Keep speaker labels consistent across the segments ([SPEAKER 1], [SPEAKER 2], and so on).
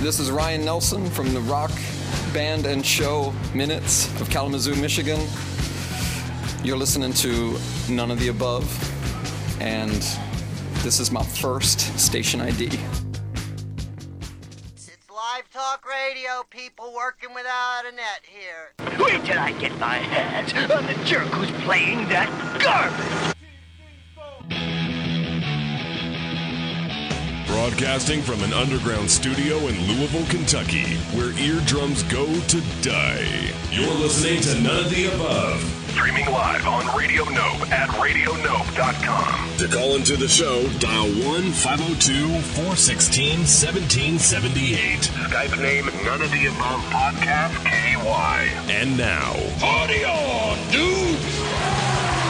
[SPEAKER 1] This is Ryan Nelson from the Rock Band and Show Minutes of Kalamazoo, Michigan. You're listening to None of the Above, and this is my first station ID.
[SPEAKER 2] It's live talk radio, people working without a net here.
[SPEAKER 3] Wait till I get my hands on the jerk who's playing that garbage!
[SPEAKER 4] Broadcasting from an underground studio in Louisville, Kentucky, where eardrums go to die. You're listening to None of the Above.
[SPEAKER 5] Streaming live on Radio Nope at RadioNope.com.
[SPEAKER 4] To call into the show, dial oh 1 502 416 1778.
[SPEAKER 5] Skype name None of the Above Podcast KY.
[SPEAKER 4] And now,
[SPEAKER 5] Party on, dude!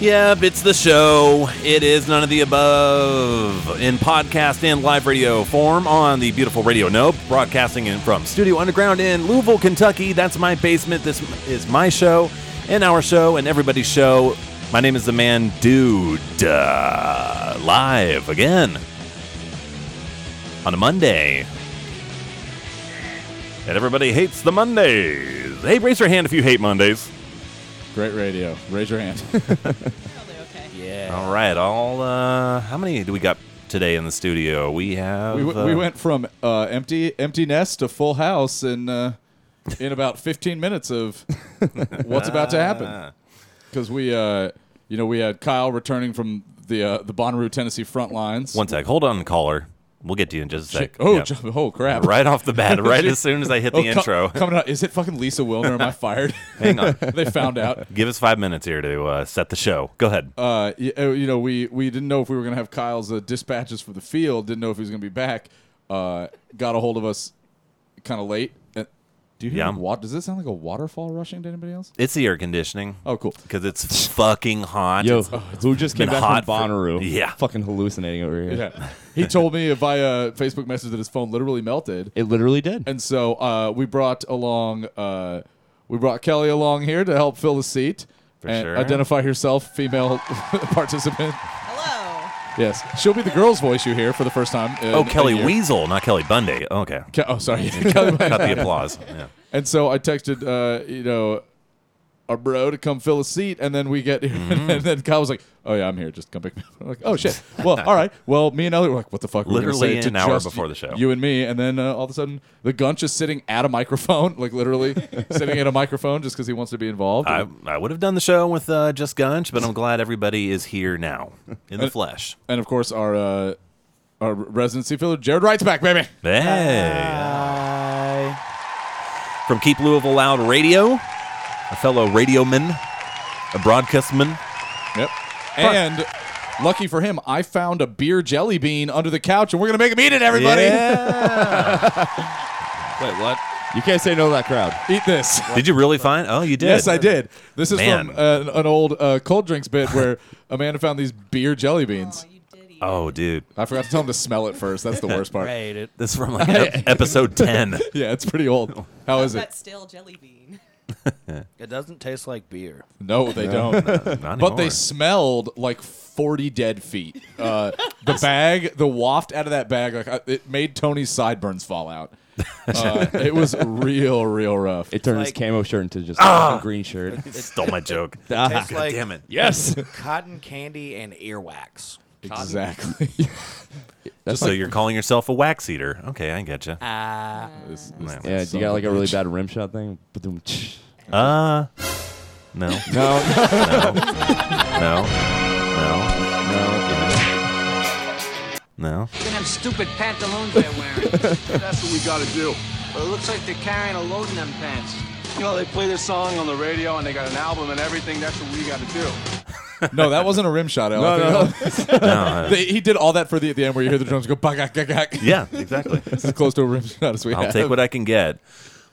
[SPEAKER 6] Yep, it's the show. It is none of the above in podcast and live radio form on the beautiful Radio Nope, broadcasting in from Studio Underground in Louisville, Kentucky. That's my basement. This is my show and our show and everybody's show. My name is the man Dude. Uh, live again on a Monday. And everybody hates the Mondays. Hey, raise your hand if you hate Mondays.
[SPEAKER 7] Great radio. Raise your hand.
[SPEAKER 6] All right, all uh, how many do we got today in the studio? We have
[SPEAKER 7] we, w-
[SPEAKER 6] uh,
[SPEAKER 7] we went from uh, empty empty nest to full house in uh, in about 15 minutes of what's about to
[SPEAKER 6] Ah.
[SPEAKER 7] happen. Because we, uh, you know, we had Kyle returning from the uh, the Bonnaroo, Tennessee front lines.
[SPEAKER 6] one sec. Hold on, caller. We'll get to you in just a sec.
[SPEAKER 7] oh,
[SPEAKER 6] Yeah.
[SPEAKER 7] jo- oh crap!
[SPEAKER 6] right off the bat, right
[SPEAKER 7] She-
[SPEAKER 6] as soon as I hit the
[SPEAKER 7] Oh, co-
[SPEAKER 6] intro.
[SPEAKER 7] coming out. Is it fucking Lisa Wilner? Am I fired?
[SPEAKER 6] Hang on.
[SPEAKER 7] they found out.
[SPEAKER 6] Give us five minutes here to uh, set the show. Go ahead.
[SPEAKER 7] uh, y- uh, you know, we, we didn't know if we were going to have Kyle's uh, dispatches from the field. Didn't know if he was going to be back. Uh, got a hold of us kind of late. Uh, do you hear?
[SPEAKER 6] Yeah.
[SPEAKER 7] What does this sound like a waterfall rushing to anybody else?
[SPEAKER 6] It's the air conditioning.
[SPEAKER 7] Oh, cool. oh,
[SPEAKER 6] Because it's fucking hot.
[SPEAKER 8] Yo,
[SPEAKER 6] It's-
[SPEAKER 8] who just came
[SPEAKER 6] been
[SPEAKER 8] back
[SPEAKER 6] hot
[SPEAKER 8] from
[SPEAKER 6] for-
[SPEAKER 8] Bonnaroo?
[SPEAKER 6] Yeah.
[SPEAKER 8] fucking hallucinating over here.
[SPEAKER 7] Yeah, he told me via Facebook message that his phone literally melted,
[SPEAKER 8] It literally did.
[SPEAKER 7] and so uh, we brought along uh, we brought Kelly along here to help fill the seat
[SPEAKER 6] For
[SPEAKER 7] and
[SPEAKER 6] sure.
[SPEAKER 7] identify herself, female participant.
[SPEAKER 9] Hello.
[SPEAKER 7] Yes, she'll be the girl's voice you hear for the first time. in
[SPEAKER 6] oh,
[SPEAKER 7] a
[SPEAKER 6] Kelly
[SPEAKER 7] year.
[SPEAKER 6] Weasel, not Kelly Bundy. Okay.
[SPEAKER 7] Ke- oh, sorry, Kelly
[SPEAKER 6] Cut the applause. Yeah.
[SPEAKER 7] And so I texted, uh, you know, our bro to come fill a seat, and then we get here,
[SPEAKER 6] Mm-hmm.
[SPEAKER 7] and then Kyle was like, "Oh yeah, I'm here. Just come pick me up." I'm like, "Oh shit. Well, all right. Well, me and Ellie were like, what the fuck? We're gonna
[SPEAKER 6] Literally
[SPEAKER 7] say to
[SPEAKER 6] an hour
[SPEAKER 7] just
[SPEAKER 6] before the show.
[SPEAKER 7] you and me, and then uh, all of a sudden, the gunch is sitting at a microphone, like literally sitting at a microphone, just because he wants to be involved.
[SPEAKER 6] I, I would have done the show with uh, just Gunch, but I'm glad everybody is here now in the flesh.
[SPEAKER 7] and of course, our uh, our residency fellow Jared Wright's back, baby.
[SPEAKER 6] Hey. From Keep Louisville Loud Radio, a fellow radioman, a broadcastman.
[SPEAKER 7] Yep. And lucky for him, I found a beer jelly bean under the couch, and we're gonna make him eat it, everybody.
[SPEAKER 6] Wait, what?
[SPEAKER 8] you can't say no to that crowd.
[SPEAKER 7] Eat this.
[SPEAKER 6] Did you really find? Oh, you did.
[SPEAKER 7] Yes, I did. This is
[SPEAKER 6] Man.
[SPEAKER 7] from an, an old uh, cold drinks bit where Amanda found these beer jelly beans.
[SPEAKER 9] you did eat.
[SPEAKER 6] Oh, dude.
[SPEAKER 7] I forgot to tell him to smell it first. That's the worst part.
[SPEAKER 6] This is from like ep- episode 10.
[SPEAKER 7] Yeah, it's pretty old. How is it?
[SPEAKER 9] That stale jelly bean.
[SPEAKER 10] It doesn't taste like beer.
[SPEAKER 7] No, they don't.
[SPEAKER 6] Not
[SPEAKER 7] But they
[SPEAKER 6] anymore.
[SPEAKER 7] smelled like 40 dead feet. Uh, the bag, the waft out of that bag, like I- it made Tony's sideburns fall out. Uh, it was real, real rough.
[SPEAKER 8] It turned
[SPEAKER 10] like-
[SPEAKER 8] his camo shirt into just
[SPEAKER 6] Ah!
[SPEAKER 8] a green shirt.
[SPEAKER 6] stole my joke.
[SPEAKER 8] Ah,
[SPEAKER 10] tastes
[SPEAKER 8] God
[SPEAKER 10] like
[SPEAKER 6] Damn it.
[SPEAKER 8] Yes.
[SPEAKER 10] cotton candy and earwax.
[SPEAKER 7] exactly.
[SPEAKER 6] so you're calling yourself a wax eater. Okay, I get you.
[SPEAKER 7] This- this-
[SPEAKER 8] Ah. yeah.
[SPEAKER 7] son
[SPEAKER 8] You got
[SPEAKER 7] of
[SPEAKER 8] like
[SPEAKER 7] a
[SPEAKER 8] a really
[SPEAKER 7] bitch.
[SPEAKER 8] bad rim shot thing. Ba-doom, tsh.
[SPEAKER 6] Uh, no.
[SPEAKER 8] No.
[SPEAKER 6] No. No.
[SPEAKER 8] no.
[SPEAKER 6] No.
[SPEAKER 3] Look at them stupid pantaloons they're wearing.
[SPEAKER 5] That's what we gotta do.
[SPEAKER 3] it looks like they're carrying a load in them pants.
[SPEAKER 5] You know, they play this song on the radio and they got an album and everything. That's what we gotta do.
[SPEAKER 7] No, that wasn't a rim shot. No, no, no. they, he did all that for the at the end where you hear the drums go. "Bah, gah, gah, gah."
[SPEAKER 6] Yeah, exactly.
[SPEAKER 7] It's as close to a rim shot as we
[SPEAKER 6] I'll
[SPEAKER 7] have.
[SPEAKER 6] take what I can get.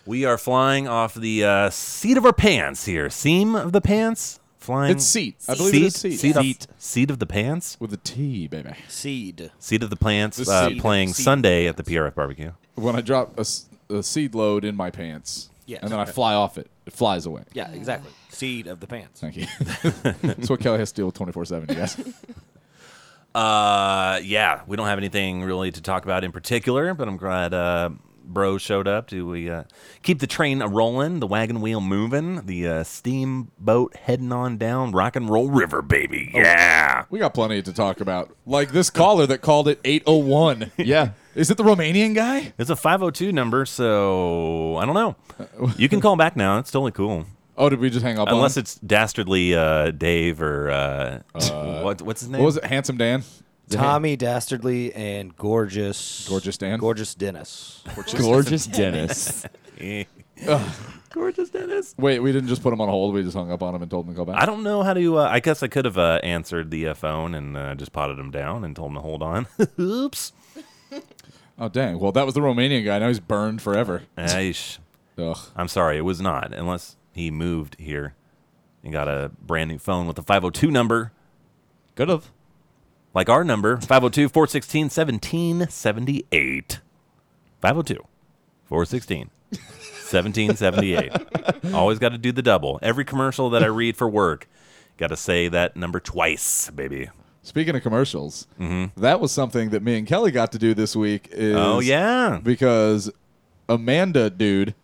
[SPEAKER 6] We are flying off the uh, seat of our pants here. Seam of the pants? Flying.
[SPEAKER 7] It's seat. I believe
[SPEAKER 6] seat?
[SPEAKER 7] it is seat.
[SPEAKER 6] Seat, of-
[SPEAKER 7] Seat.
[SPEAKER 6] seat of the pants?
[SPEAKER 7] with a T, baby.
[SPEAKER 10] Seed.
[SPEAKER 6] Seat of the plants
[SPEAKER 7] The
[SPEAKER 6] uh,
[SPEAKER 7] seat.
[SPEAKER 6] playing
[SPEAKER 10] Seat.
[SPEAKER 6] Sunday at the PRF barbecue.
[SPEAKER 7] When I drop a, s- a seed load in my pants,
[SPEAKER 10] Yes.
[SPEAKER 7] And then I fly off it. It flies away.
[SPEAKER 10] Yeah, exactly. Seed of the pants.
[SPEAKER 7] Thank you. That's what Kelly has to deal with 24 7, you guys.
[SPEAKER 6] Uh, yeah, we don't have anything really to talk about in particular, but I'm glad uh, Bro showed up. Do we uh, keep the train rolling, the wagon wheel moving, the uh, steamboat heading on down rock and roll river, baby? Yeah.
[SPEAKER 7] Oh, We got plenty to talk about. Like this caller that called it 801.
[SPEAKER 8] Yeah.
[SPEAKER 7] Is it the Romanian guy?
[SPEAKER 6] It's a 502 number, so I don't know. You can call back now. It's totally cool.
[SPEAKER 7] Oh, did we just hang up?
[SPEAKER 6] Unless
[SPEAKER 7] on him?
[SPEAKER 6] it's dastardly uh, Dave or uh, what, what's his name?
[SPEAKER 7] what was it? Handsome Dan.
[SPEAKER 10] Tommy Dastardly and gorgeous,
[SPEAKER 7] Gorgeous Dan?
[SPEAKER 10] gorgeous Dennis.
[SPEAKER 8] Gorgeous Dennis.
[SPEAKER 6] Gorgeous Dennis.
[SPEAKER 7] Wait, we didn't just put him on hold. We just hung up on him and told him to go back.
[SPEAKER 6] I don't know how to. Uh, I guess I could have uh, answered the uh, phone and uh, just potted him down and told him to hold on. Oops.
[SPEAKER 7] oh dang. Well, that was the Romanian guy. Now he's burned forever.
[SPEAKER 6] Aish.
[SPEAKER 7] Ugh.
[SPEAKER 6] I'm sorry, it was not. Unless he moved here and got a brand new phone with a 502 number,
[SPEAKER 8] Could have.
[SPEAKER 6] like our number 502 416 1778. 502 416 1778. Always got to do the double. Every commercial that I read for work, got to say that number twice, baby.
[SPEAKER 7] Speaking of commercials, that was something that me and Kelly got to do this week. Is
[SPEAKER 6] Mm-hmm. Oh, yeah.
[SPEAKER 7] because Amanda, dude.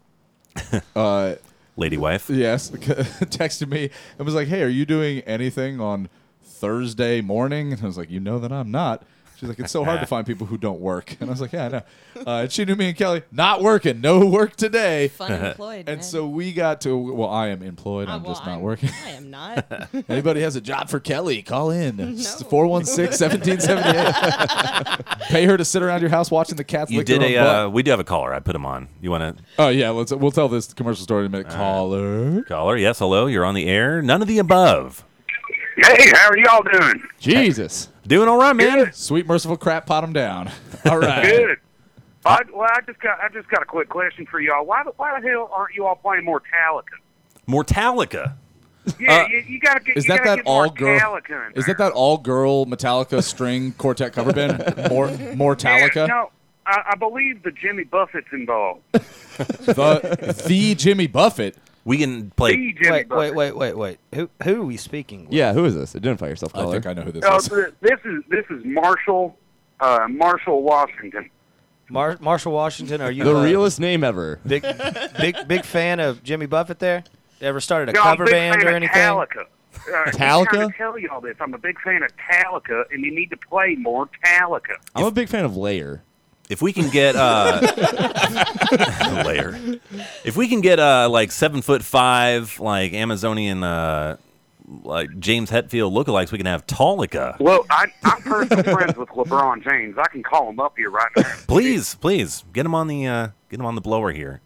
[SPEAKER 7] uh,
[SPEAKER 6] Lady wife.
[SPEAKER 7] yes, texted me and was like, "Hey, are you doing anything on Thursday morning?" And I was like, "You know that I'm not." She's like, "It's so hard to find people who don't work," and I was like, "Yeah, I know." Uh, and she knew me and Kelly not working, no work today,
[SPEAKER 11] Fun employed.
[SPEAKER 7] and
[SPEAKER 11] man.
[SPEAKER 7] so we got to. Well, I am employed.
[SPEAKER 11] Ah,
[SPEAKER 7] I'm
[SPEAKER 11] well,
[SPEAKER 7] just not working.
[SPEAKER 11] I am not.
[SPEAKER 7] Anybody has a job for Kelly, call in. It's
[SPEAKER 11] No.
[SPEAKER 7] 416-1778. Pay her to sit around your house watching the cats
[SPEAKER 6] You
[SPEAKER 7] lick their
[SPEAKER 6] did a.
[SPEAKER 7] own butt.
[SPEAKER 6] Uh, we do have a caller. I put him on. You want to
[SPEAKER 7] Oh, yeah. Let's, we'll tell this commercial story in a minute. Caller.
[SPEAKER 6] caller? Yes. Hello. You're on the air. None of the above.
[SPEAKER 12] Hey, how are y'all doing?
[SPEAKER 7] Jesus.
[SPEAKER 6] Doing all right, man.
[SPEAKER 7] Sweet, merciful crap, pot him down. All right.
[SPEAKER 12] Good. I, well, I just got I just got a quick question for y'all. Why the why the hell aren't you all playing Mortalica?
[SPEAKER 6] Mortalica.
[SPEAKER 12] Yeah,
[SPEAKER 6] Uh,
[SPEAKER 12] you, you gotta get
[SPEAKER 7] Is
[SPEAKER 12] you
[SPEAKER 7] that
[SPEAKER 12] gotta
[SPEAKER 7] that
[SPEAKER 12] get
[SPEAKER 7] all girl?
[SPEAKER 12] Mortalica in
[SPEAKER 7] Is
[SPEAKER 12] there.
[SPEAKER 7] that that all girl Metallica string quartet cover band? Mor-
[SPEAKER 12] Yeah,
[SPEAKER 7] Mortalica?
[SPEAKER 12] no, I, I believe the Jimmy Buffett's involved.
[SPEAKER 7] The the Jimmy Buffett.
[SPEAKER 6] We can play.
[SPEAKER 12] The Jimmy
[SPEAKER 10] wait,
[SPEAKER 12] Buffett.
[SPEAKER 10] wait, wait, wait, wait. Who who are we speaking with?
[SPEAKER 8] Yeah, who is this? Identify yourself,
[SPEAKER 7] I
[SPEAKER 8] caller.
[SPEAKER 7] think I know who this
[SPEAKER 6] Oh,
[SPEAKER 12] No,
[SPEAKER 7] is.
[SPEAKER 12] th- this is this is Marshall uh, Marshall Washington.
[SPEAKER 10] Mar- Marshall Washington. Are you
[SPEAKER 8] The
[SPEAKER 10] a
[SPEAKER 8] realest name ever.
[SPEAKER 10] big big big fan of Jimmy Buffett? There ever started a
[SPEAKER 12] No, I'm
[SPEAKER 10] cover
[SPEAKER 12] a big
[SPEAKER 10] band
[SPEAKER 12] fan
[SPEAKER 10] or
[SPEAKER 12] of
[SPEAKER 10] anything?
[SPEAKER 12] Metallica. Uh, I'm
[SPEAKER 8] Metallica?
[SPEAKER 12] trying to tell y'all this. I'm a big fan of Metallica, and you need to play more Metallica.
[SPEAKER 8] I'm a big fan of Layer.
[SPEAKER 6] If we can get uh, layer. If we can get uh, like seven foot five, like Amazonian, uh, like James Hetfield lookalikes, we can have Talica.
[SPEAKER 12] Well, I, I'm personal friends with LeBron James. I can call him up here right now.
[SPEAKER 6] Please, please get him on the uh, get him on the blower here.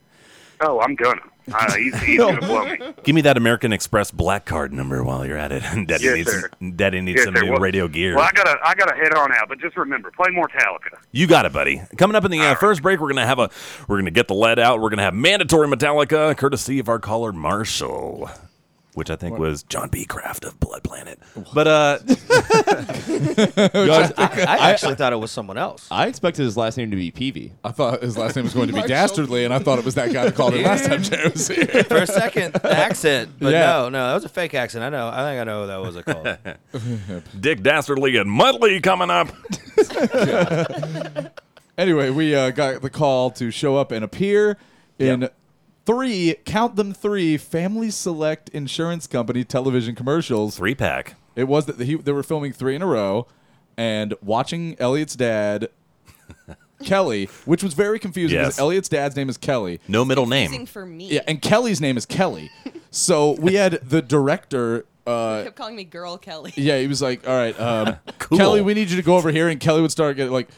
[SPEAKER 12] Oh, I'm gonna. Uh, he's he's gonna blow me.
[SPEAKER 6] Give me that American Express black card number while you're at it. Daddy
[SPEAKER 12] Yes,
[SPEAKER 6] needs
[SPEAKER 12] sir.
[SPEAKER 6] Daddy needs
[SPEAKER 12] Yes,
[SPEAKER 6] some
[SPEAKER 12] sir.
[SPEAKER 6] new
[SPEAKER 12] Well-
[SPEAKER 6] radio gear.
[SPEAKER 12] Well, I gotta I gotta head on out, but just remember, play more Metallica.
[SPEAKER 6] You got it, buddy. Coming up in the uh, first break, we're gonna have a we're gonna get the lead out. We're gonna have mandatory Metallica, courtesy of our caller Marshall, which I think was John B. Kraft of Blood Planet. But uh,
[SPEAKER 8] Guys,
[SPEAKER 10] I, I actually thought it was someone else.
[SPEAKER 8] I expected his last name to be Peavy.
[SPEAKER 7] I thought his last name was going to be Dastardly, and I thought it was that guy that called it last time Jay was here.
[SPEAKER 10] For a second, the accent, but
[SPEAKER 7] Yeah.
[SPEAKER 10] no, no, that was a fake accent. I know. I think I know who that was a call.
[SPEAKER 6] Dick Dastardly and Mudley coming up.
[SPEAKER 7] Anyway, we uh, got the call to show up and appear in three, count them three, Family Select Insurance Company television commercials.
[SPEAKER 6] Three pack.
[SPEAKER 7] It was that he, they were filming three in a row, and watching Elliot's dad, Kelly, which was very confusing because
[SPEAKER 6] Yes.
[SPEAKER 7] Elliot's dad's name is Kelly.
[SPEAKER 6] No middle
[SPEAKER 11] Sing
[SPEAKER 6] name.
[SPEAKER 11] for me.
[SPEAKER 7] Yeah, and Kelly's name is Kelly. So we had the director. Uh,
[SPEAKER 11] kept calling me girl Kelly.
[SPEAKER 7] Yeah, he was like, "All right, um,
[SPEAKER 6] Cool.
[SPEAKER 7] Kelly, we need you to go over here." And Kelly would start getting like,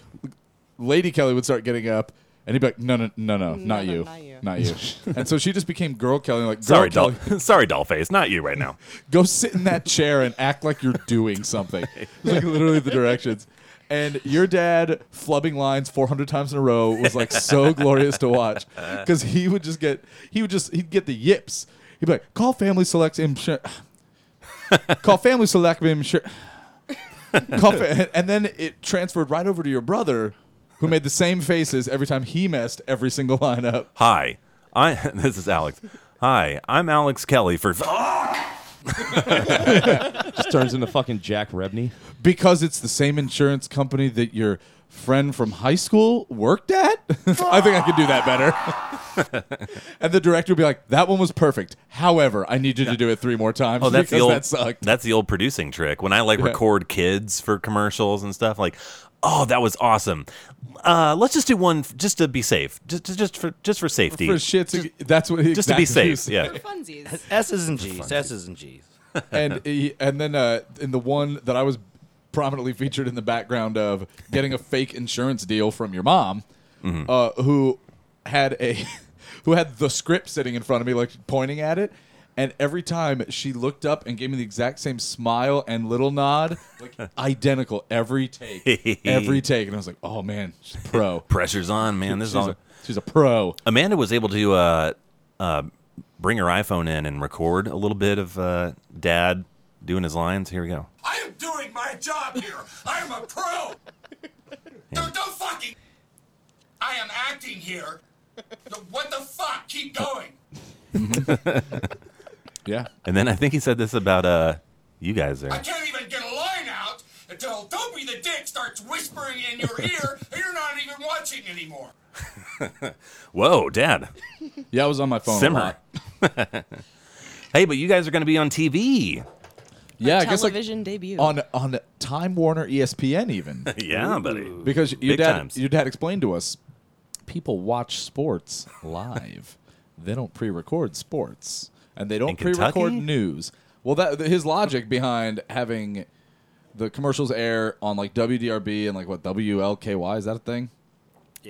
[SPEAKER 7] Lady Kelly would start getting up, and he'd be like, "No, no, no, no, not,
[SPEAKER 11] no,
[SPEAKER 7] you.
[SPEAKER 11] not you.
[SPEAKER 7] not you, And so she just became Girl Kelly, and like, Girl
[SPEAKER 6] Sorry, doll.
[SPEAKER 7] Kelly,
[SPEAKER 6] Sorry, dollface. Not you right now.
[SPEAKER 7] go sit in that chair and act like you're doing something." It was like literally the directions. And your dad flubbing lines 400 times in a row was like so glorious to watch because he would just get he would just he'd get the yips. He'd be like, "Call Family Select Insur- Call Family Select Insur- Call fa- and then it transferred right over to your brother, who made the same faces every time he messed every single line up.
[SPEAKER 6] Hi, I this is Alex. Hi, I'm Alex Kelly for
[SPEAKER 8] Just turns into fucking Jack Rebney.
[SPEAKER 7] Because it's the same insurance company that your friend from high school worked at? I think I could do that better. and the director would be like, that one was perfect. However, I need you to do it three more times
[SPEAKER 6] Oh, that's the
[SPEAKER 7] because
[SPEAKER 6] old
[SPEAKER 7] that sucked.
[SPEAKER 6] that's the old producing trick. When I like record kids for commercials and stuff, like, oh, that was awesome. Uh, let's just do one f- just to be safe, just just, just for just for safety,
[SPEAKER 7] For shit, to, that's what he
[SPEAKER 6] just to be
[SPEAKER 7] exactly-
[SPEAKER 6] safe. Yeah,
[SPEAKER 11] Funsies.
[SPEAKER 10] S's and G's. S's and G's.
[SPEAKER 7] and he, and then uh, in the one that I was prominently featured in the background of getting a fake insurance deal from your mom, uh, who had a who had the script sitting in front of me, like pointing at it. And every time she looked up and gave me the exact same smile and little nod, like identical every take, every take. And I was like, "Oh man, she's a pro.
[SPEAKER 6] pressure's on, man. This is
[SPEAKER 7] she's,
[SPEAKER 6] all.
[SPEAKER 7] a, she's a pro."
[SPEAKER 6] Amanda was able to uh, uh, bring her iPhone in and record a little bit of uh, Dad doing his lines. Here we go.
[SPEAKER 3] I am doing my job here. I am a pro. Don't, don't fucking. I am acting here. What the fuck? Keep going.
[SPEAKER 7] Yeah,
[SPEAKER 6] And then I think he said this about uh, you guys there.
[SPEAKER 3] can't even get a line out until Dopey the Dick starts whispering in your ear, and you're not even watching anymore.
[SPEAKER 6] Whoa, Dad,
[SPEAKER 7] yeah, I was on my phone. a
[SPEAKER 6] simmer.
[SPEAKER 7] lot.
[SPEAKER 6] hey, but you guys are going to be on TV.
[SPEAKER 7] Yeah, I guess like
[SPEAKER 11] Television debut.
[SPEAKER 7] on on Time Warner E ESPN even.
[SPEAKER 6] Yeah, buddy.
[SPEAKER 7] Because your
[SPEAKER 6] Big
[SPEAKER 7] dad,
[SPEAKER 6] times.
[SPEAKER 7] your dad explained to us, people watch sports live. they don't pre-record sports, and they don't
[SPEAKER 6] In
[SPEAKER 7] pre-record
[SPEAKER 6] Kentucky?
[SPEAKER 7] news. Well, that his logic behind having the commercials air on like WDRB and like what WLKY is that a thing?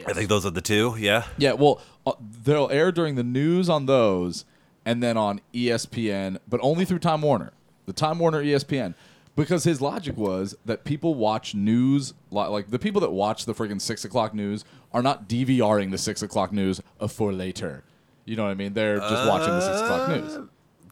[SPEAKER 6] I think those are the two. Yeah.
[SPEAKER 7] Yeah, well, uh, they'll air during the news on those, and then on E ESPN, but only through Time Warner, the Time Warner E ESPN, because his logic was that people watch news li- like the people that watch the friggin' six o'clock news are not DVRing the six o'clock news uh, for later. You know what I mean? They're just watching the six o'clock
[SPEAKER 3] Um,
[SPEAKER 7] news.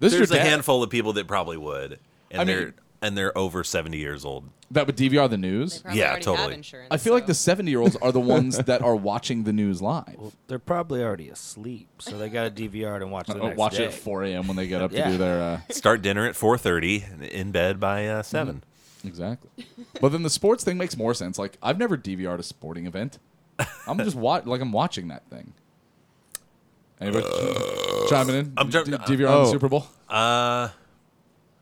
[SPEAKER 7] This
[SPEAKER 6] There's
[SPEAKER 7] is your
[SPEAKER 6] a
[SPEAKER 7] dad
[SPEAKER 6] handful of people that probably would, and
[SPEAKER 7] I mean-
[SPEAKER 6] they're and they're over seventy years old.
[SPEAKER 7] that would DVR the
[SPEAKER 11] They
[SPEAKER 7] news.
[SPEAKER 11] probably
[SPEAKER 6] Yeah,
[SPEAKER 11] already Have
[SPEAKER 6] totally.
[SPEAKER 11] insurance,
[SPEAKER 7] I feel like
[SPEAKER 11] so-
[SPEAKER 7] the seventy-year-olds are the ones that are watching the news live.
[SPEAKER 10] They're probably already asleep, so they got to DVR it and watch the
[SPEAKER 7] Uh,
[SPEAKER 6] Oh,
[SPEAKER 10] next
[SPEAKER 7] watch
[SPEAKER 10] day.
[SPEAKER 7] it at four a.m. when they get up
[SPEAKER 10] Yeah.
[SPEAKER 7] to do their. Uh, Mm-hmm.
[SPEAKER 6] Start dinner at four thirty, in bed by uh, seven.
[SPEAKER 7] Exactly. but then the sports thing makes more sense. Like I've never DVR'd a sporting event. I'm just wa- like I'm watching that thing. Anybody chiming in?
[SPEAKER 6] Uh, I'm Uh, jump-
[SPEAKER 7] D- DVR on the
[SPEAKER 8] oh.
[SPEAKER 7] Super Bowl.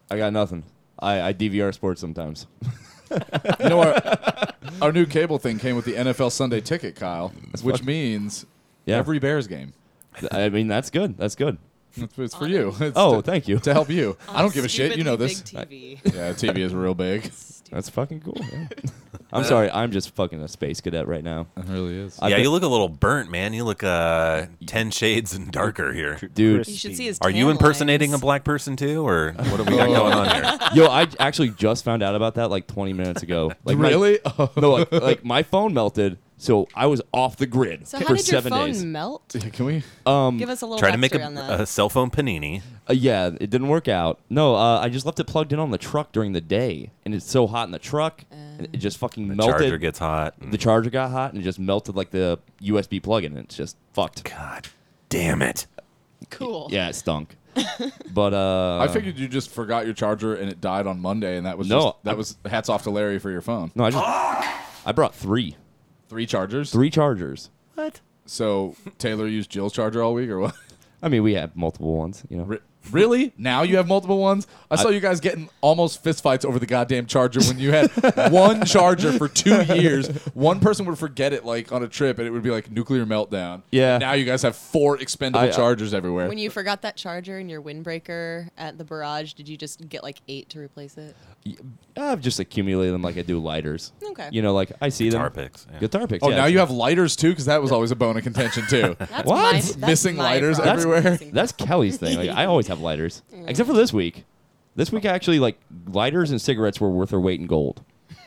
[SPEAKER 8] I got nothing. I, I DVR sports sometimes.
[SPEAKER 7] You know our, our new cable thing came with the NFL Sunday Ticket, Kyle, which means
[SPEAKER 8] Yeah.
[SPEAKER 7] every Bears game.
[SPEAKER 8] I mean, that's good. That's good.
[SPEAKER 7] It's, it's for you. It's
[SPEAKER 8] Oh,
[SPEAKER 7] to,
[SPEAKER 8] thank you.
[SPEAKER 7] to help you. I don't give a shit. You know
[SPEAKER 11] Stupidly
[SPEAKER 7] this.
[SPEAKER 11] Big TV.
[SPEAKER 7] Yeah, TV is real big.
[SPEAKER 8] That's fucking cool. yeah. I'm sorry. I'm just fucking a space cadet right now.
[SPEAKER 7] It really is.
[SPEAKER 8] I've
[SPEAKER 6] yeah,
[SPEAKER 8] been-
[SPEAKER 6] you look a little burnt, man. You look uh, ten shades and darker here.
[SPEAKER 8] dude.
[SPEAKER 11] You should see his.
[SPEAKER 6] Are you
[SPEAKER 11] tan
[SPEAKER 6] impersonating
[SPEAKER 11] lines.
[SPEAKER 6] a black person too, or what have we got going on here?
[SPEAKER 8] Yo, I j- actually just found out about that like 20 minutes ago. Like my-
[SPEAKER 7] really? Oh.
[SPEAKER 8] no, like, like my phone melted, so I was off the grid
[SPEAKER 11] So
[SPEAKER 8] for
[SPEAKER 11] how did your
[SPEAKER 8] seven
[SPEAKER 11] phone
[SPEAKER 8] days. Um,
[SPEAKER 11] melt?
[SPEAKER 7] Can we?
[SPEAKER 11] Give us a little
[SPEAKER 6] Try to make
[SPEAKER 11] backstory
[SPEAKER 6] a,
[SPEAKER 11] on that.
[SPEAKER 6] a cell phone panini.
[SPEAKER 8] Uh, yeah, it didn't work out. No, uh, I just left it plugged in on the truck during the day, and it's so hot in the truck, and
[SPEAKER 11] Uh.
[SPEAKER 8] it just fucking melted.
[SPEAKER 6] Charger gets hot. and-
[SPEAKER 8] the charger got hot and it just melted like the USB plug in. It's just fucked.
[SPEAKER 6] God damn it!
[SPEAKER 11] cool.
[SPEAKER 8] Yeah, it stunk. but uh,
[SPEAKER 7] I figured you just forgot your charger and it died on Monday, and that was
[SPEAKER 8] No,
[SPEAKER 7] just, that
[SPEAKER 8] I-
[SPEAKER 7] was hats off to Larry for your phone.
[SPEAKER 8] no, I
[SPEAKER 6] Oh,
[SPEAKER 8] just I brought three,
[SPEAKER 7] Three chargers.
[SPEAKER 8] three chargers.
[SPEAKER 7] So Taylor used Jill's charger all week, or what?
[SPEAKER 8] I mean, we have multiple ones, you know.
[SPEAKER 7] Re- Really? Now you have multiple ones? I saw you guys getting almost fistfights over the goddamn charger when you had one charger for two years. One person would forget it like on a trip, and it would be like nuclear meltdown.
[SPEAKER 8] Yeah.
[SPEAKER 7] Now you guys have four expendable
[SPEAKER 8] I- uh, I-
[SPEAKER 7] chargers everywhere.
[SPEAKER 11] When you forgot that charger and your windbreaker at the barrage, did you just get like eight to replace it?
[SPEAKER 8] I've just accumulated them like I do lighters.
[SPEAKER 11] Okay.
[SPEAKER 8] You know, like I see
[SPEAKER 6] Guitar
[SPEAKER 8] them.
[SPEAKER 6] picks, yeah.
[SPEAKER 8] Guitar picks.
[SPEAKER 7] oh,
[SPEAKER 8] yeah.
[SPEAKER 7] now you have lighters too, because that was always a bone of contention too.
[SPEAKER 11] That's
[SPEAKER 8] What?
[SPEAKER 11] My, that's
[SPEAKER 7] Missing
[SPEAKER 11] my
[SPEAKER 7] lighters
[SPEAKER 11] problem.
[SPEAKER 7] everywhere.
[SPEAKER 11] Missing-
[SPEAKER 8] That's Kelly's thing. Like I always have lighters, except for this week. This week, actually, like lighters and cigarettes were worth their weight in gold.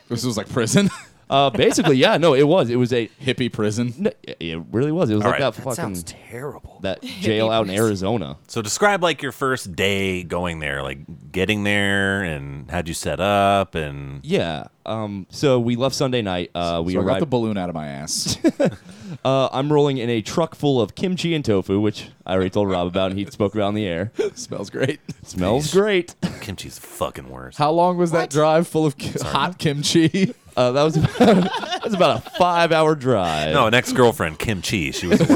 [SPEAKER 7] this was like prison,
[SPEAKER 8] Uh, basically, yeah, no, it was. It was a.
[SPEAKER 7] hippie prison.
[SPEAKER 8] no, it- it really was. It was
[SPEAKER 6] All
[SPEAKER 8] like
[SPEAKER 6] right.
[SPEAKER 8] that fucking
[SPEAKER 10] terrible.
[SPEAKER 8] that jail out in Arizona.
[SPEAKER 6] So describe like your first day going there, like getting there, and how'd you set up, and
[SPEAKER 8] Yeah. Um. So we left Sunday night. Uh, we
[SPEAKER 7] so I got
[SPEAKER 8] arrived.
[SPEAKER 7] the balloon out of my ass.
[SPEAKER 8] Uh, I'm rolling in a truck full of kimchi and tofu, which I already told Rob about, and he spoke about on the air.
[SPEAKER 7] Smells great.
[SPEAKER 8] Smells great.
[SPEAKER 13] Kimchi's fucking worse.
[SPEAKER 7] How long was that drive full of ki- hot kimchi?
[SPEAKER 8] Uh, that was that was about a five-hour drive.
[SPEAKER 13] No, an ex-girlfriend, Kimchi. She was the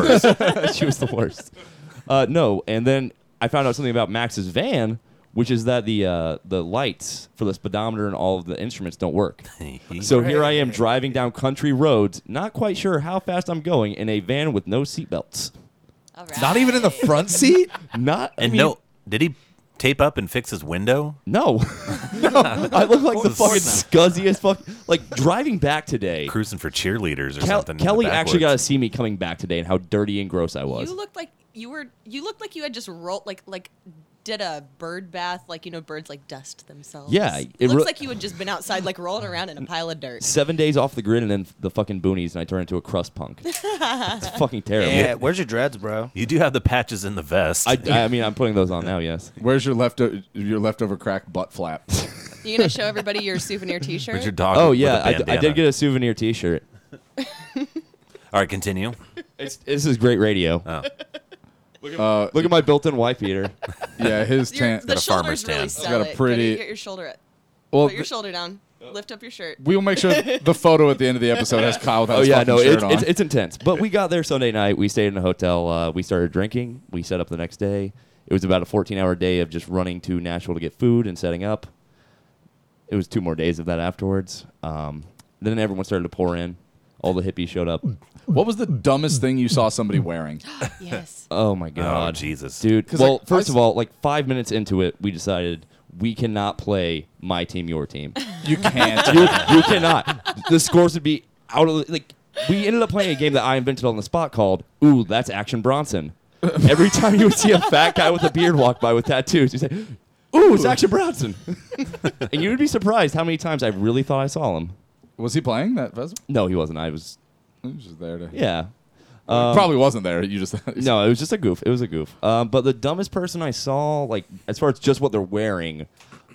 [SPEAKER 13] worst.
[SPEAKER 8] she was the worst. Uh, no, and then I found out something about Max's van, which is that the uh, the lights for the speedometer and all of the instruments don't work. so here I am driving down country roads, not quite sure how fast I'm going in a van with no seatbelts.
[SPEAKER 11] All right.
[SPEAKER 6] Not even in the front seat.
[SPEAKER 8] Not I
[SPEAKER 6] And
[SPEAKER 8] mean,
[SPEAKER 6] no, did he tape up and fix his window?
[SPEAKER 8] no, no. I look like the
[SPEAKER 6] Of course
[SPEAKER 8] fucking scuzziest fuck. Like driving back today.
[SPEAKER 6] Cruising for cheerleaders or
[SPEAKER 8] Kel-
[SPEAKER 6] something. in the
[SPEAKER 8] Kelly actually got to
[SPEAKER 6] backwoods.
[SPEAKER 8] see me coming back today and how dirty and gross I was.
[SPEAKER 11] You looked like you were. You looked like you had just rolled like like did a bird bath, like you know birds like dust themselves.
[SPEAKER 8] Yeah,
[SPEAKER 11] it,
[SPEAKER 8] it
[SPEAKER 11] looks
[SPEAKER 8] re-
[SPEAKER 11] like you had just been outside like rolling around in a pile of dirt.
[SPEAKER 8] Seven days off the grid and then the fucking boonies, and I turn into a crust punk. it's fucking terrible.
[SPEAKER 10] Yeah, where's your dreads, bro?
[SPEAKER 6] You do have the patches in the vest.
[SPEAKER 8] I, I mean, I'm putting those on now. Yes.
[SPEAKER 7] Where's your leftover your leftover crack butt flap?
[SPEAKER 11] You gonna show everybody your souvenir T-shirt?
[SPEAKER 6] Where's your dog?
[SPEAKER 8] Oh
[SPEAKER 6] with
[SPEAKER 8] yeah,
[SPEAKER 6] a
[SPEAKER 8] I, d- I
[SPEAKER 6] bandana?
[SPEAKER 8] did get a souvenir T-shirt.
[SPEAKER 6] All right, continue.
[SPEAKER 8] It's, this is great radio.
[SPEAKER 6] Oh.
[SPEAKER 8] Look at my built-in wife beater.
[SPEAKER 7] Yeah, his
[SPEAKER 11] Your-
[SPEAKER 7] tan.
[SPEAKER 11] the
[SPEAKER 6] a farmer's
[SPEAKER 11] shoulders really
[SPEAKER 6] tan.
[SPEAKER 11] sell
[SPEAKER 7] got a
[SPEAKER 11] it. Get it-
[SPEAKER 7] pretty-
[SPEAKER 11] Get your shoulder. up.
[SPEAKER 7] Well,
[SPEAKER 11] Put your shoulder down. Lift up your shirt.
[SPEAKER 7] we'll make sure the photo at the end of the episode has Kyle without
[SPEAKER 8] Oh
[SPEAKER 7] his
[SPEAKER 8] yeah,
[SPEAKER 7] fucking
[SPEAKER 8] no,
[SPEAKER 7] shirt
[SPEAKER 8] it's,
[SPEAKER 7] on.
[SPEAKER 8] it's it's intense. But we got there Sunday night. We stayed in a hotel. Uh, we started drinking. We set up the next day. It was about a 14-hour day of just running to Nashville to get food and setting up. It was two more days of that afterwards. Um, then everyone started to pour in. All the hippies showed up.
[SPEAKER 7] what was the dumbest thing you saw somebody wearing?
[SPEAKER 11] Yes.
[SPEAKER 8] Oh my god,
[SPEAKER 6] Jesus.
[SPEAKER 8] dude.
[SPEAKER 7] 'Cause,
[SPEAKER 8] Well,
[SPEAKER 7] like,
[SPEAKER 8] first
[SPEAKER 7] I
[SPEAKER 8] of all, like five minutes into it, we decided we cannot play my team, your team.
[SPEAKER 7] You can't.
[SPEAKER 8] you, you cannot. The scores would be out of the, like. We ended up playing a game that I invented on the spot called "Ooh, that's Action Bronson." Every time you would see a fat guy with a beard walk by with tattoos, you say, "Ooh, it's Action Bronson," and you would be surprised how many times I really thought I saw him.
[SPEAKER 7] was he playing that festival?
[SPEAKER 8] No, he wasn't. I was.
[SPEAKER 7] He was just there to.
[SPEAKER 8] Yeah. Um,
[SPEAKER 7] Probably wasn't there. You just
[SPEAKER 8] No, it was just a goof. It was a goof. Um, but the dumbest person I saw, like as far as just what they're wearing,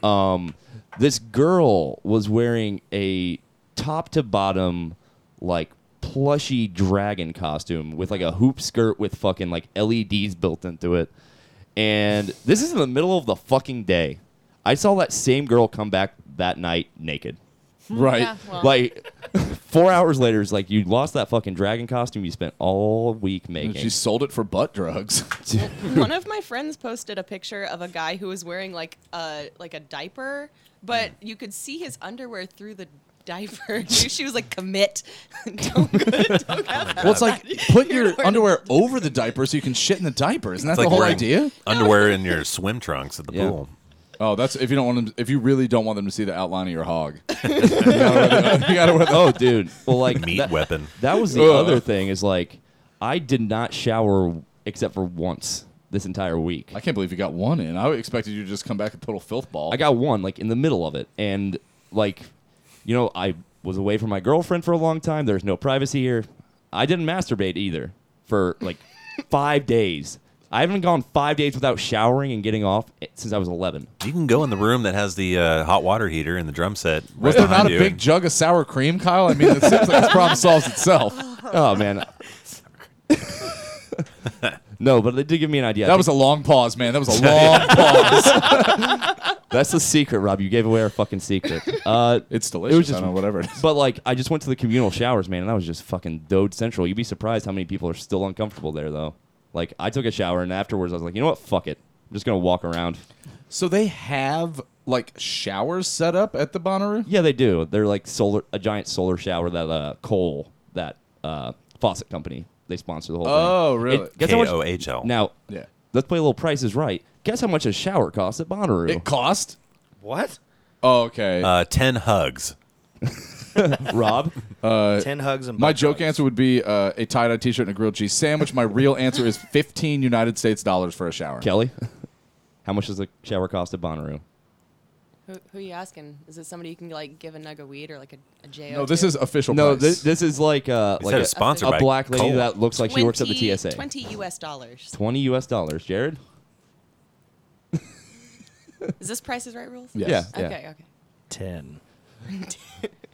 [SPEAKER 8] um, this girl was wearing a top to bottom like plushy dragon costume with like a hoop skirt with fucking like LEDs built into it. And this is in the middle of the fucking day. I saw that same girl come back that night naked.
[SPEAKER 7] right.
[SPEAKER 11] Yeah, well,
[SPEAKER 8] Like four hours later, it's like you lost that fucking dragon costume you spent all week making.
[SPEAKER 7] And She sold it for butt drugs.
[SPEAKER 11] one of my friends posted a picture of a guy who was wearing like a like a diaper,
[SPEAKER 7] Mm.
[SPEAKER 11] but you could see his underwear through the diaper. she was like, "Commit, don't, don't have
[SPEAKER 7] well, it's like put your
[SPEAKER 11] wearing-
[SPEAKER 7] underwear over the diaper so you can shit in the diaper. Isn't that the
[SPEAKER 6] like
[SPEAKER 7] whole
[SPEAKER 6] wearing
[SPEAKER 7] idea?
[SPEAKER 6] Underwear in your swim trunks at the
[SPEAKER 8] Yeah.
[SPEAKER 6] pool.
[SPEAKER 7] Oh, that's if you don't want them. If you really don't want them to see the outline of your hog, you gotta wear the- you gotta wear the-
[SPEAKER 8] oh, dude. Well, like
[SPEAKER 6] Meat
[SPEAKER 8] that,
[SPEAKER 6] weapon.
[SPEAKER 8] that was the
[SPEAKER 7] Ugh.
[SPEAKER 8] other thing is like I did not shower except for once this entire week.
[SPEAKER 7] I can't believe you got one in. I expected you to just come back and total filth ball.
[SPEAKER 8] I got one like in the middle of it, and like you know I was away from my girlfriend for a long time. There's no privacy here. I didn't masturbate either for like five days. I haven't gone five days without showering and getting off eh, since I was 11.
[SPEAKER 6] You can go in the room that has the uh, hot water heater and the drum set. Right
[SPEAKER 7] Was there not
[SPEAKER 6] behind
[SPEAKER 7] a
[SPEAKER 6] you
[SPEAKER 7] big
[SPEAKER 6] and-
[SPEAKER 7] jug of sour cream, Kyle? I mean, it seems like this problem solves itself.
[SPEAKER 8] Oh man. no, but it did give me an idea. I
[SPEAKER 7] That
[SPEAKER 8] think-
[SPEAKER 7] was a long pause, man. That was a long pause.
[SPEAKER 8] That's the secret, Rob. You gave away our fucking secret. Uh,
[SPEAKER 7] It's delicious.
[SPEAKER 8] just-
[SPEAKER 7] I don't know, whatever it is.
[SPEAKER 8] but like, I just went to the communal showers, man, and that was just fucking Dode Central. You'd be surprised how many people are still uncomfortable there, though. Like, I took a shower, and afterwards, I was like, you know what? Fuck it. I'm just gonna walk around.
[SPEAKER 7] So they have like showers set up at the Bonnaroo.
[SPEAKER 8] Yeah, they do. They're like solar, a giant solar shower that uh, Cole, that uh, faucet company, they sponsor the whole
[SPEAKER 7] Oh,
[SPEAKER 8] thing. It-
[SPEAKER 7] really?
[SPEAKER 8] guess how much-
[SPEAKER 6] KOHL.
[SPEAKER 8] Now,
[SPEAKER 7] Yeah.
[SPEAKER 8] let's play a little Price is Right. Guess how much a shower costs at Bonnaroo?
[SPEAKER 7] It cost.
[SPEAKER 10] What?
[SPEAKER 7] Oh, okay.
[SPEAKER 6] uh, ten hugs.
[SPEAKER 8] Rob,
[SPEAKER 10] Ten hugs and
[SPEAKER 7] uh, my
[SPEAKER 10] butt
[SPEAKER 7] joke
[SPEAKER 10] drugs.
[SPEAKER 7] answer would be uh, a tie dye t shirt and a grilled cheese sandwich. My real answer is 15 United States dollars for a shower.
[SPEAKER 8] Kelly, how much does a shower cost at Bonnaroo?
[SPEAKER 11] Who, who are you asking? Is it somebody you can like give a nug of weed or like a, a J?
[SPEAKER 7] No, this is official.
[SPEAKER 8] No,
[SPEAKER 7] price.
[SPEAKER 8] this, this is like uh,
[SPEAKER 6] Instead
[SPEAKER 8] like
[SPEAKER 6] of
[SPEAKER 8] a,
[SPEAKER 6] sponsored
[SPEAKER 8] a
[SPEAKER 6] by
[SPEAKER 8] black lady
[SPEAKER 6] Cola.
[SPEAKER 8] that looks like she works at the TSA. 20.
[SPEAKER 11] Twenty U.S. dollars.
[SPEAKER 8] U.S. dollars, Jared.
[SPEAKER 11] Is this Price is Right rules?
[SPEAKER 7] Yes.
[SPEAKER 8] Yeah.
[SPEAKER 11] Okay. Okay.
[SPEAKER 10] Ten.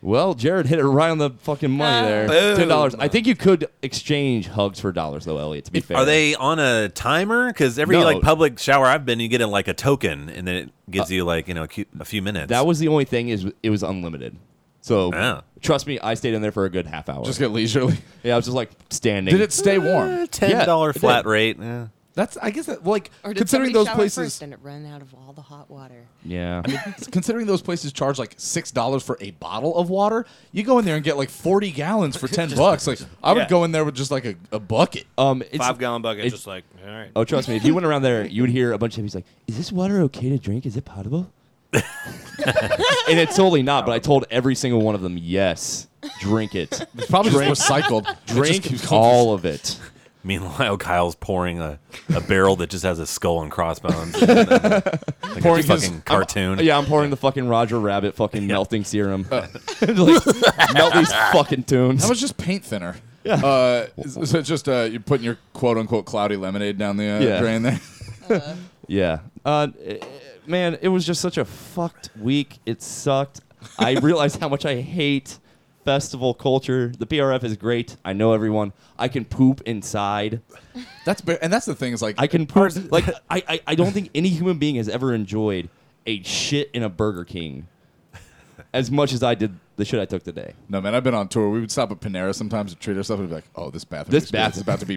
[SPEAKER 8] Well, Jared hit it right on the fucking money there.
[SPEAKER 6] Boom.
[SPEAKER 8] Ten dollars. I think you could exchange hugs for dollars though, Elliot. To be fair,
[SPEAKER 6] Are they on a timer? Because every
[SPEAKER 8] No.
[SPEAKER 6] like public shower I've been, you get a, like a token, and then it
[SPEAKER 7] Uh,
[SPEAKER 6] gives you like you know a, cu- a few minutes.
[SPEAKER 8] That was the only thing is it was unlimited. So
[SPEAKER 6] Yeah.
[SPEAKER 8] trust me, I stayed in there for a good half hour.
[SPEAKER 7] Just get leisurely.
[SPEAKER 8] Yeah, I was just like standing.
[SPEAKER 7] Did it stay warm?
[SPEAKER 6] Eh, ten dollar
[SPEAKER 8] Yeah, it
[SPEAKER 6] flat
[SPEAKER 8] did.
[SPEAKER 6] rate. eh. Yeah.
[SPEAKER 7] That's I guess that like
[SPEAKER 11] Or did
[SPEAKER 7] considering
[SPEAKER 11] somebody
[SPEAKER 7] those
[SPEAKER 11] shower
[SPEAKER 7] places
[SPEAKER 11] first and it ran out of all the hot water?
[SPEAKER 8] Yeah.
[SPEAKER 7] I mean, considering those places charge like six dollars for a bottle of water, you go in there and get like forty gallons for ten bucks. Like I would
[SPEAKER 8] Yeah.
[SPEAKER 7] go in there with just like a, a bucket.
[SPEAKER 8] Um, it's,
[SPEAKER 10] Five gallon bucket,
[SPEAKER 8] it's-
[SPEAKER 10] just like all right.
[SPEAKER 8] Oh, trust me, if you went around there, you would hear a bunch of hippies like, "Is this water okay to drink? Is it potable?" and it's totally not. But I told every single one of them, "Yes, drink it.
[SPEAKER 7] It's probably
[SPEAKER 8] drink,
[SPEAKER 7] just recycled. It just keeps
[SPEAKER 8] drink
[SPEAKER 7] going.
[SPEAKER 8] all of it."
[SPEAKER 6] Meanwhile, Kyle's pouring a, a barrel that just has a skull and crossbones. and, uh, like
[SPEAKER 8] Pouring
[SPEAKER 6] a
[SPEAKER 8] his-
[SPEAKER 6] fucking
[SPEAKER 8] I'm-
[SPEAKER 6] cartoon.
[SPEAKER 8] Yeah, I'm pouring the fucking Roger Rabbit fucking melting serum. Like, melt these fucking tunes.
[SPEAKER 7] That was just paint thinner. Yeah. Uh, is- so it's just uh, you're putting your quote unquote cloudy lemonade down the uh,
[SPEAKER 8] Yeah.
[SPEAKER 7] drain there.
[SPEAKER 8] Yeah. Uh, eh, man, it was just such a fucked week. It sucked. I realized how much I hate festival culture. The PRF is great. I know everyone. I can poop inside.
[SPEAKER 7] That's ba- and that's the thing is like
[SPEAKER 8] I can poop. Like I, I, I don't think any human being has ever enjoyed a shit in a Burger King as much as I did the shit I took today.
[SPEAKER 7] no man. I've been on tour. We would stop at Panera sometimes to treat ourselves and be like, oh, this bathroom.
[SPEAKER 8] This
[SPEAKER 7] experience
[SPEAKER 8] bath-
[SPEAKER 7] is about to be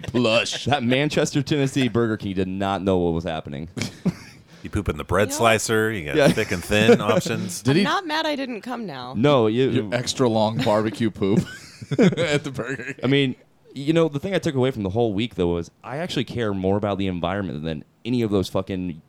[SPEAKER 7] plush.
[SPEAKER 8] That Manchester, Tennessee Burger King did not know what was happening.
[SPEAKER 6] You poop in the bread
[SPEAKER 11] Yeah.
[SPEAKER 6] slicer. You got
[SPEAKER 8] Yeah.
[SPEAKER 6] thick and thin options.
[SPEAKER 7] Did he
[SPEAKER 11] Not mad I didn't come now.
[SPEAKER 8] No, you,
[SPEAKER 7] your extra long barbecue poop at the Burger King?
[SPEAKER 8] I mean, you know, the thing I took away from the whole week though was I actually care more about the environment than any of those fucking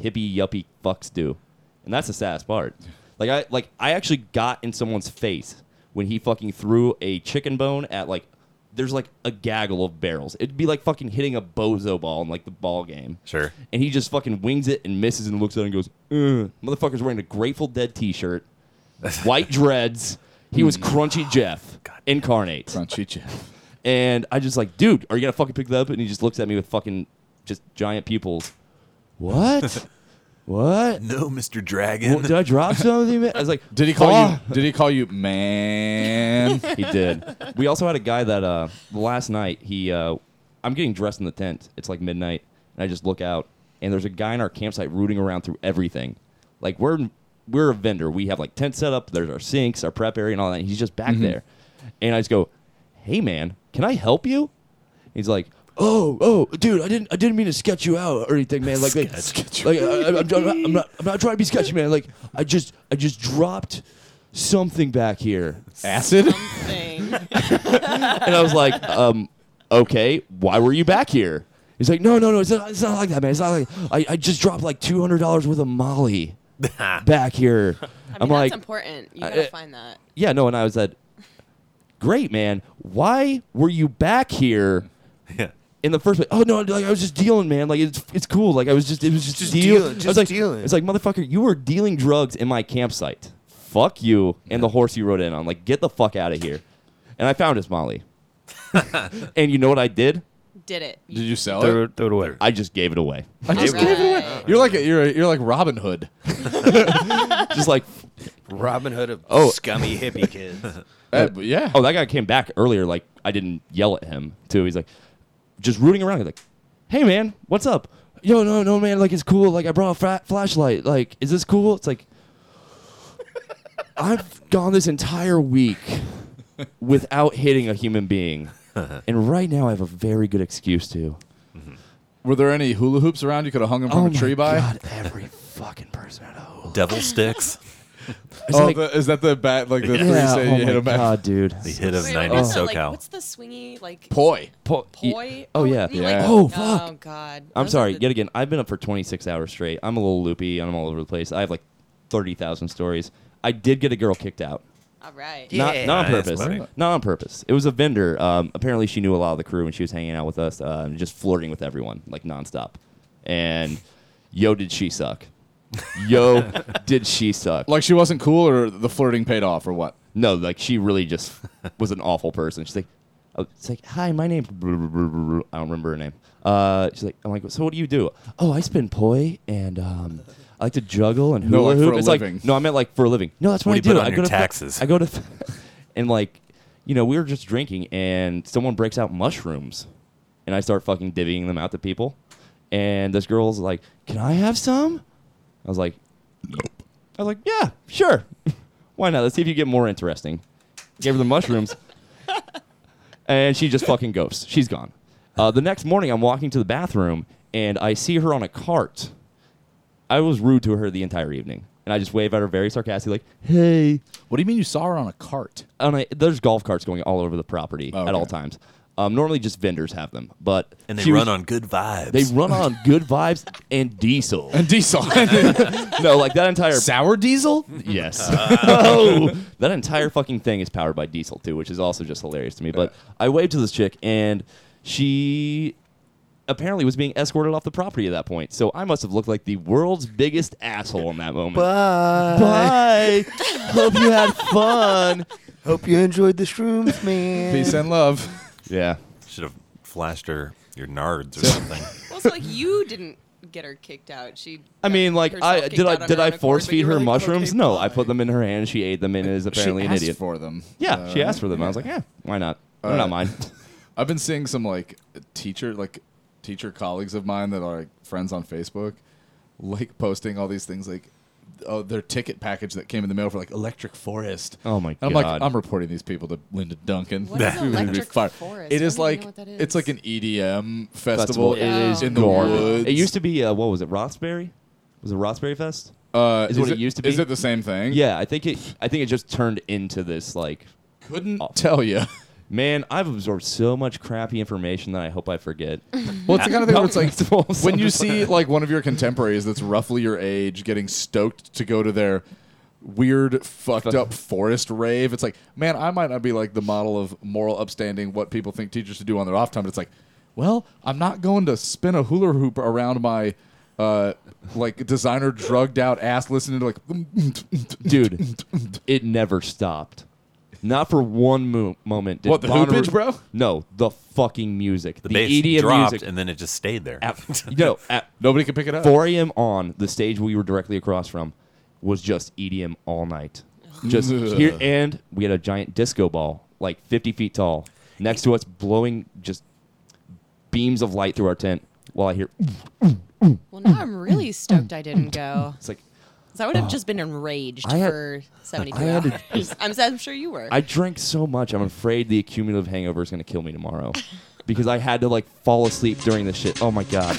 [SPEAKER 8] hippie yuppie fucks do, and that's the saddest part. Like I like I actually got in someone's face when he fucking threw a chicken bone at like there's like a gaggle of barrels. It'd be like fucking hitting a bozo ball in like the ball game.
[SPEAKER 6] Sure.
[SPEAKER 8] And he just fucking wings it and misses and looks at it and goes, Ugh. "Motherfucker's wearing a Grateful Dead t-shirt, white dreads. He
[SPEAKER 7] Mm.
[SPEAKER 8] was Crunchy
[SPEAKER 7] Oh,
[SPEAKER 8] Jeff incarnate."
[SPEAKER 7] Crunchy Jeff.
[SPEAKER 8] And I just like, dude, are you gonna fucking pick that up? And he just looks at me with fucking just giant pupils. What? what?
[SPEAKER 6] No, Mr. Dragon.
[SPEAKER 8] Well, did I drop something? man? I was like,
[SPEAKER 7] Did he call
[SPEAKER 8] "Fuck."
[SPEAKER 7] you? Did he call you man? Oh,
[SPEAKER 8] He did. We also had a guy that uh, last night he uh, I'm getting dressed in the tent. It's like midnight, and I just look out, and there's a guy in our campsite rooting around through everything. Like we're we're a vendor. We have like tent set up. There's our sinks, our prep area, and all that. And he's just back there, and I just go, "Hey man, can I help you?" He's like. Oh, oh, dude! I didn't, I didn't mean to sketch you out or anything, man. Like, like, like I, am I'm, not, I'm not, I'm not trying to be sketchy, man. Like, I just, I just dropped something back here,
[SPEAKER 7] Acid?
[SPEAKER 11] Thing.
[SPEAKER 8] and I was like, um, okay, why were you back here? He's like, no, no, no, it's not, it's not like that, man. It's not like I, I just dropped like two hundred dollars worth of Molly back here.
[SPEAKER 11] I mean,
[SPEAKER 8] I'm
[SPEAKER 11] that's
[SPEAKER 8] like,
[SPEAKER 11] important. You
[SPEAKER 8] I-
[SPEAKER 11] gotta
[SPEAKER 8] uh,
[SPEAKER 11] find that.
[SPEAKER 8] yeah, no, and I was like, great, man. Why were you back here
[SPEAKER 6] Yeah.
[SPEAKER 8] in the first place? Oh no, like I was just dealing, man. Like it's it's cool. Like I was just it was just,
[SPEAKER 10] Just
[SPEAKER 8] deal-
[SPEAKER 10] dealing,
[SPEAKER 8] I was
[SPEAKER 10] just
[SPEAKER 8] like,
[SPEAKER 10] dealing.
[SPEAKER 8] It's like motherfucker, you were dealing drugs in my campsite. Fuck you and the horse you rode in on. Like get the fuck out of here. And I found his Molly. and you know what I did?
[SPEAKER 11] Did it.
[SPEAKER 7] Did you sell
[SPEAKER 10] Throw
[SPEAKER 7] it?
[SPEAKER 10] it, throw it away.
[SPEAKER 8] I just gave it away.
[SPEAKER 7] I just gave it away.
[SPEAKER 11] Alright.
[SPEAKER 7] You're like a, you're a, you're like Robin Hood.
[SPEAKER 8] just like,
[SPEAKER 10] Robin Hood of
[SPEAKER 8] Oh.
[SPEAKER 10] scummy hippie kids.
[SPEAKER 7] Uh, but yeah.
[SPEAKER 8] oh, that guy came back earlier. Like I didn't yell at him too. He's like, just rooting around. He's like, hey man, what's up? Yo, no, no, man. Like it's cool. Like I brought a fra- flashlight. Like is this cool? It's like, I've gone this entire week without hitting a human being, and right now I have a very good excuse to.
[SPEAKER 7] Mm-hmm. Were there any hula hoops around you could have hung them from
[SPEAKER 8] oh
[SPEAKER 7] a
[SPEAKER 8] my
[SPEAKER 7] tree by?
[SPEAKER 8] god, every fucking person at home.
[SPEAKER 6] Devil sticks.
[SPEAKER 8] It's
[SPEAKER 7] Oh,
[SPEAKER 8] like,
[SPEAKER 7] the, is that the bat? Like the three
[SPEAKER 8] yeah,
[SPEAKER 7] say
[SPEAKER 8] oh
[SPEAKER 7] you
[SPEAKER 8] my
[SPEAKER 7] hit them back?
[SPEAKER 8] god, dude.
[SPEAKER 6] The hit of
[SPEAKER 11] Wait, wait,
[SPEAKER 6] 90s
[SPEAKER 11] what's the, like,
[SPEAKER 6] SoCal.
[SPEAKER 11] what's the swingy like
[SPEAKER 7] Poi.
[SPEAKER 8] Po-
[SPEAKER 11] poi?
[SPEAKER 8] Oh yeah.
[SPEAKER 11] you
[SPEAKER 7] Yeah.
[SPEAKER 11] Like,
[SPEAKER 8] Oh, fuck.
[SPEAKER 11] Oh god.
[SPEAKER 8] I'm
[SPEAKER 11] Those are
[SPEAKER 8] sorry.
[SPEAKER 11] the-
[SPEAKER 8] Yet again, I've been up for 26 hours straight. I'm a little loopy. and I'm all over the place. I have like 30,000 stories. I did get a girl kicked out.
[SPEAKER 11] All right.
[SPEAKER 8] Not, not on
[SPEAKER 6] Nice,
[SPEAKER 8] purpose.
[SPEAKER 6] buddy.
[SPEAKER 8] Not on purpose. It was a vendor. Um, apparently, she knew a lot of the crew and she was hanging out with us, uh, and just flirting with everyone like nonstop. And yo, did she suck? Yo, did she suck?
[SPEAKER 7] Like she wasn't cool, or the flirting paid off, or what?
[SPEAKER 8] No, like she really just was an awful person. She's like, oh, it's like, hi, my name's blah, blah, blah, blah, blah." I don't remember her name. Uh, she's like, I'm like, so what do you do? Oh, I spin poi and um, I like to juggle and
[SPEAKER 7] No,
[SPEAKER 8] hula
[SPEAKER 7] like
[SPEAKER 8] hoop.
[SPEAKER 7] for a
[SPEAKER 8] it's like
[SPEAKER 7] living.
[SPEAKER 8] no, I meant like for a living. No, that's what,
[SPEAKER 6] What
[SPEAKER 8] I
[SPEAKER 6] do you
[SPEAKER 8] do.
[SPEAKER 6] put on
[SPEAKER 8] I go
[SPEAKER 6] your
[SPEAKER 8] to fu-
[SPEAKER 6] taxes?
[SPEAKER 8] I go to, fu- and like, you know, we were just drinking, and someone breaks out mushrooms, and I start fucking divvying them out to people, and this girl's like, "Can I have some?" I was like, I was like, yeah, sure. Why not? Let's see if you get more interesting. Gave her the mushrooms. and she just fucking ghosts. She's gone. Uh, the next morning, I'm walking to the bathroom and I see her on a cart. I was rude to her the entire evening. And I just wave at her very sarcastically, like, hey.
[SPEAKER 7] What do you mean you saw her on a cart?
[SPEAKER 8] And I, there's golf carts going all over the property
[SPEAKER 7] Oh,
[SPEAKER 8] at all
[SPEAKER 7] okay.
[SPEAKER 8] times. Um, normally, just vendors have them, but
[SPEAKER 6] And they
[SPEAKER 8] she
[SPEAKER 6] run
[SPEAKER 8] was-
[SPEAKER 6] on good vibes.
[SPEAKER 8] they run on good vibes and diesel.
[SPEAKER 7] And diesel.
[SPEAKER 8] no, like that entire
[SPEAKER 7] Sour diesel?
[SPEAKER 8] Yes. oh, that entire fucking thing is powered by diesel too, which is also just hilarious to me. But I waved to this chick, and she apparently was being escorted off the property at that point. So I must have looked like the world's biggest asshole in that moment. Bye.
[SPEAKER 10] Bye.
[SPEAKER 8] Hope you had fun.
[SPEAKER 10] Hope you enjoyed the shrooms, man.
[SPEAKER 7] Peace and love.
[SPEAKER 8] Yeah.
[SPEAKER 6] Should have flashed her your nards or something.
[SPEAKER 11] Well, it's like you didn't get her kicked out. She.
[SPEAKER 8] I
[SPEAKER 11] got
[SPEAKER 8] mean, like,
[SPEAKER 11] herself
[SPEAKER 8] I
[SPEAKER 11] kicked
[SPEAKER 8] did.
[SPEAKER 11] out
[SPEAKER 8] I
[SPEAKER 11] on
[SPEAKER 8] did.
[SPEAKER 11] her
[SPEAKER 8] I
[SPEAKER 11] own accord,
[SPEAKER 8] force
[SPEAKER 11] but
[SPEAKER 8] feed
[SPEAKER 11] you were
[SPEAKER 8] her
[SPEAKER 11] like,
[SPEAKER 8] mushrooms.
[SPEAKER 11] okay,
[SPEAKER 8] no,
[SPEAKER 11] bye.
[SPEAKER 8] I put them in her hand. She ate them and is apparently
[SPEAKER 7] she
[SPEAKER 8] an
[SPEAKER 7] asked
[SPEAKER 8] idiot.
[SPEAKER 7] for them.
[SPEAKER 8] yeah,
[SPEAKER 7] Uh,
[SPEAKER 8] she asked for them. I was like, yeah, why not? They're
[SPEAKER 7] Uh,
[SPEAKER 8] not mine.
[SPEAKER 7] I've been seeing some like teacher like teacher colleagues of mine that are like, friends on Facebook, like posting all these things like oh their ticket package that came in the mail for like Electric Forest.
[SPEAKER 8] Oh my
[SPEAKER 7] And I'm like
[SPEAKER 8] God.
[SPEAKER 7] I'm reporting these people to Linda Duncan.
[SPEAKER 11] What is
[SPEAKER 7] She would be
[SPEAKER 11] Electric
[SPEAKER 7] fired.
[SPEAKER 11] Forest?
[SPEAKER 7] It
[SPEAKER 11] I
[SPEAKER 7] is
[SPEAKER 11] don't even
[SPEAKER 7] like
[SPEAKER 11] know what that is.
[SPEAKER 7] it's like an EDM festival.
[SPEAKER 8] festival.
[SPEAKER 7] It is
[SPEAKER 11] Oh,
[SPEAKER 7] in the
[SPEAKER 11] garbage.
[SPEAKER 7] woods.
[SPEAKER 8] It used to be uh, what was it? Rothsbury? Was it Rothsbury Fest?
[SPEAKER 7] uh,
[SPEAKER 8] is what it used to
[SPEAKER 7] Is
[SPEAKER 8] be.
[SPEAKER 7] it the same thing?
[SPEAKER 8] Yeah, I think it. I think it just turned into this like,
[SPEAKER 7] Couldn't
[SPEAKER 8] Awful.
[SPEAKER 7] tell you.
[SPEAKER 8] man, I've absorbed so much crappy information that I hope I forget.
[SPEAKER 7] Well, it's the kind of thing where it's like
[SPEAKER 8] Festivals.
[SPEAKER 7] when you see like one of your contemporaries that's roughly your age getting stoked to go to their weird fucked up forest rave. It's like, man, I might not be like the model of moral upstanding, what people think teachers should do on their off time. But it's like, well, I'm not going to spin a hula hoop around my. Uh, like designer drugged out ass listening to like
[SPEAKER 8] dude, it never stopped. Not for one mo- moment. Did
[SPEAKER 7] What, the
[SPEAKER 8] Bonnaroo-
[SPEAKER 7] hoopage, bro?
[SPEAKER 8] No, the fucking music. The,
[SPEAKER 6] The, bass
[SPEAKER 8] EDM
[SPEAKER 6] dropped
[SPEAKER 8] music.
[SPEAKER 6] and then it just stayed there.
[SPEAKER 8] At, no, at
[SPEAKER 7] nobody can pick it up.
[SPEAKER 8] 4 a.m. on the stage we were directly across from was just EDM all night. Just
[SPEAKER 7] Ugh.
[SPEAKER 8] here, and we had a giant disco ball, like 50 feet tall, next to us, blowing just beams of light through our tent. While I hear,
[SPEAKER 11] Well, now I'm really stoked I didn't go.
[SPEAKER 8] it's like uh,
[SPEAKER 11] So I would have just been enraged
[SPEAKER 8] I had-
[SPEAKER 11] for 72
[SPEAKER 8] I had to-
[SPEAKER 11] hours. I'm, I'm sure you were.
[SPEAKER 8] I drank so much, I'm afraid the cumulative hangover is gonna kill me tomorrow, because I had to like fall asleep during this shit. Oh my god.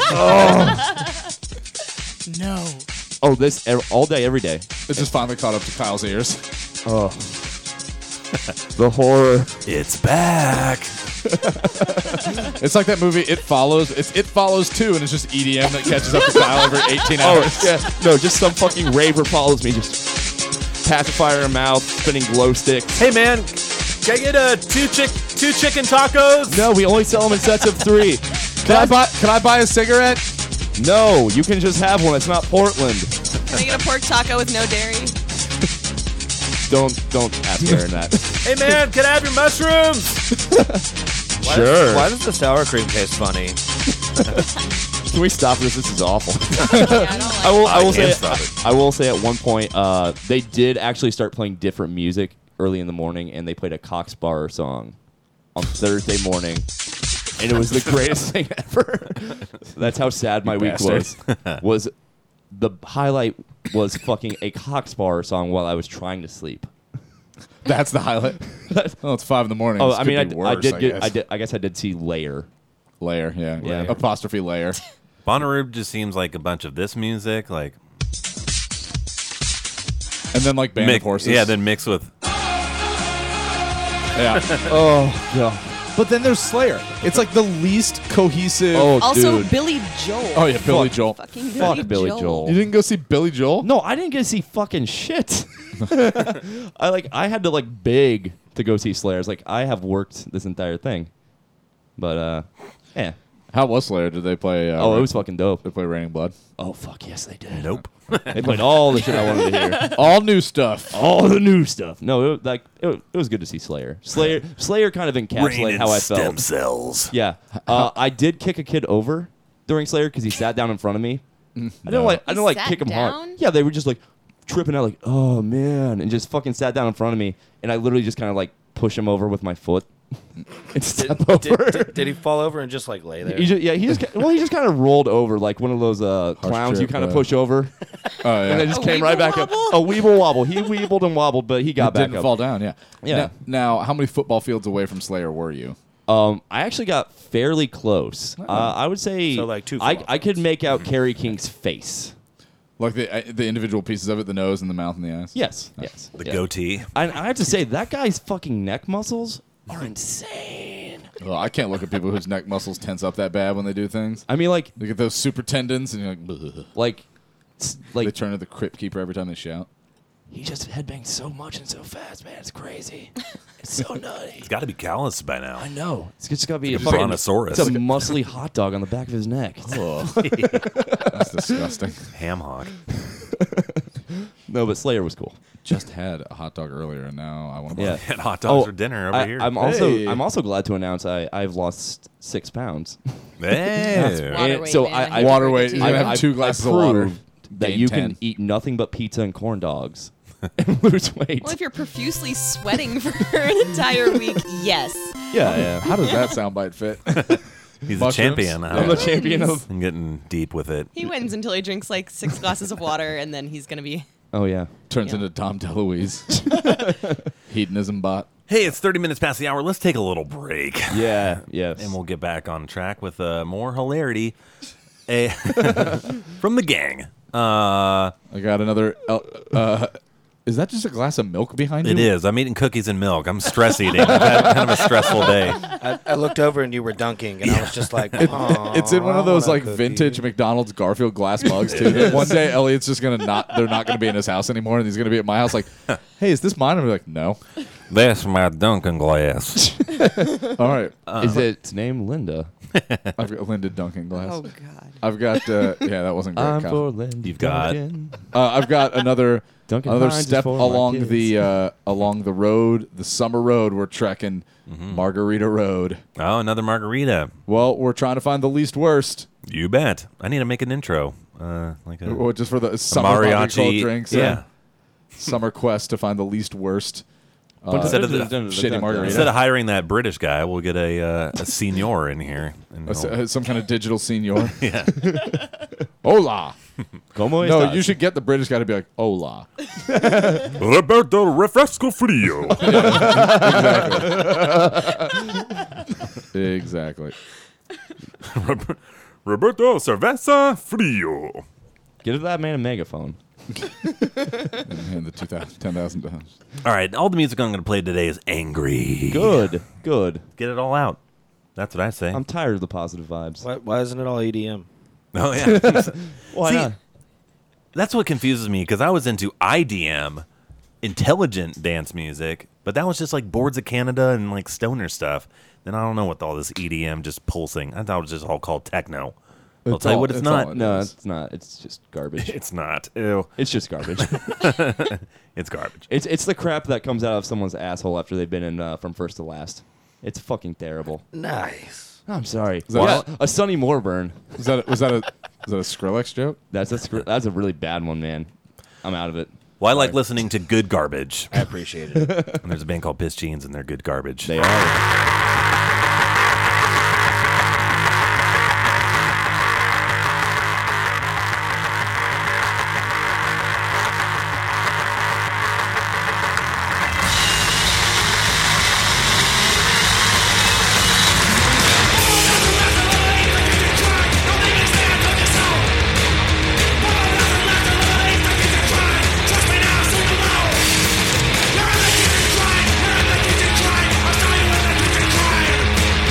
[SPEAKER 7] Oh.
[SPEAKER 11] no.
[SPEAKER 8] Oh, this ev- all day, every day. Oh.
[SPEAKER 7] It just finally caught up to Kyle's ears.
[SPEAKER 8] The horror.
[SPEAKER 6] It's back.
[SPEAKER 7] It's like that movie It Follows. It's It Follows 2, and it's just EDM that catches up to Kyle over 18 hours.
[SPEAKER 8] Oh yeah, no, just some fucking raver follows me, just pacifier in her mouth, spinning glow sticks.
[SPEAKER 6] Hey man, can I get uh, two chick two chicken tacos?
[SPEAKER 8] No, we only sell them in sets of three.
[SPEAKER 7] Can I buy? Can I buy a cigarette?
[SPEAKER 8] No, you can just have one. It's not Portland.
[SPEAKER 11] Can I get a pork taco with no dairy?
[SPEAKER 8] Don't don't ask Aaron that.
[SPEAKER 6] Hey man, can I have your mushrooms?
[SPEAKER 10] Why
[SPEAKER 8] Sure.
[SPEAKER 10] Does, why does the sour cream taste funny?
[SPEAKER 8] Can we stop this? This is awful.
[SPEAKER 11] Yeah, I don't like
[SPEAKER 8] I will. I will
[SPEAKER 6] can't
[SPEAKER 8] say.
[SPEAKER 6] stop it.
[SPEAKER 8] I will say at one point, uh, they did actually start playing different music early in the morning, and they played a Cox Bar song on Thursday morning, and it was the greatest thing ever. That's how sad my week was. Was the highlight was fucking a Cox Bar song while I was trying to sleep.
[SPEAKER 7] That's the highlight. oh, it's five in the morning.
[SPEAKER 8] Oh,
[SPEAKER 7] This
[SPEAKER 8] I mean, I,
[SPEAKER 7] could be
[SPEAKER 8] d- I
[SPEAKER 7] worse,
[SPEAKER 8] did.
[SPEAKER 7] I
[SPEAKER 8] get,
[SPEAKER 7] guess.
[SPEAKER 8] I did. I guess I did see Layer.
[SPEAKER 7] Layer, yeah,
[SPEAKER 8] Yeah.
[SPEAKER 7] layer. apostrophe layer.
[SPEAKER 6] Bonnaroo just seems like a bunch of this music, like
[SPEAKER 7] and then like band
[SPEAKER 6] mix,
[SPEAKER 7] of horses.
[SPEAKER 6] yeah, then mixed with
[SPEAKER 7] yeah.
[SPEAKER 8] Oh yeah.
[SPEAKER 7] but then there's Slayer. It's like the least cohesive.
[SPEAKER 8] Oh,
[SPEAKER 11] Also,
[SPEAKER 8] dude.
[SPEAKER 11] Billy Joel.
[SPEAKER 7] Oh, yeah, Billy Joel.
[SPEAKER 11] Fucking
[SPEAKER 8] Fuck
[SPEAKER 11] Billy,
[SPEAKER 8] Billy
[SPEAKER 11] Joel.
[SPEAKER 8] Joel.
[SPEAKER 7] You didn't go see Billy Joel?
[SPEAKER 8] No, I didn't get to see fucking shit. I like I had to like beg to go see Slayer. It's like I have worked this entire thing. But uh yeah.
[SPEAKER 7] How was Slayer? Did they play? Uh,
[SPEAKER 8] Oh, it was fucking dope.
[SPEAKER 7] They play Raining Blood.
[SPEAKER 8] Oh fuck yes they did.
[SPEAKER 6] nope.
[SPEAKER 8] They played all the shit I wanted to hear.
[SPEAKER 7] All new stuff.
[SPEAKER 8] All the new stuff. No, it, was, like it, was- it was good to see Slayer. Slayer Slayer kind of
[SPEAKER 6] Brain
[SPEAKER 8] encapsulate
[SPEAKER 6] and
[SPEAKER 8] how I
[SPEAKER 6] stem
[SPEAKER 8] felt.
[SPEAKER 6] cells.
[SPEAKER 8] Yeah. Uh, I did kick a kid over during Slayer because he sat down in front of me
[SPEAKER 10] Mm-hmm.
[SPEAKER 8] I don't like. I
[SPEAKER 11] He
[SPEAKER 8] don't like
[SPEAKER 11] sat
[SPEAKER 8] kick them hard.
[SPEAKER 11] down?
[SPEAKER 8] Yeah, they were just like tripping out, like oh man, and just fucking sat down in front of me, and I literally just kind of like push him over with my foot and step
[SPEAKER 10] Did,
[SPEAKER 8] over.
[SPEAKER 10] did, did, did he fall over and just like lay there?
[SPEAKER 8] He ju- yeah, he just ki- well, he just kind of rolled over like one of those uh, clowns you
[SPEAKER 7] trip,
[SPEAKER 8] kind of
[SPEAKER 7] yeah.
[SPEAKER 8] push over,
[SPEAKER 7] Oh,
[SPEAKER 8] and
[SPEAKER 7] yeah.
[SPEAKER 8] then just came right back up. A weeble wobble. He weebled and wobbled, but he got
[SPEAKER 7] It
[SPEAKER 8] back
[SPEAKER 7] didn't
[SPEAKER 8] up.
[SPEAKER 7] fall down. Yeah.
[SPEAKER 8] Yeah.
[SPEAKER 7] Now, now, how many football fields away from Slayer were you?
[SPEAKER 8] Um, I actually got fairly close. Uh, I would say
[SPEAKER 10] So, like, two
[SPEAKER 8] I,
[SPEAKER 10] football
[SPEAKER 8] I could make out Kerry King's face.
[SPEAKER 7] Like the uh, the individual pieces of it, the nose and the mouth and the eyes.
[SPEAKER 8] Yes, yes.
[SPEAKER 6] The
[SPEAKER 8] yeah.
[SPEAKER 6] goatee.
[SPEAKER 8] And I have to say that guy's fucking neck muscles are insane.
[SPEAKER 7] Well, I can't look at people whose neck muscles tense up that bad when they do things.
[SPEAKER 8] I mean, like
[SPEAKER 7] Look at those super tendons, and you're like, "Bleh."
[SPEAKER 8] like s-
[SPEAKER 7] they
[SPEAKER 8] like
[SPEAKER 7] turn to the crypt keeper every time they shout.
[SPEAKER 8] he just headbangs so much and so fast, man. It's crazy. It's so nutty.
[SPEAKER 6] It's got to be calloused by now.
[SPEAKER 8] I know. It's just gotta be a
[SPEAKER 6] It's
[SPEAKER 8] fucking.
[SPEAKER 6] brontosaurus.
[SPEAKER 8] It's a muscly hot dog on the back of his neck.
[SPEAKER 7] That's disgusting.
[SPEAKER 6] Ham hock.
[SPEAKER 8] no, but Slayer was cool.
[SPEAKER 7] Just had a hot dog earlier, and now I want to.
[SPEAKER 8] Yeah.
[SPEAKER 6] And hot dogs
[SPEAKER 8] Oh,
[SPEAKER 6] for dinner over
[SPEAKER 8] I,
[SPEAKER 6] here.
[SPEAKER 8] I'm also
[SPEAKER 7] Hey.
[SPEAKER 8] I'm also glad to announce I I've lost six pounds.
[SPEAKER 6] Man.
[SPEAKER 11] Water
[SPEAKER 8] And
[SPEAKER 11] weight,
[SPEAKER 8] so
[SPEAKER 11] man.
[SPEAKER 8] I-
[SPEAKER 11] hate
[SPEAKER 8] I-
[SPEAKER 11] to
[SPEAKER 7] Water
[SPEAKER 11] break it
[SPEAKER 7] weight.
[SPEAKER 11] to
[SPEAKER 7] You're
[SPEAKER 11] you.
[SPEAKER 7] gonna have
[SPEAKER 8] I-
[SPEAKER 7] two
[SPEAKER 8] I
[SPEAKER 7] glasses of water.
[SPEAKER 8] proved That
[SPEAKER 7] Game
[SPEAKER 8] you
[SPEAKER 7] 10.
[SPEAKER 8] can eat nothing but pizza and corn dogs and lose weight.
[SPEAKER 11] Well, if you're profusely sweating for an entire week, yes.
[SPEAKER 8] yeah, yeah.
[SPEAKER 7] How does that soundbite fit?
[SPEAKER 6] He's a
[SPEAKER 7] mushrooms?
[SPEAKER 6] champion.
[SPEAKER 8] I'm
[SPEAKER 6] huh?
[SPEAKER 8] a champion of.
[SPEAKER 6] I'm getting deep with it.
[SPEAKER 11] He wins until he drinks like six glasses of water, and then he's gonna be.
[SPEAKER 8] Oh yeah.
[SPEAKER 7] Turns
[SPEAKER 11] Yeah.
[SPEAKER 7] into Tom DeLuise. Hedonism bot.
[SPEAKER 6] Hey, it's 30 minutes past the hour. Let's take a little break.
[SPEAKER 8] Yeah. Yes.
[SPEAKER 6] And we'll get back on track with uh, more hilarity eh, from the gang. Uh,
[SPEAKER 7] I got another. el- Uh, is that just a glass of milk behind
[SPEAKER 6] it
[SPEAKER 7] you?
[SPEAKER 6] is. I'm eating cookies and milk. I'm stress eating. I've had kind of a stressful day.
[SPEAKER 10] I, I looked over and you were dunking, and I was just like, "Aw,
[SPEAKER 7] It's in one
[SPEAKER 10] I
[SPEAKER 7] of those
[SPEAKER 10] want
[SPEAKER 7] like
[SPEAKER 10] a cookie."
[SPEAKER 7] vintage McDonald's Garfield glass mugs too. that one day Elliot's just gonna not they're not gonna be in his house anymore and he's gonna be at my house like, Hey, is this mine? I'm like, No.
[SPEAKER 6] That's my Dunkin' glass.
[SPEAKER 7] All right. Uh-huh.
[SPEAKER 8] Is it its name Linda?
[SPEAKER 7] I've got Linda Duncan glass.
[SPEAKER 11] Oh God.
[SPEAKER 7] I've got uh, yeah, that wasn't great.
[SPEAKER 8] I'm
[SPEAKER 7] Kyle.
[SPEAKER 8] for Linda.
[SPEAKER 6] You've got-
[SPEAKER 8] Duncan.
[SPEAKER 7] Uh, I've got another
[SPEAKER 8] Duncan
[SPEAKER 7] another
[SPEAKER 8] Hines is
[SPEAKER 7] step
[SPEAKER 8] for my
[SPEAKER 7] along
[SPEAKER 8] kids.
[SPEAKER 7] the uh, along the road, the summer road we're trekking, Margarita Road.
[SPEAKER 6] Mm-hmm. Oh, another margarita.
[SPEAKER 7] Well, we're trying to find the least worst,
[SPEAKER 6] You bet. I need to make an intro. Uh, like a,
[SPEAKER 7] or just for the
[SPEAKER 6] a
[SPEAKER 7] summer
[SPEAKER 6] mariachi.
[SPEAKER 7] cold drinks.
[SPEAKER 6] yeah.
[SPEAKER 7] summer quest to find the least worst.
[SPEAKER 6] Instead of the-
[SPEAKER 7] Uh, Shitty margarita.
[SPEAKER 6] Instead of hiring that British guy, we'll get a, uh, a senior in here. And
[SPEAKER 7] Uh, s-
[SPEAKER 6] he'll-
[SPEAKER 7] uh, some kind of digital senior.
[SPEAKER 6] yeah.
[SPEAKER 7] Hola.
[SPEAKER 8] Como
[SPEAKER 7] No,
[SPEAKER 8] estas?
[SPEAKER 7] you should get the British guy to be like, hola.
[SPEAKER 6] Roberto Refresco Frio.
[SPEAKER 7] exactly.
[SPEAKER 6] Roberto Cerveza Frio.
[SPEAKER 8] Give that man a megaphone.
[SPEAKER 7] And the two thousand, ten thousand dollars.
[SPEAKER 6] All right, all the music I'm going to play today is angry.
[SPEAKER 8] Good. Good.
[SPEAKER 6] Get it all out. That's what I say.
[SPEAKER 8] I'm tired of the positive vibes.
[SPEAKER 10] Why, why isn't it all E EDM?
[SPEAKER 6] oh yeah.
[SPEAKER 8] Why
[SPEAKER 6] See,
[SPEAKER 8] not?
[SPEAKER 6] That's what confuses me because I was into IDM, intelligent dance music, but that was just like Boards of Canada and like stoner stuff. Then I don't know what all this EDM just pulsing. I thought it was just all called techno. I'll
[SPEAKER 7] It's
[SPEAKER 6] tell you
[SPEAKER 7] all-
[SPEAKER 6] what it's,
[SPEAKER 7] it's all
[SPEAKER 6] not.
[SPEAKER 7] it
[SPEAKER 8] No,
[SPEAKER 7] is.
[SPEAKER 8] it's not. It's just garbage.
[SPEAKER 6] It's not. Ew.
[SPEAKER 8] It's just garbage.
[SPEAKER 6] It's garbage.
[SPEAKER 8] it's it's the crap that comes out of someone's asshole after they've been in uh, from first to last. It's fucking terrible.
[SPEAKER 10] Nice.
[SPEAKER 8] I'm sorry.
[SPEAKER 7] that-
[SPEAKER 8] Yeah, a Sonny Morburn.
[SPEAKER 7] Was that a, was that a was that a Skrillex joke?
[SPEAKER 8] That's a scr- that's a really bad one, man. I'm out of it.
[SPEAKER 6] Well, I like listening to good garbage.
[SPEAKER 10] I appreciate it.
[SPEAKER 6] And there's a band called Piss Jeans, and they're good garbage.
[SPEAKER 8] They are.
[SPEAKER 3] You're in the kitchen trying. You're in the kitchen trying. I'm starting with the kitchen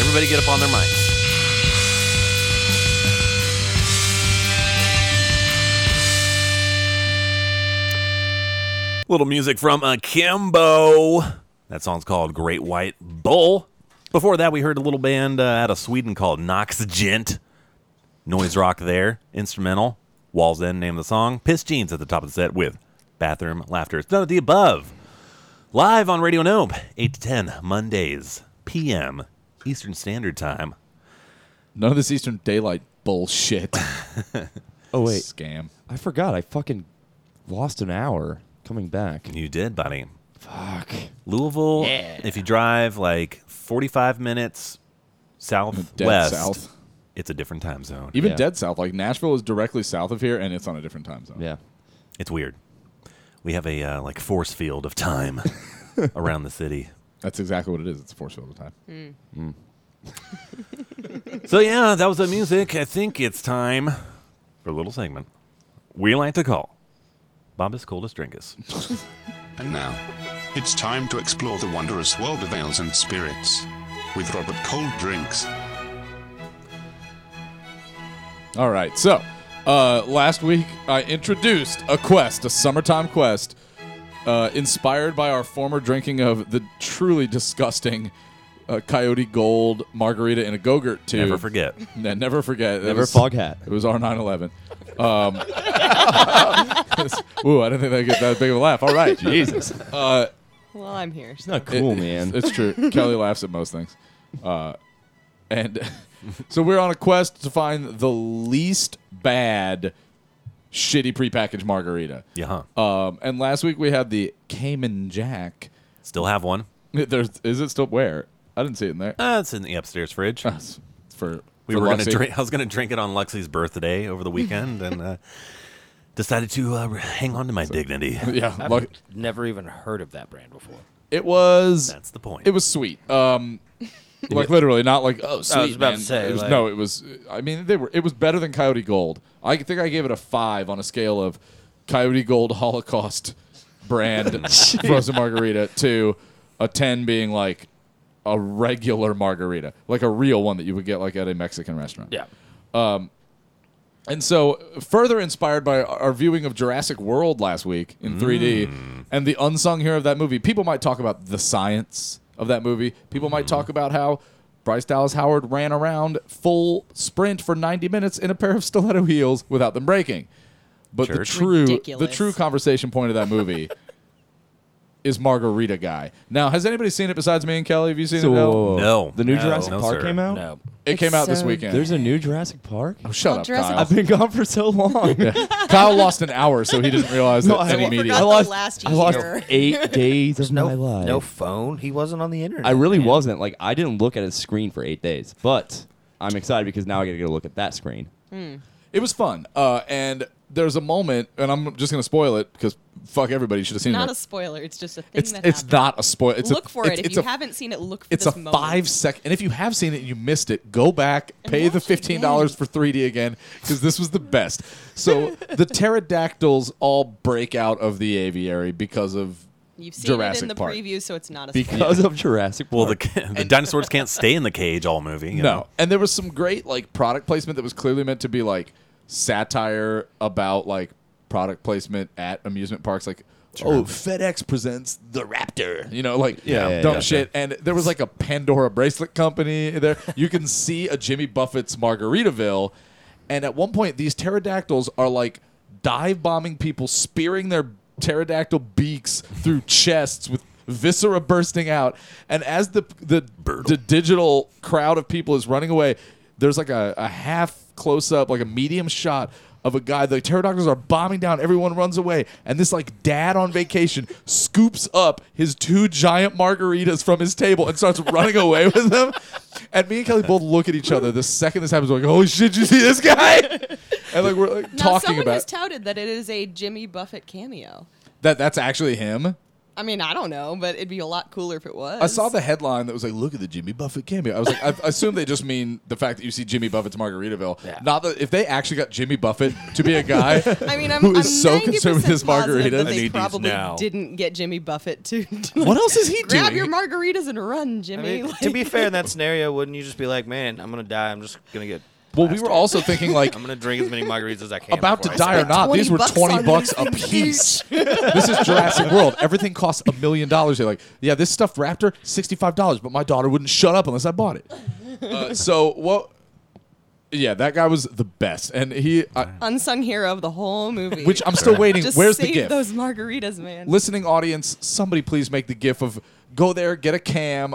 [SPEAKER 13] Everybody get up on their mics. Little music from Akimbo. That song's called Great White Bull. Before that, we heard a little band uh, out of Sweden called Nox Gent. Noise rock there, instrumental. Walls End, name of the song. Piss Jeans at the top of the set with Bathroom Laughter. It's none of the above. Live on Radio Nope, 8 to 10, Mondays, p.m. Eastern Standard Time.
[SPEAKER 7] None of this Eastern Daylight bullshit.
[SPEAKER 8] Oh wait,
[SPEAKER 7] Scam.
[SPEAKER 8] I forgot. I fucking lost an hour coming back.
[SPEAKER 6] You did, buddy.
[SPEAKER 8] Fuck.
[SPEAKER 6] Louisville, if you drive like 45 minutes
[SPEAKER 7] Dead
[SPEAKER 6] southwest,
[SPEAKER 7] south.
[SPEAKER 6] it's a different time zone.
[SPEAKER 7] Even
[SPEAKER 8] Yeah.
[SPEAKER 7] dead south, like Nashville is directly south of here, and it's on a different time zone.
[SPEAKER 8] Yeah.
[SPEAKER 6] It's weird. We have a uh, like force field of time around the city.
[SPEAKER 7] That's exactly what it is. It's a force field of time.
[SPEAKER 8] Hmm.
[SPEAKER 6] Hmm. So yeah, that was the music. I think it's time for a little segment we like to call Bombus Coldest Drinkus.
[SPEAKER 14] And now, it's time to explore the wondrous world of ales and spirits with Robert Cold Drinks.
[SPEAKER 7] All right. So, uh, last week I introduced a quest, a summertime quest, uh, inspired by our former drinking of the truly disgusting uh, Coyote Gold margarita in a go-gurt tube.
[SPEAKER 6] Never forget.
[SPEAKER 7] Ne- never forget. It
[SPEAKER 8] Never
[SPEAKER 7] was-
[SPEAKER 8] fog hat.
[SPEAKER 7] It was our 9/11. Um, ooh, I didn't think that'd get that big of a laugh. All right.
[SPEAKER 8] Jesus.
[SPEAKER 7] Uh,
[SPEAKER 11] Well, I'm here. so-
[SPEAKER 8] Not cool,
[SPEAKER 7] it-
[SPEAKER 8] man.
[SPEAKER 7] It's true. Kelly laughs at most things. Uh, and so we're on a quest to find the least bad shitty prepackaged margarita.
[SPEAKER 6] Yeah, huh?
[SPEAKER 7] Um, and last week we had the Cayman Jack.
[SPEAKER 6] Still have one.
[SPEAKER 7] There's is it still where? I didn't see it in there.
[SPEAKER 6] Uh, it's in the upstairs fridge.
[SPEAKER 7] That's for
[SPEAKER 6] we
[SPEAKER 7] for
[SPEAKER 6] were gonna
[SPEAKER 7] Lexi.
[SPEAKER 6] drink. I was gonna drink it on Lexi's birthday over the weekend, and uh, decided to uh, hang on to my dignity.
[SPEAKER 7] Yeah,
[SPEAKER 10] I've
[SPEAKER 7] look,
[SPEAKER 10] never even heard of that brand before.
[SPEAKER 7] it was
[SPEAKER 6] That's the point.
[SPEAKER 7] it was sweet. Um, like literally, not like oh sweet.
[SPEAKER 10] about
[SPEAKER 7] man.
[SPEAKER 10] to say,
[SPEAKER 7] It was-
[SPEAKER 10] like-
[SPEAKER 7] no, it was. I mean, they were. It was better than Coyote Gold. I think I gave it a five on a scale of Coyote Gold Holocaust brand frozen margarita to a ten being like a regular margarita, like a real one that you would get like at a Mexican restaurant. Um,
[SPEAKER 10] Yeah.
[SPEAKER 7] And so, further inspired by our viewing of Jurassic World last week in
[SPEAKER 6] Mm.
[SPEAKER 7] 3D and the unsung hero of that movie, people might talk about the science of that movie. People
[SPEAKER 6] Mm.
[SPEAKER 7] might talk about how Bryce Dallas Howard ran around full sprint for 90 minutes in a pair of stiletto heels without them breaking. But the
[SPEAKER 6] Church.
[SPEAKER 7] true, the
[SPEAKER 11] Ridiculous.
[SPEAKER 7] true conversation point of that movie is Margarita Guy. Now, has anybody seen it besides me and Kelly? Have you seen it? Al?
[SPEAKER 6] No.
[SPEAKER 8] The new
[SPEAKER 6] uh, No.
[SPEAKER 8] Jurassic
[SPEAKER 6] No,
[SPEAKER 8] Park
[SPEAKER 6] sir.
[SPEAKER 8] came out.
[SPEAKER 10] No.
[SPEAKER 7] It came
[SPEAKER 11] It's
[SPEAKER 7] out this
[SPEAKER 11] so-
[SPEAKER 7] weekend.
[SPEAKER 8] There's a new Jurassic Park.
[SPEAKER 7] oh, shut
[SPEAKER 11] Well,
[SPEAKER 7] up,
[SPEAKER 11] Jurassic
[SPEAKER 7] Kyle.
[SPEAKER 8] uh, I've been gone for so long.
[SPEAKER 7] Kyle lost an hour, so he didn't realize
[SPEAKER 8] No,
[SPEAKER 7] that
[SPEAKER 8] I-
[SPEAKER 7] any
[SPEAKER 8] I forgot
[SPEAKER 7] media.
[SPEAKER 11] Not the
[SPEAKER 8] lost-
[SPEAKER 11] last
[SPEAKER 8] I lost
[SPEAKER 11] year.
[SPEAKER 8] eight days of
[SPEAKER 10] No,
[SPEAKER 8] my life.
[SPEAKER 10] no phone. He wasn't on the internet.
[SPEAKER 8] I really wasn't. Like, I didn't look at a screen for eight days, but I'm excited because now I get to go look at that screen.
[SPEAKER 7] Hmm. It was fun. Uh, and there's a moment, and I'm just gonna spoil it because fuck everybody should have seen
[SPEAKER 11] Not
[SPEAKER 7] it.
[SPEAKER 11] a spoiler. It's just a thing
[SPEAKER 7] it's
[SPEAKER 11] that
[SPEAKER 7] it's
[SPEAKER 11] happened.
[SPEAKER 7] not a spoil. It's a-
[SPEAKER 11] look for
[SPEAKER 7] it's-
[SPEAKER 11] it. If
[SPEAKER 7] it's
[SPEAKER 11] you
[SPEAKER 7] a,
[SPEAKER 11] haven't seen it, look for
[SPEAKER 7] It's
[SPEAKER 11] this
[SPEAKER 7] a
[SPEAKER 11] moment.
[SPEAKER 7] five second, and if you have seen it and you missed it, go back, pay the
[SPEAKER 11] watch it
[SPEAKER 7] fifteen dollars
[SPEAKER 11] again.
[SPEAKER 7] for 3D again because this was the best. So the pterodactyls all break out of the aviary because of
[SPEAKER 11] You've seen it
[SPEAKER 7] Jurassic
[SPEAKER 11] in the
[SPEAKER 7] Park.
[SPEAKER 11] preview, so it's not a spoiler.
[SPEAKER 8] Because of Jurassic Park.
[SPEAKER 6] Well, the, the dinosaurs can't stay in the cage all movie. you know?
[SPEAKER 7] No. And there was some great like product placement that was clearly meant to be like satire about like product placement at amusement parks like oh FedEx presents the Raptor. You know, like
[SPEAKER 8] Yeah, yeah,
[SPEAKER 7] dumb
[SPEAKER 8] yeah.
[SPEAKER 7] shit. And there was like a Pandora bracelet company there. You can see a Jimmy Buffett's Margaritaville. And at one point these pterodactyls are like dive bombing people, spearing their pterodactyl beaks through chests with viscera bursting out. And as the the the digital crowd of people is running away. There's like a, a half close up, like a medium shot of a guy. The pterodactyls are bombing down. Everyone runs away, and this like dad on vacation scoops up his two giant margaritas from his table and starts running away with them. And me and Kelly both look at each other the second this happens. We're like, "Holy shit! You see this guy?" And like we're like,
[SPEAKER 11] Now,
[SPEAKER 7] talking
[SPEAKER 11] someone
[SPEAKER 7] about
[SPEAKER 11] has touted that it is a Jimmy Buffett cameo.
[SPEAKER 7] that. That's actually him.
[SPEAKER 11] I mean, I don't know, but it'd be a lot cooler if it was.
[SPEAKER 7] I saw the headline that was like, "Look at the Jimmy Buffett cameo." I was like, I I assume they just mean the fact that you see Jimmy Buffett's Margaritaville. Not that if they actually got Jimmy Buffett to be a guy
[SPEAKER 11] I mean, I'm,
[SPEAKER 7] who
[SPEAKER 11] I'm
[SPEAKER 7] is so concerned with his
[SPEAKER 11] margarita.
[SPEAKER 7] margaritas,
[SPEAKER 11] They probably didn't get Jimmy Buffett to.
[SPEAKER 7] What else is he
[SPEAKER 11] Grab
[SPEAKER 10] doing?
[SPEAKER 11] your margaritas and run,
[SPEAKER 10] I
[SPEAKER 11] Jimmy.
[SPEAKER 10] mean,
[SPEAKER 11] Like-
[SPEAKER 10] to be fair, in that scenario, wouldn't you just be like, "Man, I'm gonna die. I'm just gonna get."
[SPEAKER 7] Well, we were
[SPEAKER 10] blasted.
[SPEAKER 7] also thinking, like-
[SPEAKER 10] I'm gonna drink as many margaritas as I can.
[SPEAKER 7] About to
[SPEAKER 10] before I
[SPEAKER 7] die or
[SPEAKER 10] die."
[SPEAKER 7] not, these were
[SPEAKER 10] 20
[SPEAKER 7] twenty bucks
[SPEAKER 10] bucks on
[SPEAKER 7] a
[SPEAKER 10] these
[SPEAKER 7] piece.
[SPEAKER 10] each.
[SPEAKER 7] this is Jurassic World. Everything costs a million dollars. They're like, yeah, this stuffed raptor, sixty-five dollars, but my daughter wouldn't shut up unless I bought it. Uh, so what? Yeah, that guy was the best, and he. I,
[SPEAKER 11] Unsung hero of the whole movie.
[SPEAKER 7] Which I'm still waiting.
[SPEAKER 11] Just
[SPEAKER 7] Where's the
[SPEAKER 11] save
[SPEAKER 7] gift?
[SPEAKER 11] Those margaritas, man.
[SPEAKER 7] listening audience, somebody please make the gif of go there, get a cam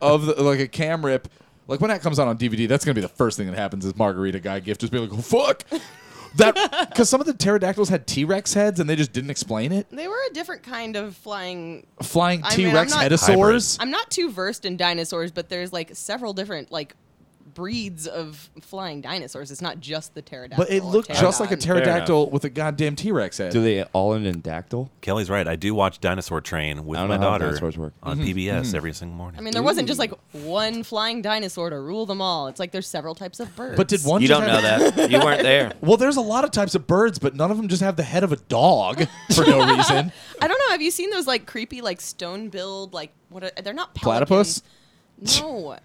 [SPEAKER 7] of the, like a cam rip. Like when that comes out on DVD, that's gonna be the first thing that happens is Margarita Guy gif. Just be like, oh, fuck that, because some of the pterodactyls had T Rex heads and they just didn't explain it.
[SPEAKER 11] They were a different kind of flying.
[SPEAKER 7] Flying
[SPEAKER 11] I mean, I'm
[SPEAKER 7] T-Rex
[SPEAKER 11] not-
[SPEAKER 7] heterosaurs?
[SPEAKER 11] I'm not too versed in dinosaurs, but there's like several different like breeds of flying dinosaurs. It's not just the pterodactyl.
[SPEAKER 7] But it looked just like a pterodactyl with a goddamn T Rex head.
[SPEAKER 6] Do
[SPEAKER 8] they all in dactyl?
[SPEAKER 6] Kelly's right. I do watch Dinosaur Train with
[SPEAKER 8] I don't
[SPEAKER 6] my
[SPEAKER 8] know how
[SPEAKER 6] daughter
[SPEAKER 8] dinosaurs work.
[SPEAKER 6] on
[SPEAKER 7] Mm-hmm.
[SPEAKER 8] Mhm.
[SPEAKER 6] PBS
[SPEAKER 8] Mhm.
[SPEAKER 6] every single morning.
[SPEAKER 11] I mean, there wasn't just like one flying dinosaur to rule them all. It's like there's several types of birds.
[SPEAKER 7] But did one? just have- Well, there's a lot of types of birds, but none of them just have the head of a dog for no reason.
[SPEAKER 11] I don't know. Have you seen those like creepy like stone billed like what? Are, they're not
[SPEAKER 7] Platypus.
[SPEAKER 11] pelicans. No,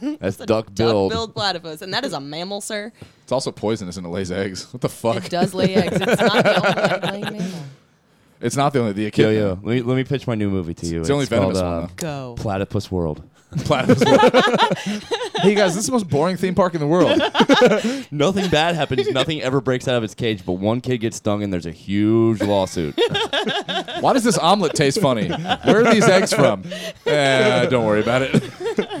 [SPEAKER 7] That's
[SPEAKER 11] It's a
[SPEAKER 7] duck-billed.
[SPEAKER 11] duck-billed platypus, and that is a mammal, sir.
[SPEAKER 7] It's also poisonous and it lays eggs. What the fuck?
[SPEAKER 11] It does lay eggs. It's not the only one-laying mammal.
[SPEAKER 7] It's not the only the
[SPEAKER 8] Yo,
[SPEAKER 7] echidna.
[SPEAKER 8] yo, let me, let me pitch my new movie to you.
[SPEAKER 7] It's the only
[SPEAKER 8] called, uh,
[SPEAKER 7] venomous one,
[SPEAKER 11] Go.
[SPEAKER 8] Platypus World.
[SPEAKER 7] Platypus hey guys, this is the most boring theme park in the world.
[SPEAKER 8] Nothing bad happens. Nothing ever breaks out of its cage, but one kid gets stung and there's a huge lawsuit.
[SPEAKER 7] Why does this omelet taste funny? Where are these eggs from? Eh, don't worry about it.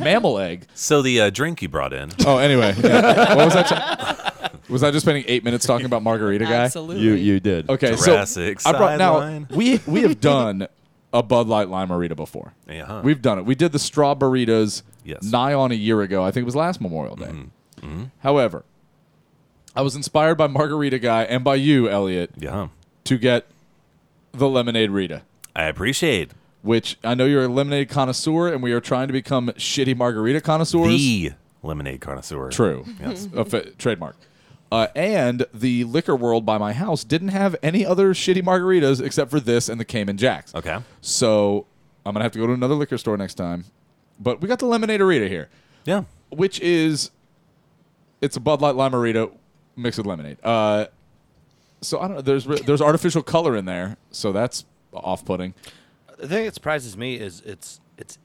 [SPEAKER 7] Mammal egg.
[SPEAKER 6] So the uh, drink you brought in.
[SPEAKER 7] Oh, anyway, yeah. what was that? was I just spending eight minutes talking about Margarita guy?
[SPEAKER 11] Absolutely. You- you
[SPEAKER 8] did.
[SPEAKER 7] Okay,
[SPEAKER 6] Jurassic
[SPEAKER 7] so I brought now
[SPEAKER 6] sideline.
[SPEAKER 7] we we have done a Bud Light Lime Marita before.
[SPEAKER 6] Yeah, huh.
[SPEAKER 7] We've done it. We did the straw burritos nigh on a year ago. I think it was last Memorial Day.
[SPEAKER 6] Mm-hmm.
[SPEAKER 7] However, I was inspired by Margarita Guy and by you, Elliot,
[SPEAKER 6] yeah.
[SPEAKER 7] to get the lemonade Rita.
[SPEAKER 6] I appreciate.
[SPEAKER 7] Which I know you're a lemonade connoisseur, and we are trying to become shitty margarita connoisseurs.
[SPEAKER 6] The lemonade connoisseur.
[SPEAKER 7] True.
[SPEAKER 6] Yes.
[SPEAKER 7] A fa- trademark. Uh, and the liquor world by my house didn't have any other shitty margaritas except for this and the Cayman Jacks.
[SPEAKER 6] Okay.
[SPEAKER 7] So I'm gonna have to go to another liquor store next time. But we got the lemonadearita here.
[SPEAKER 6] Yeah.
[SPEAKER 7] Which is, it's a Bud Light limerita mixed with lemonade. Uh, so I don't know. There's re- there's artificial color in there, so that's off-putting.
[SPEAKER 10] The thing that surprises me is it's it's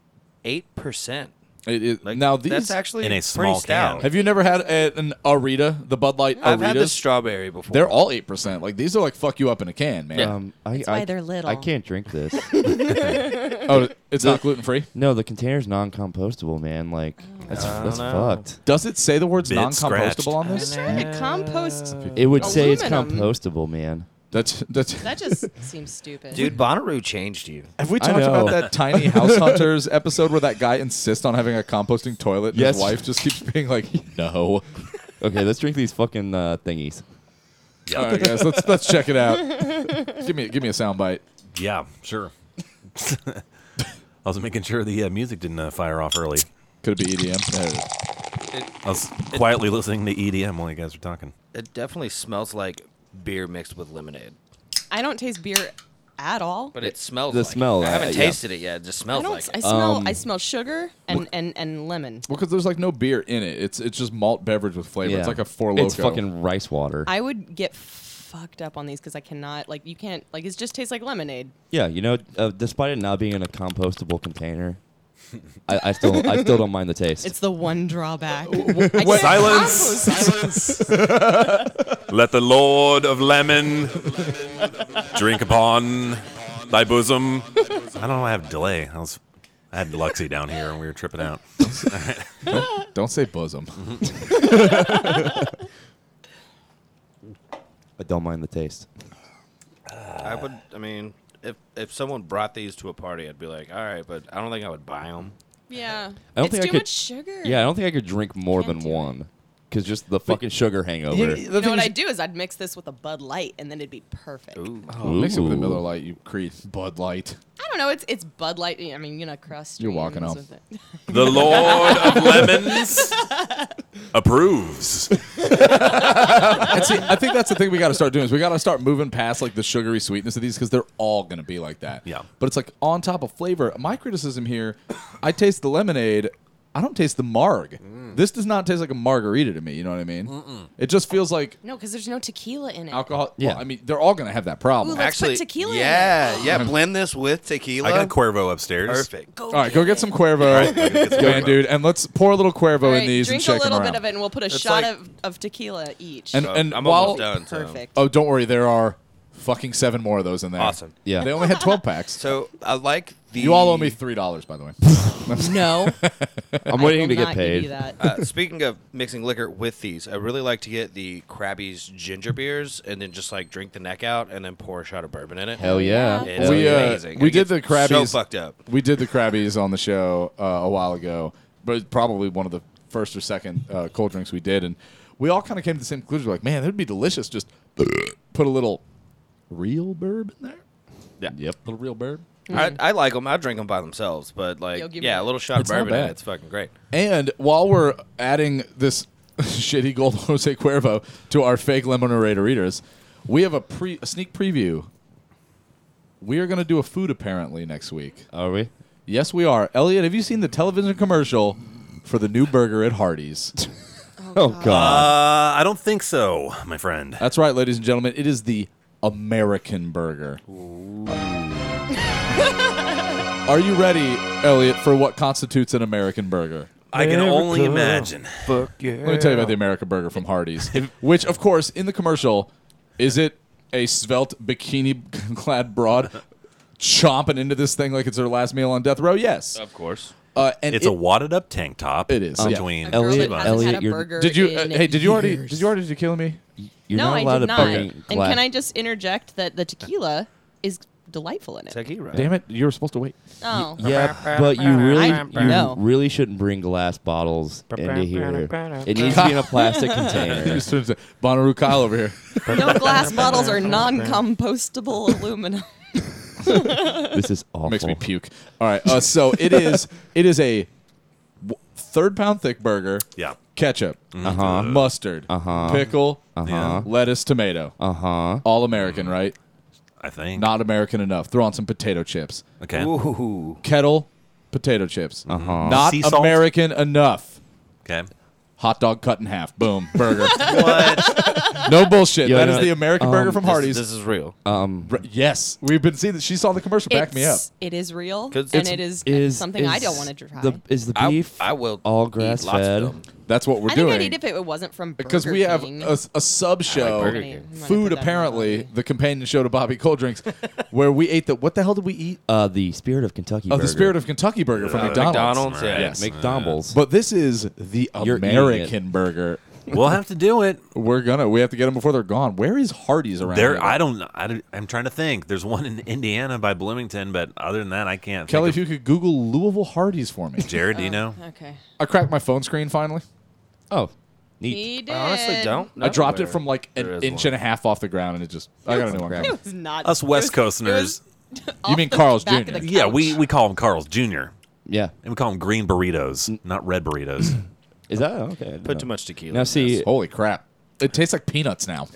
[SPEAKER 10] eight percent.
[SPEAKER 7] It, it, now these
[SPEAKER 10] that's actually In a pretty small stout. can.
[SPEAKER 7] Have you never had a, an Arita, the Bud Light?
[SPEAKER 10] I've had the
[SPEAKER 7] Aritas?
[SPEAKER 10] strawberry before.
[SPEAKER 7] They're all eight percent. Like these are like fuck you up in a can, man.
[SPEAKER 8] Um, I, I, I can't drink this.
[SPEAKER 7] oh, it's not gluten free.
[SPEAKER 8] No, the container's non-compostable, man. Like that's
[SPEAKER 7] I
[SPEAKER 8] that's
[SPEAKER 7] don't know.
[SPEAKER 8] fucked.
[SPEAKER 7] Does it say the words
[SPEAKER 8] Bit scratched.
[SPEAKER 7] non-compostable on this?
[SPEAKER 11] It composts.
[SPEAKER 8] It would say it's
[SPEAKER 11] aluminum.
[SPEAKER 8] compostable, man.
[SPEAKER 7] That's that's.
[SPEAKER 11] That just seems stupid.
[SPEAKER 10] Dude, Bonnaroo changed you.
[SPEAKER 7] Have we talked about that tiny house hunters episode where that guy insists on having a composting toilet? And
[SPEAKER 8] Yes.
[SPEAKER 7] His wife just keeps being like, "No."
[SPEAKER 8] Okay, let's drink these fucking uh, thingies.
[SPEAKER 7] All right, guys, let's let's check it out. give me give me a sound bite.
[SPEAKER 6] Yeah, sure. I was making sure the uh, music didn't uh, fire off early.
[SPEAKER 7] Could it be E EDM? Uh,
[SPEAKER 6] I was quietly listening to EDM while you guys were talking.
[SPEAKER 10] It definitely smells like beer mixed with lemonade,
[SPEAKER 11] I don't taste beer at all.
[SPEAKER 10] but it, smells.
[SPEAKER 8] the
[SPEAKER 10] like it.
[SPEAKER 8] smell,
[SPEAKER 10] I haven't
[SPEAKER 8] uh, yeah.
[SPEAKER 10] tasted it yet. It just
[SPEAKER 11] I
[SPEAKER 10] smells
[SPEAKER 11] don't.
[SPEAKER 10] like.
[SPEAKER 11] I
[SPEAKER 10] it.
[SPEAKER 11] smell.
[SPEAKER 7] Um,
[SPEAKER 11] I smell sugar and, and, and lemon.
[SPEAKER 7] Well, because there's like no beer in it. It's it's just malt beverage with flavor. It's like a four loco.
[SPEAKER 8] It's fucking rice water.
[SPEAKER 11] I would get fucked up on these because I cannot. Like you can't. Like it just tastes like lemonade.
[SPEAKER 8] yeah, you know, uh, despite it not being in a compostable container, I, I still I still don't mind the taste.
[SPEAKER 11] It's the one drawback.
[SPEAKER 6] what- Silence. Let the Lord of Lemon drink upon thy bosom. I don't know. I have delay. I was, I had Luxie down here, and we were tripping out.
[SPEAKER 7] don't, don't say bosom.
[SPEAKER 8] I don't mind the taste.
[SPEAKER 10] I would. I mean, if if someone brought these to a party, I'd be like, all right, but I don't think I would buy them.
[SPEAKER 11] Yeah.
[SPEAKER 8] I don't
[SPEAKER 11] it's
[SPEAKER 8] think
[SPEAKER 11] too
[SPEAKER 8] I could,
[SPEAKER 11] much sugar.
[SPEAKER 8] Yeah, I don't think I could drink more than one. because just the fucking sugar hangover.
[SPEAKER 11] You know what I'd do is I'd mix this with a Bud Light, and then it'd be perfect.
[SPEAKER 7] Oh, mix it with another light, you creep. Bud Light.
[SPEAKER 11] I don't know. It's it's Bud Light. I mean, you know, crust.
[SPEAKER 7] You're walking
[SPEAKER 11] streams
[SPEAKER 7] off.
[SPEAKER 11] with it.
[SPEAKER 6] The Lord of Lemons approves.
[SPEAKER 7] And see, I think that's the thing we got to start doing is we got to start moving past like the sugary sweetness of these because they're all going to be like that. Yeah. But it's like on top of flavor. My criticism here, I taste the lemonade. I don't taste the marg. This does not taste like a margarita to me. You know what I mean?
[SPEAKER 11] Mm-mm.
[SPEAKER 7] It just feels like
[SPEAKER 11] No, because there's no tequila in it.
[SPEAKER 7] alcohol. Yeah. I mean, they're all going to have that problem.
[SPEAKER 11] Ooh, let's put Actually, tequila in
[SPEAKER 10] Yeah,
[SPEAKER 11] it.
[SPEAKER 10] yeah. Blend this with tequila.
[SPEAKER 6] I got Cuervo upstairs.
[SPEAKER 10] Perfect.
[SPEAKER 7] all right, go get some Cuervo,
[SPEAKER 6] All right, go get some
[SPEAKER 7] man,
[SPEAKER 6] Cuervo.
[SPEAKER 7] dude, and let's pour a little Cuervo
[SPEAKER 11] All
[SPEAKER 7] in
[SPEAKER 11] right,
[SPEAKER 7] these and
[SPEAKER 11] drink a
[SPEAKER 7] shake
[SPEAKER 11] little
[SPEAKER 7] them around.
[SPEAKER 11] bit of it, and we'll put a
[SPEAKER 10] It's
[SPEAKER 11] shot
[SPEAKER 10] like-
[SPEAKER 11] of, of tequila each.
[SPEAKER 7] And,
[SPEAKER 10] So,
[SPEAKER 7] and
[SPEAKER 10] I'm
[SPEAKER 7] while,
[SPEAKER 10] almost done, so- Perfect.
[SPEAKER 7] Oh, don't worry, there are fucking seven more of those in there.
[SPEAKER 10] Awesome.
[SPEAKER 7] Yeah, they only had twelve packs.
[SPEAKER 10] So I like the.
[SPEAKER 7] You all owe me three dollars, by the way.
[SPEAKER 11] no,
[SPEAKER 8] I'm waiting to get paid.
[SPEAKER 10] uh, speaking of mixing liquor with these, I really like to get the Krabby's ginger beers and then just like drink the neck out and then pour a shot of bourbon in it.
[SPEAKER 8] Hell yeah.
[SPEAKER 10] It's
[SPEAKER 7] we uh,
[SPEAKER 10] amazing.
[SPEAKER 7] we
[SPEAKER 10] It
[SPEAKER 7] did the
[SPEAKER 10] gets so
[SPEAKER 7] Krabbies.
[SPEAKER 10] fucked up.
[SPEAKER 7] We did the Krabbies on the show uh, a while ago, but probably one of the first or second uh, cold drinks we did, and we all kind of came to the same conclusion. We're like, man, that'd be delicious. Just put a little real burb in there.
[SPEAKER 10] Yeah.
[SPEAKER 8] Yep.
[SPEAKER 7] A little real burb. Mm-hmm.
[SPEAKER 10] I, I like them. I drink them by themselves, but
[SPEAKER 11] Yo,
[SPEAKER 10] like,
[SPEAKER 11] give me
[SPEAKER 10] yeah,
[SPEAKER 11] that.
[SPEAKER 10] a little shot
[SPEAKER 7] It's
[SPEAKER 10] of
[SPEAKER 7] not
[SPEAKER 10] bourbon, in
[SPEAKER 7] bad.
[SPEAKER 10] it, it's fucking great.
[SPEAKER 7] And while we're adding this shitty gold Jose Cuervo to our fake lemonade readers, we have a pre a sneak preview. We are going to do a food apparently next week.
[SPEAKER 8] Are we?
[SPEAKER 7] Yes, we are. Elliot, have you seen the television commercial for the new burger at Hardee's?
[SPEAKER 8] Oh God.
[SPEAKER 6] Uh, I don't think so, my friend.
[SPEAKER 7] That's right, ladies and gentlemen. It is the American burger. Are you ready, Elliot, for what constitutes an American burger?
[SPEAKER 6] I can only imagine.
[SPEAKER 10] Fuck yeah.
[SPEAKER 7] Let me tell you about the American burger from Hardee's, which, of course, in the commercial, is it a svelte bikini-clad broad chomping into this thing like it's her last meal on death row? Yes.
[SPEAKER 10] Of course.
[SPEAKER 7] Uh, and
[SPEAKER 6] It's
[SPEAKER 7] it-
[SPEAKER 6] a wadded up tank top.
[SPEAKER 7] It is, yeah.
[SPEAKER 6] Between
[SPEAKER 11] A girl
[SPEAKER 8] Elliot-
[SPEAKER 11] that hasn't
[SPEAKER 8] Elliot,
[SPEAKER 11] had a
[SPEAKER 8] you're-
[SPEAKER 11] burger
[SPEAKER 7] Did you? Uh,
[SPEAKER 11] in
[SPEAKER 7] hey, did you already?
[SPEAKER 11] years.
[SPEAKER 7] Did you already tequila me?
[SPEAKER 8] You're
[SPEAKER 11] no,
[SPEAKER 8] not
[SPEAKER 11] I
[SPEAKER 8] allowed
[SPEAKER 11] did
[SPEAKER 8] to
[SPEAKER 11] not.
[SPEAKER 8] fucking
[SPEAKER 11] And
[SPEAKER 8] glad-
[SPEAKER 11] can I just interject that the tequila is delightful in it?
[SPEAKER 10] Tequila.
[SPEAKER 7] Damn it! You were supposed to wait.
[SPEAKER 11] Oh,
[SPEAKER 8] Yeah, but you really,
[SPEAKER 11] I-
[SPEAKER 8] you
[SPEAKER 11] No.
[SPEAKER 8] really shouldn't bring glass bottles into here. It needs to be in a plastic container.
[SPEAKER 7] Bonnaroo Kyle over here.
[SPEAKER 11] no glass bottles are non-compostable aluminum.
[SPEAKER 8] This is awful.
[SPEAKER 7] Makes me puke. All right. Uh, so it is. It is a w- third pound thick burger.
[SPEAKER 6] Yeah.
[SPEAKER 7] Ketchup, uh-huh. mustard, uh-huh. pickle, uh-huh. lettuce, tomato.
[SPEAKER 8] Uh huh.
[SPEAKER 7] All American, right?
[SPEAKER 6] Mm-hmm. I think.
[SPEAKER 7] Not American enough. Throw on some potato chips.
[SPEAKER 6] okay.
[SPEAKER 10] Ooh.
[SPEAKER 7] Kettle, potato chips.
[SPEAKER 8] Uh-huh.
[SPEAKER 7] Not
[SPEAKER 6] Sea salt?
[SPEAKER 7] American enough.
[SPEAKER 6] Okay.
[SPEAKER 7] Hot dog cut in half. Boom. Burger. no bullshit.
[SPEAKER 8] Yo, Um,
[SPEAKER 7] that
[SPEAKER 8] no,
[SPEAKER 7] is the American burger from Hardee's. Uh,
[SPEAKER 10] This is real.
[SPEAKER 8] Um,
[SPEAKER 7] Re- yes. We've been seeing that. She saw the commercial. Back me up.
[SPEAKER 11] It's- It is real, and
[SPEAKER 10] It's-
[SPEAKER 11] it is,
[SPEAKER 8] is
[SPEAKER 11] something I don't
[SPEAKER 8] is
[SPEAKER 11] want to try.
[SPEAKER 8] The, is the
[SPEAKER 10] I-
[SPEAKER 8] beef
[SPEAKER 10] I will
[SPEAKER 8] all
[SPEAKER 10] eat
[SPEAKER 8] grass
[SPEAKER 10] lots of
[SPEAKER 8] fed?
[SPEAKER 10] them.
[SPEAKER 7] That's what we're
[SPEAKER 11] I think
[SPEAKER 7] doing.
[SPEAKER 11] I'd eat if it wasn't from
[SPEAKER 7] because
[SPEAKER 11] Burger
[SPEAKER 7] we have
[SPEAKER 11] King.
[SPEAKER 7] a, s- a sub show,
[SPEAKER 10] Burger King.
[SPEAKER 11] I'm gonna put
[SPEAKER 7] food
[SPEAKER 11] that in my
[SPEAKER 7] apparently,
[SPEAKER 11] body.
[SPEAKER 7] the companion show to Bobby Cold Drinks, where we ate the what the hell did we eat?
[SPEAKER 8] Uh, the spirit of Kentucky.
[SPEAKER 7] Oh,
[SPEAKER 8] burger.
[SPEAKER 7] the Spirit of Kentucky burger from
[SPEAKER 10] Uh,
[SPEAKER 7] McDonald's.
[SPEAKER 10] McDonald's,
[SPEAKER 6] Right.
[SPEAKER 10] yeah.
[SPEAKER 7] Yes.
[SPEAKER 8] McDonald's.
[SPEAKER 7] But this is the
[SPEAKER 8] You're eating
[SPEAKER 7] American burger.
[SPEAKER 6] We'll have to do it.
[SPEAKER 7] We're gonna we have to get them before they're gone. Where is Hardee's around?
[SPEAKER 6] There,
[SPEAKER 7] here?
[SPEAKER 6] I don't. I don't- I'm trying to think. There's one in Indiana by Bloomington, but other than that, I can't.
[SPEAKER 7] Kelly, if
[SPEAKER 6] think
[SPEAKER 7] you could Google Louisville Hardee's for me.
[SPEAKER 6] of Jared, do you know?
[SPEAKER 11] Oh, Okay.
[SPEAKER 7] I cracked my phone screen finally.
[SPEAKER 8] oh, neat.
[SPEAKER 11] He did.
[SPEAKER 10] I honestly don't.
[SPEAKER 7] I dropped
[SPEAKER 10] know
[SPEAKER 7] it from like
[SPEAKER 10] there
[SPEAKER 7] an
[SPEAKER 10] is
[SPEAKER 7] inch
[SPEAKER 10] one.
[SPEAKER 7] and a half off the ground, and it just I got a new one.
[SPEAKER 11] It was not
[SPEAKER 6] Us West
[SPEAKER 11] it was- it
[SPEAKER 6] Coasterners.
[SPEAKER 11] was
[SPEAKER 7] You
[SPEAKER 11] off
[SPEAKER 7] mean
[SPEAKER 11] the
[SPEAKER 7] Carl's
[SPEAKER 11] back
[SPEAKER 7] Jr.?
[SPEAKER 11] of the
[SPEAKER 6] Yeah, we
[SPEAKER 11] couch.
[SPEAKER 6] we call him Carl's Jr.
[SPEAKER 8] Yeah.
[SPEAKER 6] and we call him Green Burritos, not Red Burritos.
[SPEAKER 8] Is that okay? I didn't
[SPEAKER 10] Put
[SPEAKER 8] know.
[SPEAKER 10] too much tequila.
[SPEAKER 8] Now
[SPEAKER 10] in
[SPEAKER 8] see,
[SPEAKER 10] this.
[SPEAKER 7] Holy crap! It tastes like peanuts now.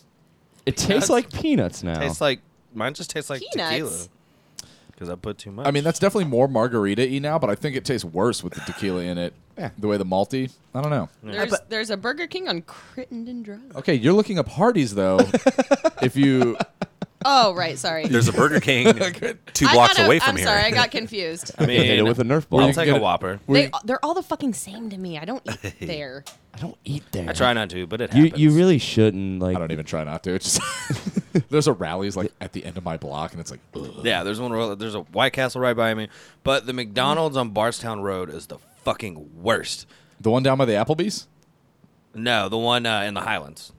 [SPEAKER 8] it tastes like peanuts now.
[SPEAKER 10] tastes like mine. Just tastes like tequila
[SPEAKER 11] Peanuts.
[SPEAKER 10] because I put too much.
[SPEAKER 7] I mean, that's definitely more margarita y now, but I think it tastes worse with the tequila in it.
[SPEAKER 8] Yeah.
[SPEAKER 7] The way the malty. I don't know.
[SPEAKER 11] There's, there's a Burger King on Crittenden Drive.
[SPEAKER 7] Okay, you're looking up Hardee's though. if you
[SPEAKER 11] Oh, right. Sorry.
[SPEAKER 6] There's a Burger King two
[SPEAKER 11] I
[SPEAKER 6] blocks
[SPEAKER 11] got a-
[SPEAKER 6] away from
[SPEAKER 11] I'm
[SPEAKER 6] here.
[SPEAKER 11] sorry. I got confused.
[SPEAKER 10] I
[SPEAKER 8] Hit it
[SPEAKER 10] mean,
[SPEAKER 8] with a Nerf
[SPEAKER 10] I'll
[SPEAKER 8] ball.
[SPEAKER 10] take
[SPEAKER 7] get
[SPEAKER 10] a
[SPEAKER 7] it-
[SPEAKER 10] Whopper.
[SPEAKER 11] They, they're all the fucking same to me. I don't eat there.
[SPEAKER 8] I don't eat there.
[SPEAKER 10] I try not to, but it
[SPEAKER 8] You
[SPEAKER 10] happens.
[SPEAKER 8] you really shouldn't like.
[SPEAKER 7] I don't even try not to. It's just there's a rallies like at the end of my block, and it's like ugh.
[SPEAKER 10] Yeah, there's one. real- There's a White Castle right by me, but the McDonald's on Barstown Road is the fucking worst.
[SPEAKER 7] the one down by the Applebee's.
[SPEAKER 10] No, the one uh, in the Highlands.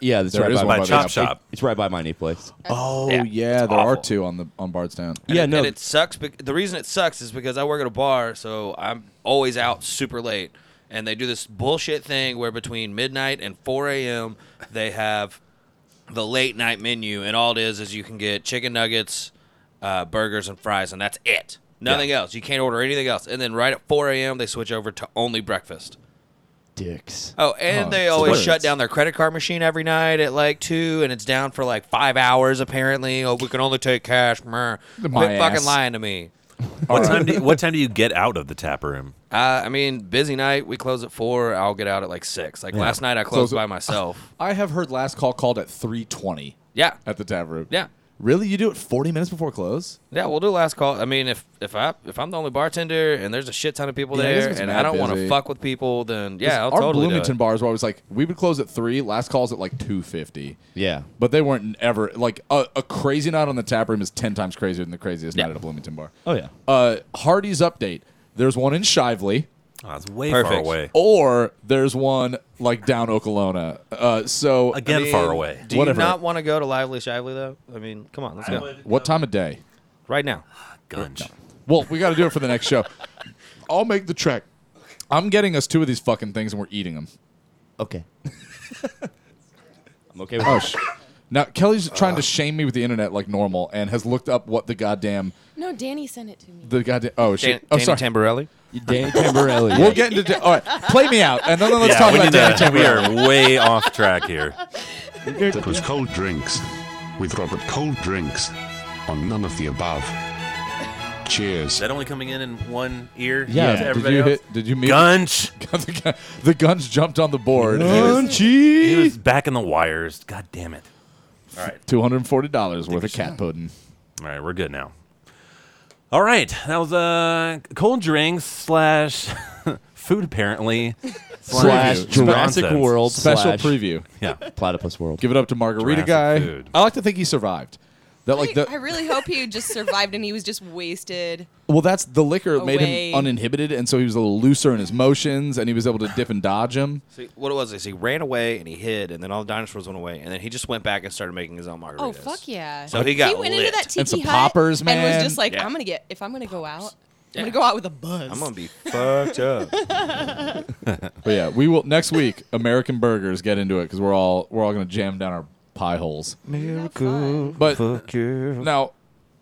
[SPEAKER 8] Yeah, that's
[SPEAKER 7] There
[SPEAKER 8] right
[SPEAKER 7] is
[SPEAKER 8] by,
[SPEAKER 7] one
[SPEAKER 8] my
[SPEAKER 7] by
[SPEAKER 6] Chop
[SPEAKER 7] the
[SPEAKER 8] it-
[SPEAKER 6] Shop.
[SPEAKER 8] It's right by my new place.
[SPEAKER 7] Oh
[SPEAKER 10] Yeah,
[SPEAKER 7] yeah,
[SPEAKER 10] it's
[SPEAKER 7] there are
[SPEAKER 10] awful.
[SPEAKER 7] two on the on Bardstown.
[SPEAKER 8] yeah, no.
[SPEAKER 10] and it sucks. Bec- the reason it sucks is because I work at a bar, so I'm always out super late, and they do this bullshit thing where between midnight and 4 a.m. they have the late night menu, and all it is is you can get chicken nuggets, uh, burgers, and fries, and that's it. Nothing else. You can't order anything else. And then right at 4 a.m. they switch over to only breakfast.
[SPEAKER 8] Dicks.
[SPEAKER 10] Oh, and they always shut down their credit card machine every night at like two, and it's down for like five hours apparently. Oh, we can only take cash. Meh. Quit
[SPEAKER 6] My ass.
[SPEAKER 10] fucking lying to me.
[SPEAKER 6] What time do you, what time do you get out of the tap room?
[SPEAKER 10] Uh, I mean, busy night. We close at four. I'll get out at like six. Like
[SPEAKER 6] Yeah.
[SPEAKER 10] last night, I closed
[SPEAKER 7] So-
[SPEAKER 10] by myself.
[SPEAKER 7] I have heard last call called at three twenty.
[SPEAKER 10] Yeah.
[SPEAKER 7] At the tavern.
[SPEAKER 10] Yeah.
[SPEAKER 7] Really? You do it forty minutes before close?
[SPEAKER 10] Yeah, we'll do last call. I mean, if if I if I'm the only bartender and there's a shit ton of people
[SPEAKER 7] Yeah, I guess
[SPEAKER 10] there,
[SPEAKER 7] it's
[SPEAKER 10] and
[SPEAKER 7] mad
[SPEAKER 10] I don't want to
[SPEAKER 7] busy.
[SPEAKER 10] fuck with people, then
[SPEAKER 7] 'Cause
[SPEAKER 10] yeah, I'll
[SPEAKER 7] our
[SPEAKER 10] totally do it.
[SPEAKER 7] Bloomington bars were always like we would close at three. Last calls at like two fifty.
[SPEAKER 8] Yeah.
[SPEAKER 7] But they weren't ever like a, a crazy night on the tap room is ten times crazier than the craziest night at a Bloomington bar.
[SPEAKER 8] Oh yeah.
[SPEAKER 7] Uh, Hardy's update. There's one in Shively.
[SPEAKER 6] Oh, it's way far
[SPEAKER 7] Perfect.
[SPEAKER 6] away.
[SPEAKER 7] Or there's one like down Okolona. Uh, so
[SPEAKER 10] I mean, Do you
[SPEAKER 7] whatever.
[SPEAKER 10] not want to go to Lively Shively though? I mean, come on, let's
[SPEAKER 7] Yeah.
[SPEAKER 10] go
[SPEAKER 7] What time of day?
[SPEAKER 10] right now.
[SPEAKER 6] Gunge.
[SPEAKER 7] Well, we got to do it for the next show. I'll make the trek. I'm getting us two of these fucking things, and we're eating them.
[SPEAKER 8] Okay. I'm okay.
[SPEAKER 7] Oh, sh- now Kelly's trying to shame me with the internet like normal, and has looked up what the goddamn
[SPEAKER 11] No, Danny sent it to me.
[SPEAKER 7] the goddamn oh shit
[SPEAKER 10] Dan-
[SPEAKER 7] oh
[SPEAKER 10] Danny
[SPEAKER 7] sorry
[SPEAKER 10] Tamborelli.
[SPEAKER 8] Danny Tamborelli.
[SPEAKER 7] we'll get into da- all right. Play me out, and then let's
[SPEAKER 6] Yeah,
[SPEAKER 7] talk
[SPEAKER 6] we need
[SPEAKER 7] about
[SPEAKER 6] to-
[SPEAKER 7] Danny
[SPEAKER 6] we
[SPEAKER 7] Tamborelli.
[SPEAKER 6] are way off track here.
[SPEAKER 14] That was Cold Drinks with Robert Cold Drinks on None of the Above.
[SPEAKER 6] Is
[SPEAKER 14] Cheers.
[SPEAKER 6] that only coming in in one ear?
[SPEAKER 14] Yeah,
[SPEAKER 6] To
[SPEAKER 14] did
[SPEAKER 6] everybody
[SPEAKER 7] you
[SPEAKER 6] else?
[SPEAKER 7] hit- did you meet-
[SPEAKER 6] Gunch?
[SPEAKER 7] the, gun- the guns jumped on the board.
[SPEAKER 6] He was back in the wires. God damn it! All right,
[SPEAKER 7] Two hundred and forty dollars worth of cat pudding.
[SPEAKER 6] all right, we're good now. All right, that was uh cold drinks slash food apparently
[SPEAKER 8] Slash Jurassic
[SPEAKER 6] nonsense.
[SPEAKER 8] World
[SPEAKER 7] Special
[SPEAKER 8] slash-
[SPEAKER 7] preview.
[SPEAKER 6] Yeah,
[SPEAKER 8] Platypus World.
[SPEAKER 7] Give it up to Margarita
[SPEAKER 6] Jurassic
[SPEAKER 7] guy.
[SPEAKER 6] food.
[SPEAKER 7] I like to think he survived. That like
[SPEAKER 11] I,
[SPEAKER 7] the,
[SPEAKER 11] I really hope he just survived and he was just wasted.
[SPEAKER 7] Well, that's the liquor made
[SPEAKER 11] Away.
[SPEAKER 7] him uninhibited, and so he was a little looser in his motions, and he was able to dip and dodge him.
[SPEAKER 10] See, what it was is he ran away and he hid, and then all the dinosaurs went away, and then he just went back and started making his own margaritas.
[SPEAKER 11] Oh fuck yeah!
[SPEAKER 10] So he got
[SPEAKER 11] he went
[SPEAKER 10] lit.
[SPEAKER 11] into that tiki
[SPEAKER 7] And some
[SPEAKER 11] hut
[SPEAKER 7] poppers,
[SPEAKER 11] and
[SPEAKER 7] man.
[SPEAKER 11] was just like,
[SPEAKER 10] Yeah.
[SPEAKER 11] I'm gonna get if I'm gonna go out, I'm gonna go out with a buzz.
[SPEAKER 10] I'm gonna be fucked up.
[SPEAKER 7] But yeah, we will next week. American burgers get into it because we're all we're all gonna jam down our pie holes.
[SPEAKER 10] Miracle.
[SPEAKER 7] But now,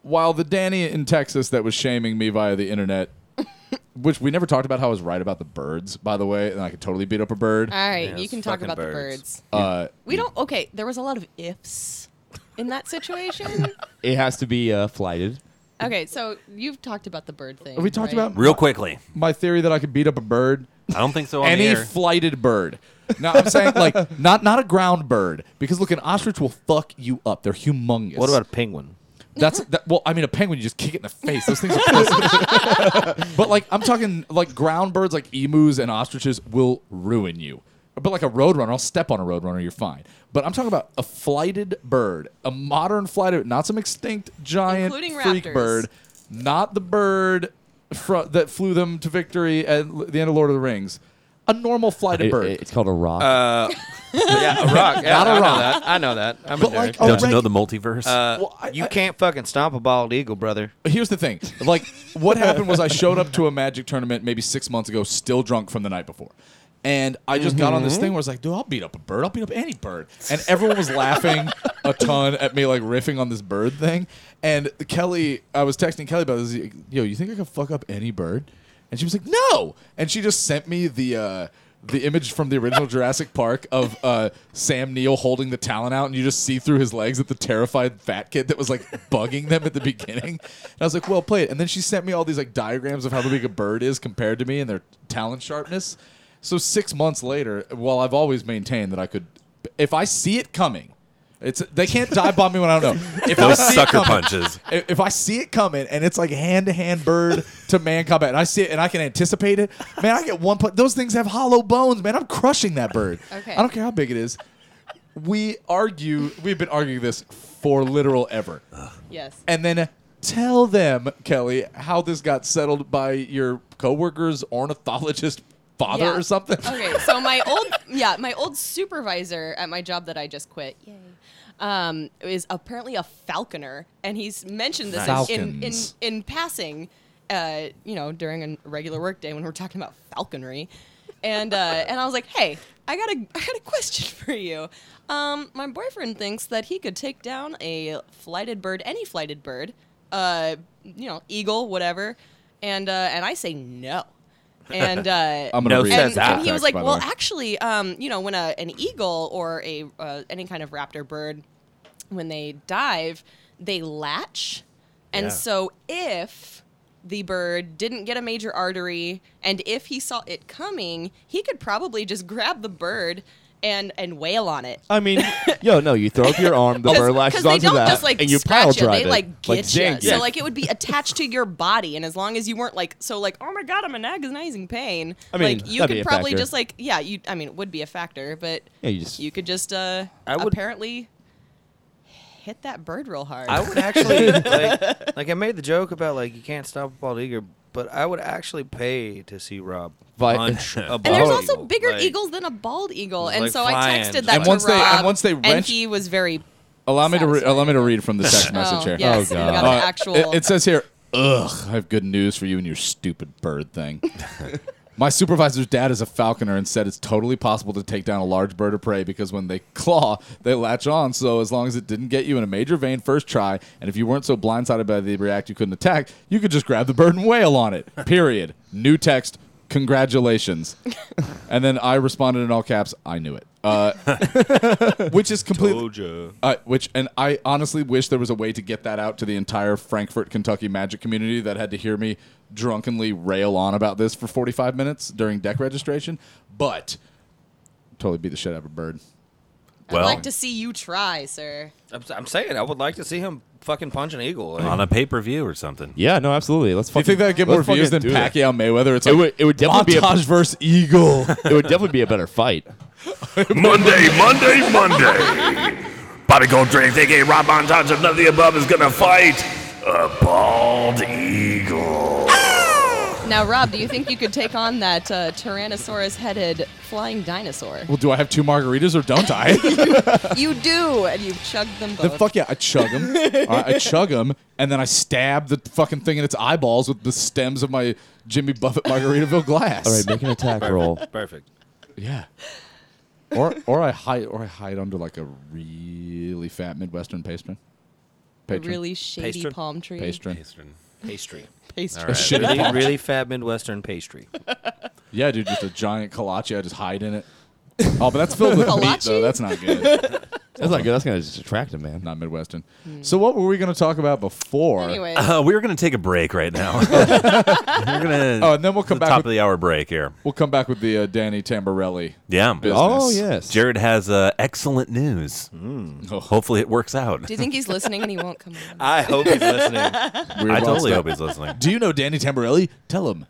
[SPEAKER 7] while the Danny in Texas that was shaming me via the internet, which we never talked about how I was right about the birds, by the way, and I could totally beat up a bird.
[SPEAKER 11] All right,
[SPEAKER 10] Yeah,
[SPEAKER 11] you
[SPEAKER 10] it's
[SPEAKER 11] can talk
[SPEAKER 10] fucking
[SPEAKER 11] about
[SPEAKER 10] birds.
[SPEAKER 11] the birds.
[SPEAKER 7] Uh,
[SPEAKER 11] we don't. Okay, there was a lot of ifs in that situation.
[SPEAKER 8] It has to be uh, flighted.
[SPEAKER 11] okay, so you've talked about the bird thing.
[SPEAKER 7] Have we talked
[SPEAKER 11] right?
[SPEAKER 7] about
[SPEAKER 6] real quickly.
[SPEAKER 7] my theory that I could beat up a bird?
[SPEAKER 6] I don't think so. On
[SPEAKER 7] any
[SPEAKER 6] the air.
[SPEAKER 7] flighted bird. No, I'm saying like not not a ground bird because look, an ostrich will fuck you up. They're humongous.
[SPEAKER 10] What about a penguin?
[SPEAKER 7] that's that, well? I mean, a penguin you just kick it in the face. Those things are pussies. but like I'm talking like ground birds like emus and ostriches will ruin you. But like a roadrunner, I'll step on a roadrunner, you're fine. But I'm talking about a flighted bird, a modern flighted, not some extinct giant
[SPEAKER 11] Including
[SPEAKER 7] freak
[SPEAKER 11] raptors.
[SPEAKER 7] bird, not the bird fro- that flew them to victory at l- the end of Lord of the Rings. A normal flighted
[SPEAKER 8] It-
[SPEAKER 7] bird.
[SPEAKER 8] it's called a rock.
[SPEAKER 10] Uh, yeah, a rock. Yeah,
[SPEAKER 7] Not a rock.
[SPEAKER 10] I Know that. I know that. I'm
[SPEAKER 7] But like
[SPEAKER 10] a like,
[SPEAKER 7] a
[SPEAKER 6] Don't you
[SPEAKER 7] reg-
[SPEAKER 6] know the multiverse?
[SPEAKER 10] uh,
[SPEAKER 7] Well, I-
[SPEAKER 10] You
[SPEAKER 7] I-
[SPEAKER 10] can't fucking stomp a bald eagle, brother.
[SPEAKER 7] Here's the thing. Like, what happened was I showed up to a magic tournament maybe six months ago, still drunk from the night before. And I just got on
[SPEAKER 8] Mm-hmm.
[SPEAKER 7] this thing where I was like, dude, I'll beat up a bird. I'll beat up any bird. And everyone was laughing a ton at me, like riffing on this bird thing. And Kelly, I was texting Kelly about this. like, Yo, you think I could fuck up any bird? And she was like, no. And she just sent me the. Uh, the image from the original Jurassic Park of uh, Sam Neill holding the talon out, and you just see through his legs at the terrified fat kid that was like bugging them at the beginning. And I was like, "Well played." And then she sent me all these like diagrams of how big a bird is compared to me and their talon sharpness. So six months later, while I've always maintained that I could, if I see it coming, it's they can't dive bomb me when I don't know. If I
[SPEAKER 6] Those
[SPEAKER 7] see it
[SPEAKER 6] sucker
[SPEAKER 7] coming-
[SPEAKER 6] punches.
[SPEAKER 7] i- if I see it coming and it's like hand to hand bird to man combat, and I see it and I can anticipate it, man, I get one point. Those things have hollow bones, man. I'm crushing that bird.
[SPEAKER 11] Okay.
[SPEAKER 7] I don't care how big it is. We argue. We've been arguing this for literal ever,
[SPEAKER 11] Yes.
[SPEAKER 7] and then tell them, Kelly, how this got settled by your coworker's ornithologist father
[SPEAKER 11] Yeah.
[SPEAKER 7] or something.
[SPEAKER 11] Okay, so my old yeah, my old supervisor at my job that I just quit. Yay. Um, is apparently a falconer, and he's mentioned this in, in in
[SPEAKER 7] Falcons.
[SPEAKER 11] in passing. Uh, you know, during a regular workday when we're talking about falconry, and uh, and I was like, hey, I got a I got a question for you. Um, my boyfriend thinks that he could take down a flighted bird, any flighted bird, uh, you know, eagle, whatever, and uh, and I say no. And uh,
[SPEAKER 7] I'm gonna
[SPEAKER 11] and,
[SPEAKER 7] read that
[SPEAKER 11] and he
[SPEAKER 7] text,
[SPEAKER 11] was like,
[SPEAKER 7] by the
[SPEAKER 11] well,
[SPEAKER 7] way.
[SPEAKER 11] actually, um, you know, when a, an eagle or a uh, any kind of raptor bird when they dive, they latch. And
[SPEAKER 15] Yeah.
[SPEAKER 11] so if the bird didn't get a major artery and if he saw it coming, he could probably just grab the bird and and wail on it.
[SPEAKER 8] I mean, yo, no, you throw up your arm, the
[SPEAKER 11] 'Cause-
[SPEAKER 8] bird lashes
[SPEAKER 11] 'cause they
[SPEAKER 8] onto
[SPEAKER 11] don't
[SPEAKER 8] that,
[SPEAKER 11] just like
[SPEAKER 8] and you
[SPEAKER 11] scratch
[SPEAKER 8] pile
[SPEAKER 11] ya,
[SPEAKER 8] drive
[SPEAKER 11] they
[SPEAKER 8] it.
[SPEAKER 11] like get
[SPEAKER 8] zing.
[SPEAKER 11] you. So like it would be attached to your body, and as long as you weren't like so like oh my god, I'm in agonizing pain.
[SPEAKER 8] I mean,
[SPEAKER 11] like you
[SPEAKER 8] that'd
[SPEAKER 11] could
[SPEAKER 8] be a
[SPEAKER 11] probably
[SPEAKER 8] factor.
[SPEAKER 11] just like yeah, you. I mean, it would be a factor, but
[SPEAKER 8] Yeah, you just-
[SPEAKER 11] could just uh
[SPEAKER 10] I would-
[SPEAKER 11] apparently hit that bird real hard.
[SPEAKER 10] I would actually like, like I made the joke about like you can't stop a bald eagle, but I would actually pay to see Rob
[SPEAKER 8] Vi-
[SPEAKER 10] punch a bald
[SPEAKER 11] And there's also
[SPEAKER 10] eagle.
[SPEAKER 11] bigger
[SPEAKER 10] Like,
[SPEAKER 11] eagles than a bald eagle, and
[SPEAKER 10] like
[SPEAKER 11] so I
[SPEAKER 10] flying.
[SPEAKER 11] texted
[SPEAKER 10] And
[SPEAKER 11] that to
[SPEAKER 7] once they- and
[SPEAKER 11] Rob,
[SPEAKER 7] once they wrench-
[SPEAKER 11] he was very
[SPEAKER 7] Allow me to re- allow me to read from the text
[SPEAKER 11] Oh,
[SPEAKER 7] message here.
[SPEAKER 11] yes, Oh, we God. got an
[SPEAKER 7] Uh,
[SPEAKER 11] actual-
[SPEAKER 7] it, it says here, "Ugh, I have good news for you and your stupid bird thing." My supervisor's dad is a falconer and said it's totally possible to take down a large bird of prey because when they claw, they latch on. So as long as it didn't get you in a major vein first try, and if you weren't so blindsided by the react you couldn't attack, you could just grab the bird and wail on it. Period. New text. Congratulations. and then I responded in all caps. I knew it. Uh, which is completely uh, which and I honestly wish there was a way to get that out to the entire Frankfort, Kentucky magic community that had to hear me drunkenly rail on about this for 45 minutes during deck registration, but totally beat the shit out of a bird.
[SPEAKER 11] I'd like to see you try, sir.
[SPEAKER 10] I'm, I'm saying I would like to see him fucking punch an eagle like-
[SPEAKER 6] on a pay per view or something.
[SPEAKER 8] Yeah, no, absolutely. Let's.
[SPEAKER 7] Do you think that would get more views than Pacquiao Mayweather? It's like
[SPEAKER 8] it would. It would definitely be a
[SPEAKER 7] montage versus Eagle.
[SPEAKER 8] it would definitely be a better fight.
[SPEAKER 16] Monday, Monday, Monday. Bodygold Train thinking Rob Montage of Nothing Above is gonna fight a bald eagle.
[SPEAKER 11] Now, Rob, do you think you could take on that uh, Tyrannosaurus-headed flying dinosaur?
[SPEAKER 7] Well, do I have two margaritas or don't I?
[SPEAKER 11] you do, and you've chugged them
[SPEAKER 7] The
[SPEAKER 11] both.
[SPEAKER 7] fuck yeah, I chug them. I chug them, and then I stab the fucking thing in its eyeballs with the stems of my Jimmy Buffett Margaritaville glass.
[SPEAKER 8] All right, make an attack roll.
[SPEAKER 10] Perfect.
[SPEAKER 7] Yeah. Or or I hide or I hide under like a really fat Midwestern pastron. Patron.
[SPEAKER 11] really shady
[SPEAKER 10] Pastron?
[SPEAKER 11] palm tree.
[SPEAKER 7] Pastron.
[SPEAKER 10] pastry.
[SPEAKER 11] Pastry.
[SPEAKER 7] A shitty
[SPEAKER 10] really,
[SPEAKER 7] palm-
[SPEAKER 10] really fat Midwestern pastry.
[SPEAKER 7] Yeah, dude, just a giant kolache. I just hide in it. Oh, but that's filled with meat,
[SPEAKER 8] Kolache?
[SPEAKER 7] though. That's not good.
[SPEAKER 8] That's not good. That's gonna just attract him, man.
[SPEAKER 7] Not Midwestern.
[SPEAKER 11] Hmm.
[SPEAKER 7] So what were we gonna talk about before?
[SPEAKER 11] Anyways.
[SPEAKER 6] Uh, we were going to take a break right now. we're gonna.
[SPEAKER 7] Oh, and then we'll come
[SPEAKER 6] the
[SPEAKER 7] back
[SPEAKER 6] Top
[SPEAKER 7] with-
[SPEAKER 6] of the hour break here.
[SPEAKER 7] We'll come back with the uh, Danny Tamborelli.
[SPEAKER 6] Yeah.
[SPEAKER 7] Business. Oh, yes.
[SPEAKER 6] Jared has uh, excellent news.
[SPEAKER 7] Mm.
[SPEAKER 6] Hopefully it works out.
[SPEAKER 11] Do you think he's listening and he won't come on?
[SPEAKER 10] I hope he's listening.
[SPEAKER 7] Weird
[SPEAKER 6] I
[SPEAKER 7] Rock
[SPEAKER 6] totally
[SPEAKER 7] stuff.
[SPEAKER 6] hope he's listening.
[SPEAKER 7] Do you know Danny Tamborelli? Tell him.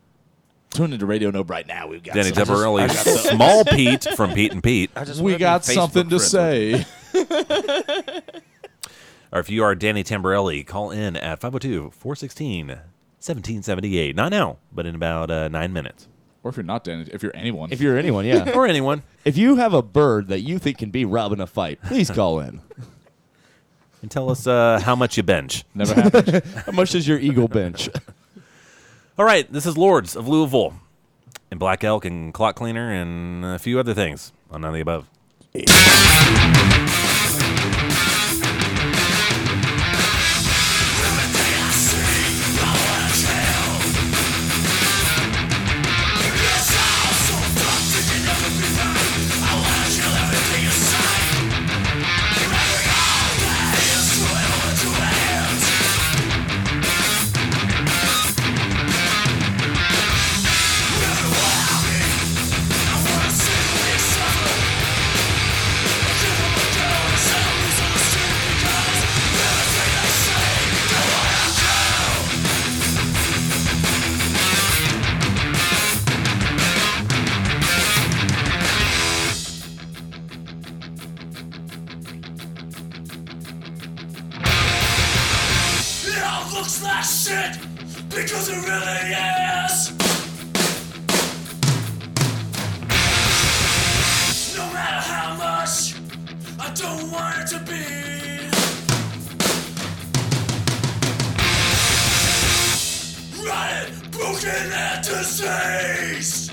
[SPEAKER 7] Tune into Radio Nope right now. We've got
[SPEAKER 6] Danny
[SPEAKER 7] something.
[SPEAKER 6] Tamborelli,
[SPEAKER 7] I got something.
[SPEAKER 6] small Pete from Pete and Pete.
[SPEAKER 7] we got something to say.
[SPEAKER 6] Or if you are Danny Tamborelli, call in at 502 416 1778. Not now, but in about uh, nine minutes.
[SPEAKER 7] Or if you're not Danny, if you're anyone.
[SPEAKER 8] If you're anyone, yeah.
[SPEAKER 6] or anyone.
[SPEAKER 8] If you have a bird that you think can be Rob in a fight, please call in.
[SPEAKER 6] And tell us uh, how much you bench.
[SPEAKER 7] Never happened.
[SPEAKER 8] How much does your eagle bench?
[SPEAKER 6] All right, this is Lords of Louisville and Black Elk and Clock Cleaner and a few other things on none of the above.
[SPEAKER 16] It all looks like shit because it really is. No matter how much I don't want it to be. Riot, broken and diseased.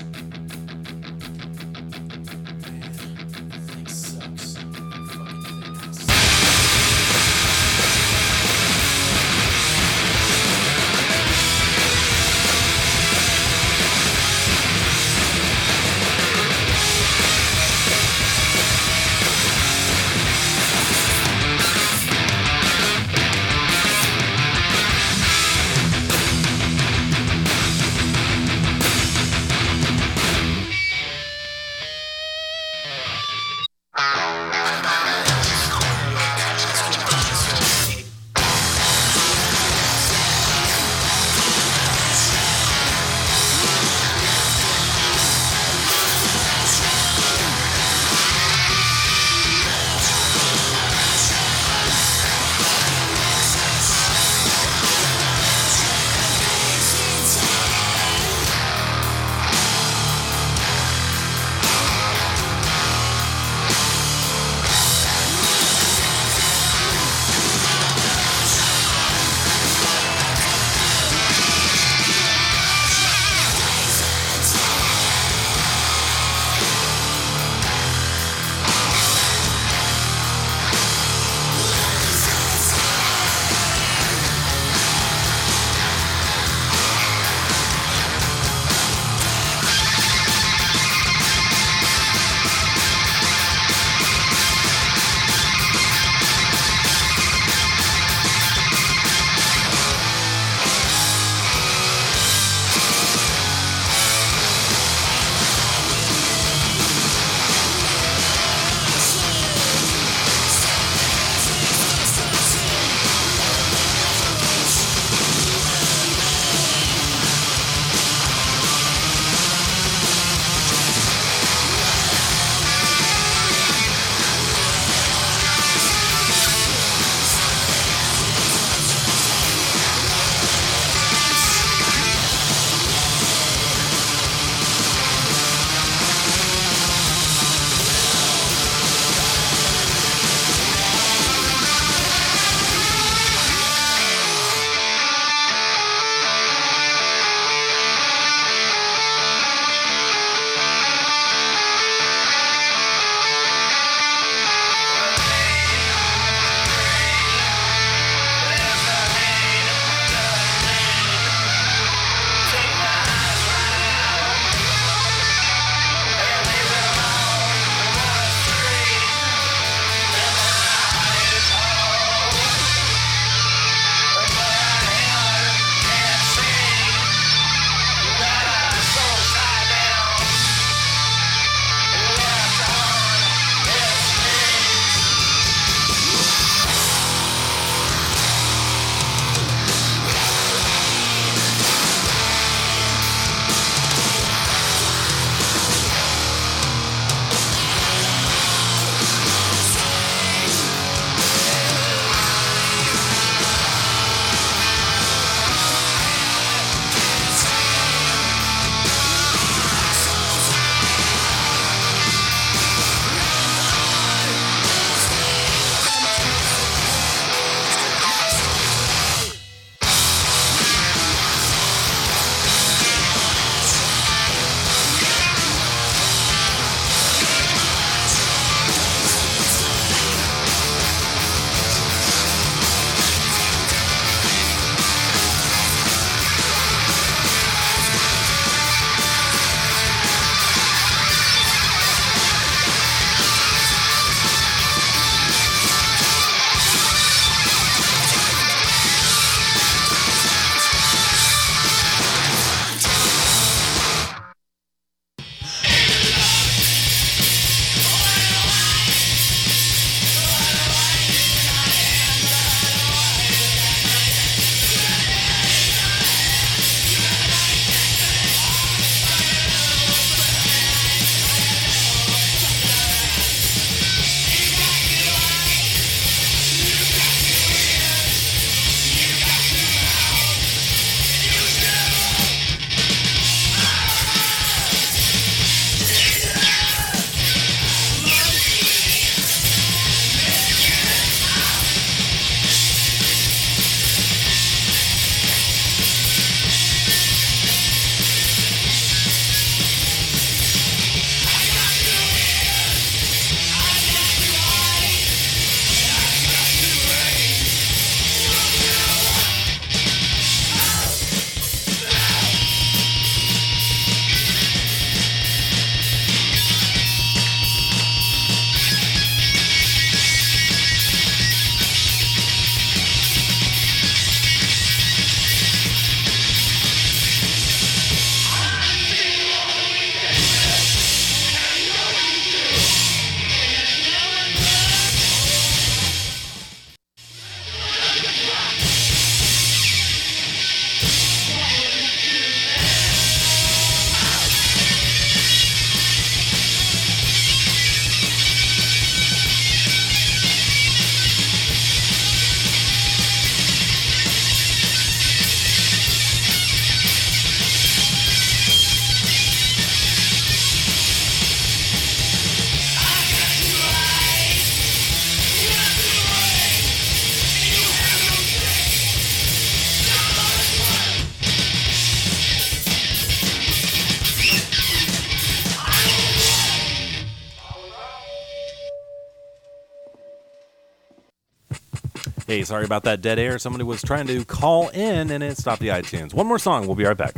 [SPEAKER 6] Hey, sorry about that dead air. Somebody was trying to call in and it stopped the iTunes. One more song. We'll be right back.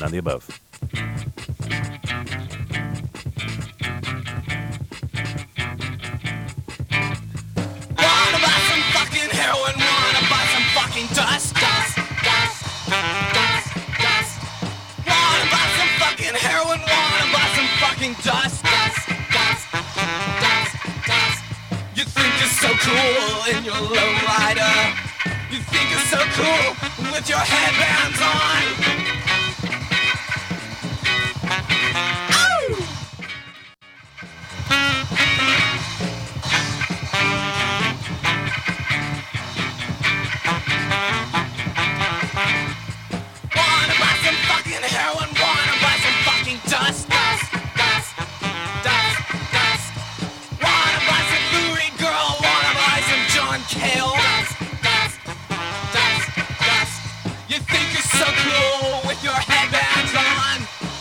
[SPEAKER 6] None of the above.
[SPEAKER 3] Wanna buy some fucking heroin? Wanna buy some fucking dust? Dust, dust, dust, dust. Wanna buy some fucking heroin? Wanna buy some fucking dust? Dust, dust, dust, dust. You think you're so cool in your low rider. You think you're so cool with your headbands on. Ow! Wanna buy some fucking heroin? Wanna buy some fucking dust? Dust, dust, dust, dust. Wanna buy some Lou Reed girl? Wanna buy some John Cale? Dust, dust, dust, dust. You think you're so cool with your headbands on?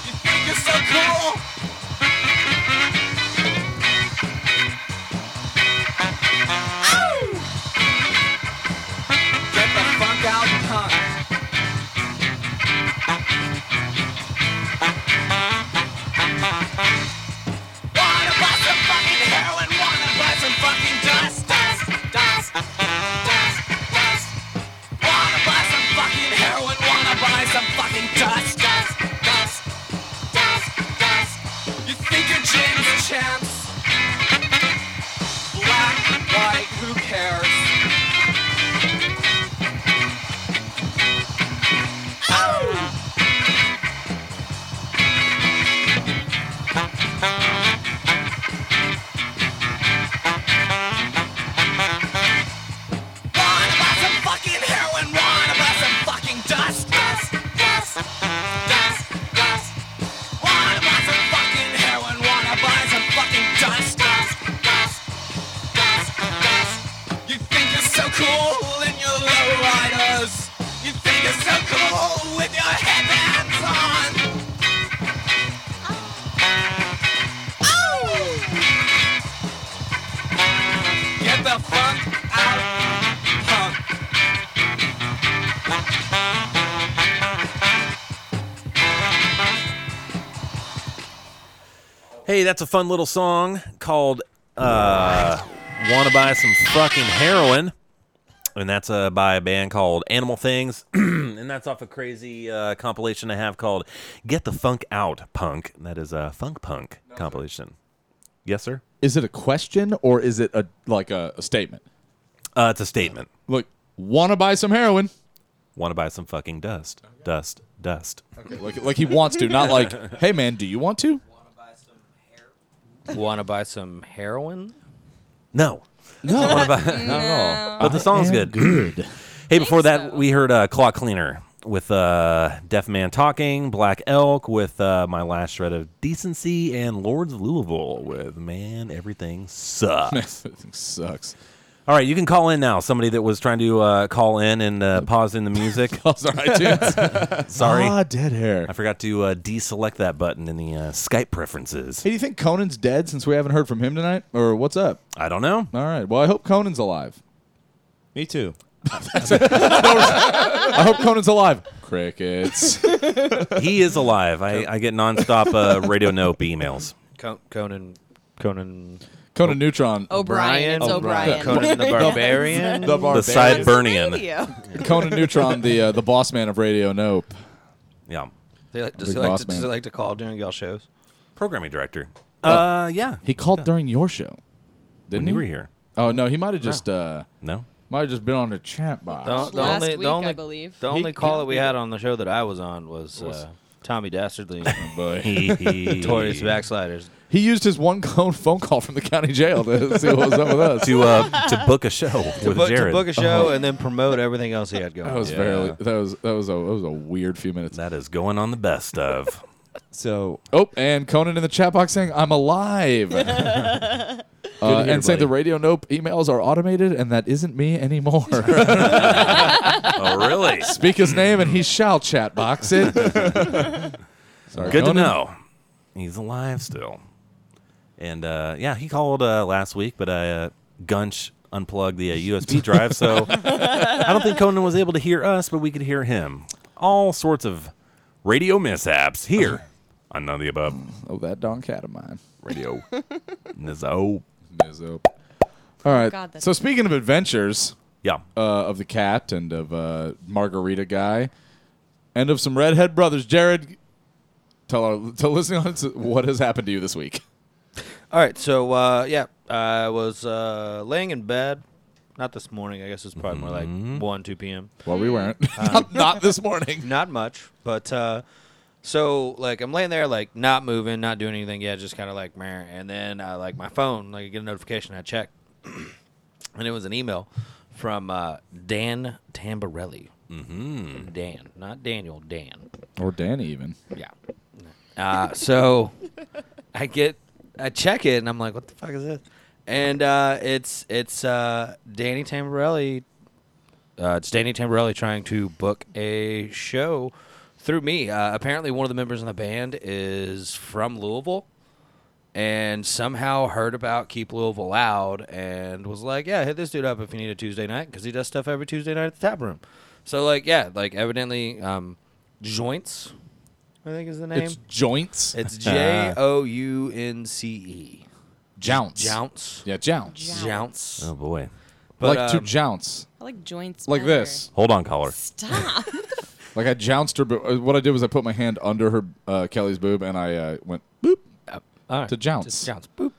[SPEAKER 3] You think you're so cool? Ow! Get the fuck out, punk. Wanna buy some fucking heroin? Wanna buy some fucking dust? Dust, dust, dust, dust. Wanna buy some fucking heroin? Wanna buy some fucking dust? Dust, dust, dust, dust. You think you're James Chance? Black, white, who cares? Ow! Wanna buy some fucking heroin? Wanna buy some fucking dust? Dust, dust, dust, dust. Wanna buy some fucking heroin? Wanna buy some fucking dust? Dust, dust, dust, dust. You think you're so cool in your low riders? You think you're so cool with your headbands on? Oh! Get the fuck out, punk.
[SPEAKER 6] Hey, that's a fun little song called uh, Wanna Buy Some Fucking Heroin. And that's uh, by a band called Animal Things. and that's off a crazy uh, compilation I have called Get the Funk Out Punk. That is a funk punk compilation. Yes, sir?
[SPEAKER 7] Is it a question or is it a like a, a statement?
[SPEAKER 6] Uh, it's a statement.
[SPEAKER 7] Look, want to buy some heroin?
[SPEAKER 6] Want to buy some fucking dust. Dust, dust.
[SPEAKER 7] Okay, like like he wants to, not like, hey man, do you want to?
[SPEAKER 10] Want to buy some heroin?
[SPEAKER 6] No.
[SPEAKER 10] No.
[SPEAKER 6] What about-
[SPEAKER 10] Not at all.
[SPEAKER 6] But the
[SPEAKER 10] I
[SPEAKER 6] song's
[SPEAKER 10] am
[SPEAKER 6] good. hey, before that, we heard uh, Claw Cleaner with uh, Deaf Man Talking, Black Elk with uh, My Last Shred of Decency, and Lords of Louisville with Man, Everything Sucks.
[SPEAKER 7] Everything sucks.
[SPEAKER 6] All right, you can call in now. Somebody that was trying to uh, call in and uh, pause in the music. pause
[SPEAKER 7] our iTunes.
[SPEAKER 6] Sorry.
[SPEAKER 7] Ah, dead hair.
[SPEAKER 6] I forgot to uh, deselect that button in the uh, Skype preferences.
[SPEAKER 7] Hey, do you think Conan's dead since we haven't heard from him tonight, or what's up?
[SPEAKER 6] I don't know.
[SPEAKER 7] All right. Well, I hope Conan's alive.
[SPEAKER 8] Me too.
[SPEAKER 7] I hope Conan's alive. Crickets.
[SPEAKER 6] he is alive. I, I get nonstop uh, Radio Nope emails.
[SPEAKER 10] Con- Conan. Conan.
[SPEAKER 7] Conan Neutron.
[SPEAKER 10] O'Brien, it's O'Brien.
[SPEAKER 6] Conan the Barbarian. The Sideburnian.
[SPEAKER 7] Conan Neutron, the uh, the boss man of Radio Nope.
[SPEAKER 6] Yeah.
[SPEAKER 10] They like, does,
[SPEAKER 7] Big
[SPEAKER 10] he like
[SPEAKER 7] boss
[SPEAKER 10] to, does
[SPEAKER 7] man.
[SPEAKER 10] he like to call during y'all shows?
[SPEAKER 6] Programming director.
[SPEAKER 10] Uh, yeah.
[SPEAKER 7] He called during your show, didn't
[SPEAKER 6] When
[SPEAKER 7] he?
[SPEAKER 6] you were here.
[SPEAKER 7] Oh no, he might have just uh
[SPEAKER 6] no,
[SPEAKER 7] might have just been on the chat box.
[SPEAKER 10] The, the only, the only, The only call that we had on the show that I was on was
[SPEAKER 7] Was-
[SPEAKER 10] uh, Tommy Dastardly,
[SPEAKER 7] boy.
[SPEAKER 10] notorious backsliders.
[SPEAKER 7] He used his one cone phone call from the county jail to see what was up with us.
[SPEAKER 6] To uh, to book a show Uh-huh.
[SPEAKER 10] To book, to book a show and then promote everything else he had going.
[SPEAKER 7] Oh. That was
[SPEAKER 10] on.
[SPEAKER 7] barely. That was that was a that was a weird few minutes.
[SPEAKER 6] That is going on the best of.
[SPEAKER 8] so
[SPEAKER 7] oh, and Conan in the chat box saying I'm alive, Uh, and saying the radio nope emails are automated and that isn't me anymore.
[SPEAKER 6] oh really?
[SPEAKER 7] Speak his name and he shall chat box it. Sorry,
[SPEAKER 6] Good to
[SPEAKER 7] Conan.
[SPEAKER 6] know. He's alive still. And uh, yeah, he called uh, last week, but I, uh, Gunch unplug the uh, USB drive, so I don't think Conan was able to hear us, but we could hear him. All sorts of radio mishaps here on None of the Above.
[SPEAKER 7] Oh, that Don Cat of mine.
[SPEAKER 6] Radio. Mizzo.
[SPEAKER 7] Mizzo. All right.
[SPEAKER 6] God, that's
[SPEAKER 7] so speaking of adventures,
[SPEAKER 6] yeah,
[SPEAKER 7] uh, of the cat and of uh, Margarita guy, and of some redhead brothers, Jared, tell our tell listening audience what has happened to you this week.
[SPEAKER 10] All right, so uh, yeah, I was uh, laying in bed. Not this morning. I guess it's probably more like one, two p.m.
[SPEAKER 7] Well, we weren't. Um,
[SPEAKER 10] Uh,
[SPEAKER 7] not, Mm-hmm. not this morning.
[SPEAKER 10] Not much, but uh, so like I'm laying there, like not moving, not doing anything yet, just kind of like meh. And then I like my phone, like I get a notification, I check, and it was an email from uh, Dan Tamborelli. Mm-hmm. Dan, not Daniel. Dan.
[SPEAKER 7] Or Danny even.
[SPEAKER 10] Yeah. Uh, so I get, I check it, and I'm like, what the fuck is this? And uh, it's it's uh, Danny Tamborelli. Uh, it's Danny Tamborelli trying to book a show through me. Uh, apparently, one of the members in the band is from Louisville, and somehow heard about Keep Louisville Loud, and was like, "Yeah, hit this dude up if you need a Tuesday night, because he does stuff every Tuesday night at the tap room." So, like, yeah, like evidently, um, joints. I think is the name.
[SPEAKER 7] It's joints.
[SPEAKER 10] It's J O U N C E.
[SPEAKER 7] Jounce.
[SPEAKER 10] Jounce.
[SPEAKER 7] Yeah, jounce.
[SPEAKER 10] Jounce.
[SPEAKER 6] Oh, boy.
[SPEAKER 7] like
[SPEAKER 10] But,
[SPEAKER 7] to
[SPEAKER 10] um,
[SPEAKER 7] jounce.
[SPEAKER 11] I like joints.
[SPEAKER 7] Like
[SPEAKER 11] better.
[SPEAKER 7] this.
[SPEAKER 6] Hold on, caller.
[SPEAKER 11] Stop.
[SPEAKER 7] Like I jounced her. bo- uh, What I did was I put my hand under her uh, Kelly's boob and I uh, went boop
[SPEAKER 10] Oh, All right.
[SPEAKER 7] to jounce.
[SPEAKER 10] Just Jounce. Boop.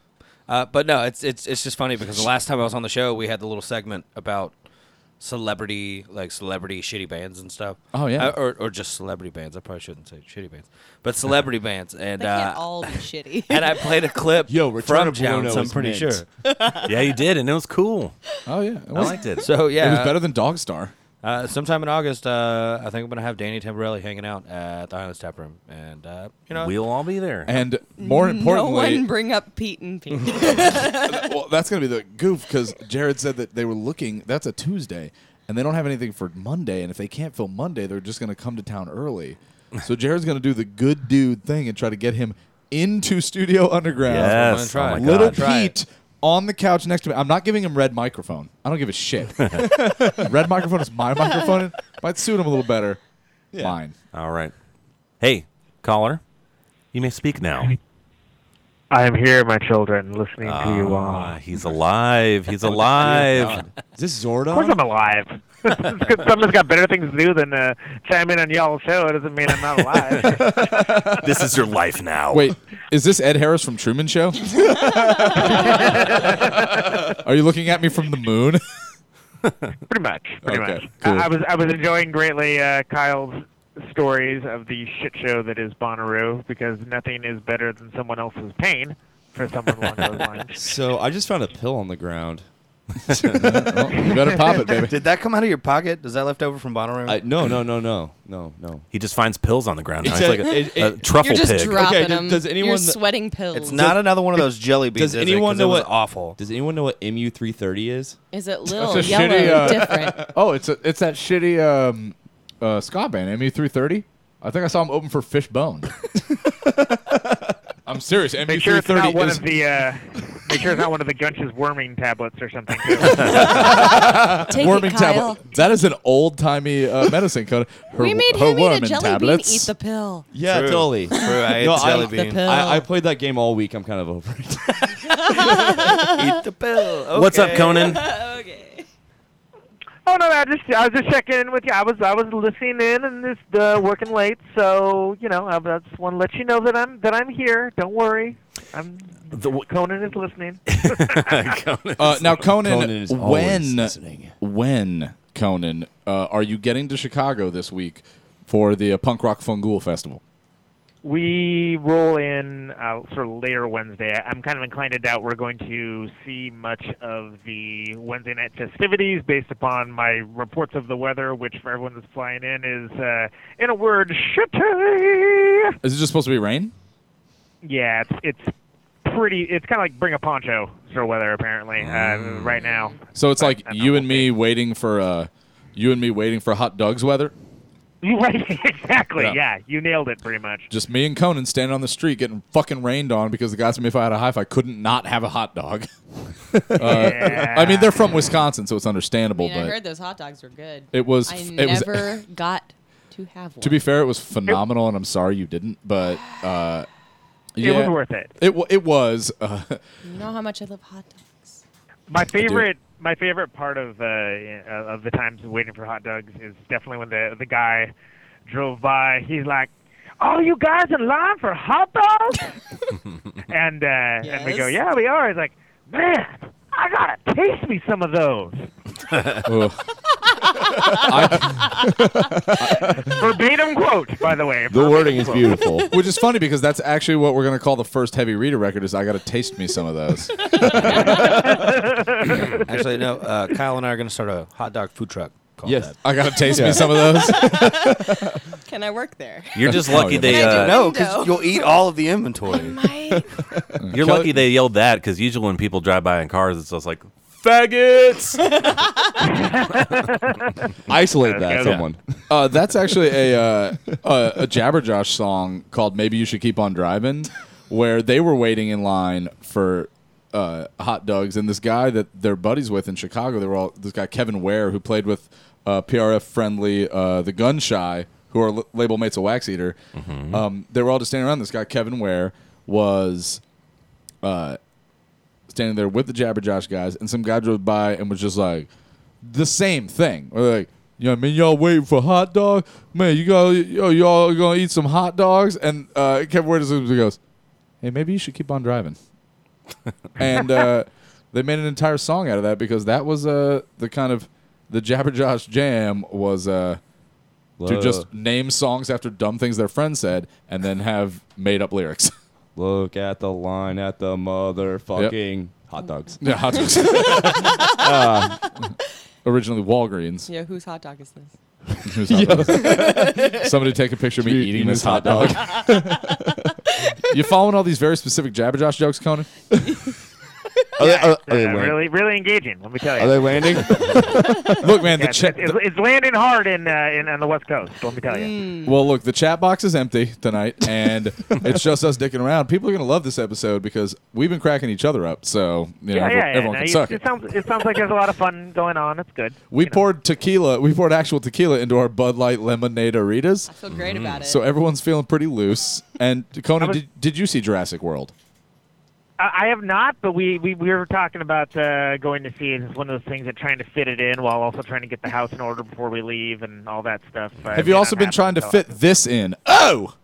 [SPEAKER 10] Uh, but no, it's it's it's just funny because the last time I was on the show, we had the little segment about celebrity like celebrity shitty bands and stuff.
[SPEAKER 7] Oh, yeah.
[SPEAKER 10] Uh, or or just celebrity bands. I probably shouldn't say shitty bands, but celebrity bands. And
[SPEAKER 11] They can't
[SPEAKER 10] uh,
[SPEAKER 11] all be shitty.
[SPEAKER 10] and I played a clip
[SPEAKER 6] Yo, Return
[SPEAKER 10] from
[SPEAKER 6] of Bruno
[SPEAKER 10] Jounce. I'm
[SPEAKER 6] is
[SPEAKER 10] pretty
[SPEAKER 6] mint.
[SPEAKER 10] sure.
[SPEAKER 6] yeah, you did, and it was cool.
[SPEAKER 7] Oh yeah,
[SPEAKER 6] I liked it.
[SPEAKER 10] So yeah,
[SPEAKER 7] it was better than Dog Star.
[SPEAKER 10] Uh, sometime in August, uh, I think I'm gonna have Danny Tamborelli hanging out at the Highlands Tap Room, and uh, you know
[SPEAKER 6] We'll all be there.
[SPEAKER 7] And more
[SPEAKER 11] no
[SPEAKER 7] importantly,
[SPEAKER 11] one bring up Pete and Pete.
[SPEAKER 7] well, that's gonna be the goof because Jared said that they were looking. That's a Tuesday, and they don't have anything for Monday. And if they can't film Monday, they're just gonna come to town early. So Jared's gonna do the good dude thing and try to get him into Studio Underground.
[SPEAKER 6] Yes. Oh, my
[SPEAKER 7] little
[SPEAKER 6] God. Try
[SPEAKER 7] Pete on the couch next to me. I'm not giving him red microphone. I don't give a shit. red microphone is my microphone. Might suit him a little better. Mine.
[SPEAKER 6] All right. Hey, caller, you may speak now.
[SPEAKER 15] I am here, my children, listening to you all.
[SPEAKER 6] Ah, he's alive. He's alive.
[SPEAKER 8] Is this
[SPEAKER 15] Of course,
[SPEAKER 8] Zordon?
[SPEAKER 15] I'm alive. Just 'cause someone's got better things to do than uh, chime in on y'all's show. It doesn't mean I'm not alive.
[SPEAKER 6] this is your life now.
[SPEAKER 7] Wait, is this Ed Harris from Truman Show? Are you looking at me from the moon?
[SPEAKER 15] pretty much. Pretty
[SPEAKER 7] Okay,
[SPEAKER 15] much.
[SPEAKER 7] cool.
[SPEAKER 15] I, I was I was enjoying greatly uh, Kyle's stories of the shit show that is Bonnaroo because nothing is better than someone else's pain for someone along those lines.
[SPEAKER 8] So I just found a pill on the ground.
[SPEAKER 7] you better pop it, baby.
[SPEAKER 10] Did that come out of your pocket? Does that left over from Bonnaroo?
[SPEAKER 8] I, no, no, no, no, no, no.
[SPEAKER 6] He just finds pills on the ground. Now.
[SPEAKER 8] It's
[SPEAKER 6] He's
[SPEAKER 8] a-
[SPEAKER 6] like a,
[SPEAKER 8] it-
[SPEAKER 6] a
[SPEAKER 8] it-
[SPEAKER 6] truffle
[SPEAKER 11] You're just
[SPEAKER 6] pig.
[SPEAKER 11] dropping
[SPEAKER 8] Okay, does-
[SPEAKER 11] them.
[SPEAKER 8] does anyone
[SPEAKER 11] You're
[SPEAKER 8] kn-
[SPEAKER 11] sweating pills.
[SPEAKER 10] It's not another one of those jelly beans.
[SPEAKER 8] Does anyone know what
[SPEAKER 10] awful?
[SPEAKER 8] Does anyone know what MU three thirty is?
[SPEAKER 11] Is it little
[SPEAKER 7] a
[SPEAKER 11] yellow
[SPEAKER 7] shitty, uh,
[SPEAKER 11] different?
[SPEAKER 7] Oh, it's a, it's that shitty um, uh, ska band, ME330. I think I saw him open for Fishbone. I'm serious.
[SPEAKER 15] Make sure it's not
[SPEAKER 7] ME330
[SPEAKER 15] one
[SPEAKER 7] is
[SPEAKER 15] of the. Uh, make sure it's not one of the Gunch's worming tablets or something.
[SPEAKER 11] Take
[SPEAKER 7] worming
[SPEAKER 11] it, Kyle.
[SPEAKER 7] tablet. That is an old timey uh, medicine code. Her-
[SPEAKER 11] We made
[SPEAKER 7] her
[SPEAKER 11] him eat
[SPEAKER 7] worming
[SPEAKER 11] a jelly
[SPEAKER 7] tablets.
[SPEAKER 11] bean. Eat the pill.
[SPEAKER 8] Yeah,
[SPEAKER 10] True.
[SPEAKER 8] totally.
[SPEAKER 10] True, I
[SPEAKER 8] No,
[SPEAKER 10] ate jelly
[SPEAKER 8] I-
[SPEAKER 10] bean.
[SPEAKER 8] I, I played that game all week. I'm kind of over it.
[SPEAKER 10] Eat the pill.
[SPEAKER 6] What's up,
[SPEAKER 10] Okay.
[SPEAKER 6] Conan?
[SPEAKER 11] okay.
[SPEAKER 15] Oh no, I just I was just checking in with you. I was I was listening in and just uh, working late, so you know I, I just want to let you know that I'm that I'm here. Don't worry, I'm Conan is listening.
[SPEAKER 6] Conan.
[SPEAKER 7] Uh, now, Conan,
[SPEAKER 8] Conan is always
[SPEAKER 7] when
[SPEAKER 8] listening.
[SPEAKER 7] when Conan uh, are you getting to Chicago this week for the uh, Punk Rock Fungool Festival?
[SPEAKER 15] We roll in uh, sort of later Wednesday. I- I'm kind of inclined to doubt we're going to see much of the Wednesday night festivities based upon my reports of the weather, which for everyone that's flying in is, uh, in a word, shitty.
[SPEAKER 7] Is it just supposed to be rain?
[SPEAKER 15] Yeah, it's, it's pretty. It's kind of like bring a poncho sort of weather apparently uh, right now.
[SPEAKER 7] So it's like you and me waiting for uh, you and me waiting for hot dogs weather.
[SPEAKER 15] Right, exactly.
[SPEAKER 7] Yeah.
[SPEAKER 15] Yeah. you nailed it pretty much.
[SPEAKER 7] Just me and Conan standing on the street getting fucking rained on because the guy asked me if I had a high five. I couldn't not have a hot dog. Uh, I mean, they're from Wisconsin, so it's
[SPEAKER 11] I
[SPEAKER 7] understandable.
[SPEAKER 11] mean, I
[SPEAKER 7] but
[SPEAKER 11] heard those hot dogs were good.
[SPEAKER 7] It was-
[SPEAKER 11] I
[SPEAKER 7] it was-
[SPEAKER 11] never got to have one.
[SPEAKER 7] to be fair, it was phenomenal, and I'm sorry you didn't. But uh,
[SPEAKER 15] It
[SPEAKER 7] yeah.
[SPEAKER 15] was worth it.
[SPEAKER 7] It wa it was. Uh,
[SPEAKER 11] you know how much I love hot dogs.
[SPEAKER 15] My favorite, my favorite part of uh, uh, of the times of waiting for hot dogs is definitely when the the guy drove by. He's like, "Oh, you guys in line for hot dogs?" and uh, and we go,
[SPEAKER 3] Yes.
[SPEAKER 15] "Yeah, we are." He's like, "Man, I gotta taste me some of those."
[SPEAKER 7] Ugh. I-
[SPEAKER 15] Verbatim quote, by the way.
[SPEAKER 8] The wording is
[SPEAKER 15] Verbatim quote.
[SPEAKER 8] beautiful.
[SPEAKER 7] Which is funny because that's actually what we're gonna call the first heavy reader record. Is I gotta taste me some of those.
[SPEAKER 10] Actually, no. Uh, Kyle and I are going to start a hot dog food truck. Called
[SPEAKER 7] Yes.
[SPEAKER 10] that.
[SPEAKER 7] I gotta taste me some of those.
[SPEAKER 11] Can I work there?
[SPEAKER 6] You're just lucky
[SPEAKER 10] Oh, yeah.
[SPEAKER 6] they,
[SPEAKER 10] Can I do-
[SPEAKER 6] uh,
[SPEAKER 10] no, because you'll eat all of the inventory.
[SPEAKER 6] You're
[SPEAKER 10] Kelly-
[SPEAKER 6] lucky they yelled that because usually when people drive by in cars, it's just like faggots.
[SPEAKER 7] Isolate
[SPEAKER 6] that, someone.
[SPEAKER 7] Uh, that's actually a uh, a, a Jabberjosh song called "Maybe You Should Keep on Driving," where they were waiting in line for uh, hot dogs, and this guy that they're buddies with in Chicago, they were all this guy Kevin Ware who played with uh, PRF friendly uh, the Gun Shy, who are l- label mates of Wax Eater.
[SPEAKER 6] Mm-hmm.
[SPEAKER 7] Um, they were all just standing around. This guy Kevin Ware was. Uh, standing there with the Jabberjosh guys, and some guy drove by and was just like, the same thing. Or like, you know what I mean? Y'all waiting for hot dog? Man, you go, yo, y'all gonna eat some hot dogs? And uh, Kevin Ware just goes, hey, maybe you should keep on driving. and uh, they made an entire song out of that because that was uh, the kind of the Jabberjosh jam was uh, to
[SPEAKER 8] Love.
[SPEAKER 7] just name songs after dumb things their friends said and then have made up lyrics.
[SPEAKER 8] Look at the line at the motherfucking hot dogs.
[SPEAKER 7] Yeah, hot dogs.
[SPEAKER 8] Uh,
[SPEAKER 7] Originally Walgreens.
[SPEAKER 11] Yeah, whose hot dog is this?
[SPEAKER 7] Who's hot dog? Somebody take a picture of me eating this hot dog. you following all these very specific Jabberjosh jokes, Conan?
[SPEAKER 8] Are they- are-
[SPEAKER 15] Uh,
[SPEAKER 8] are they land-
[SPEAKER 15] really, really engaging. Let me tell you.
[SPEAKER 8] Are they landing?
[SPEAKER 7] Look, man, the
[SPEAKER 15] Yes,
[SPEAKER 7] chat.
[SPEAKER 15] it's, it's landing hard in, uh, in on the West Coast. Let me tell you.
[SPEAKER 7] Well, look, the chat box is empty tonight, and it's just us dicking around. People are gonna love this episode because we've been cracking each other up. So you know,
[SPEAKER 15] yeah, yeah, yeah.
[SPEAKER 7] everyone
[SPEAKER 15] No,
[SPEAKER 7] can
[SPEAKER 15] you-
[SPEAKER 7] suck
[SPEAKER 15] it
[SPEAKER 7] it.
[SPEAKER 15] sounds it sounds like there's a lot of fun going on. It's good.
[SPEAKER 7] We poured tequila. We poured actual tequila into our Bud Light lemonade aritas. I
[SPEAKER 11] feel great Mm. about it.
[SPEAKER 7] So everyone's feeling pretty loose. And Conan,
[SPEAKER 15] I was-
[SPEAKER 7] did, did you see Jurassic World?
[SPEAKER 15] I, I have not, but we, we, we were talking about uh, going to see it. It's one of those things that trying to fit it in while also trying to get the house in order before we leave and all that stuff. Uh,
[SPEAKER 7] Have
[SPEAKER 15] may
[SPEAKER 7] you
[SPEAKER 15] not
[SPEAKER 7] also been
[SPEAKER 15] happen
[SPEAKER 7] trying to
[SPEAKER 15] until-
[SPEAKER 7] fit this in? Oh.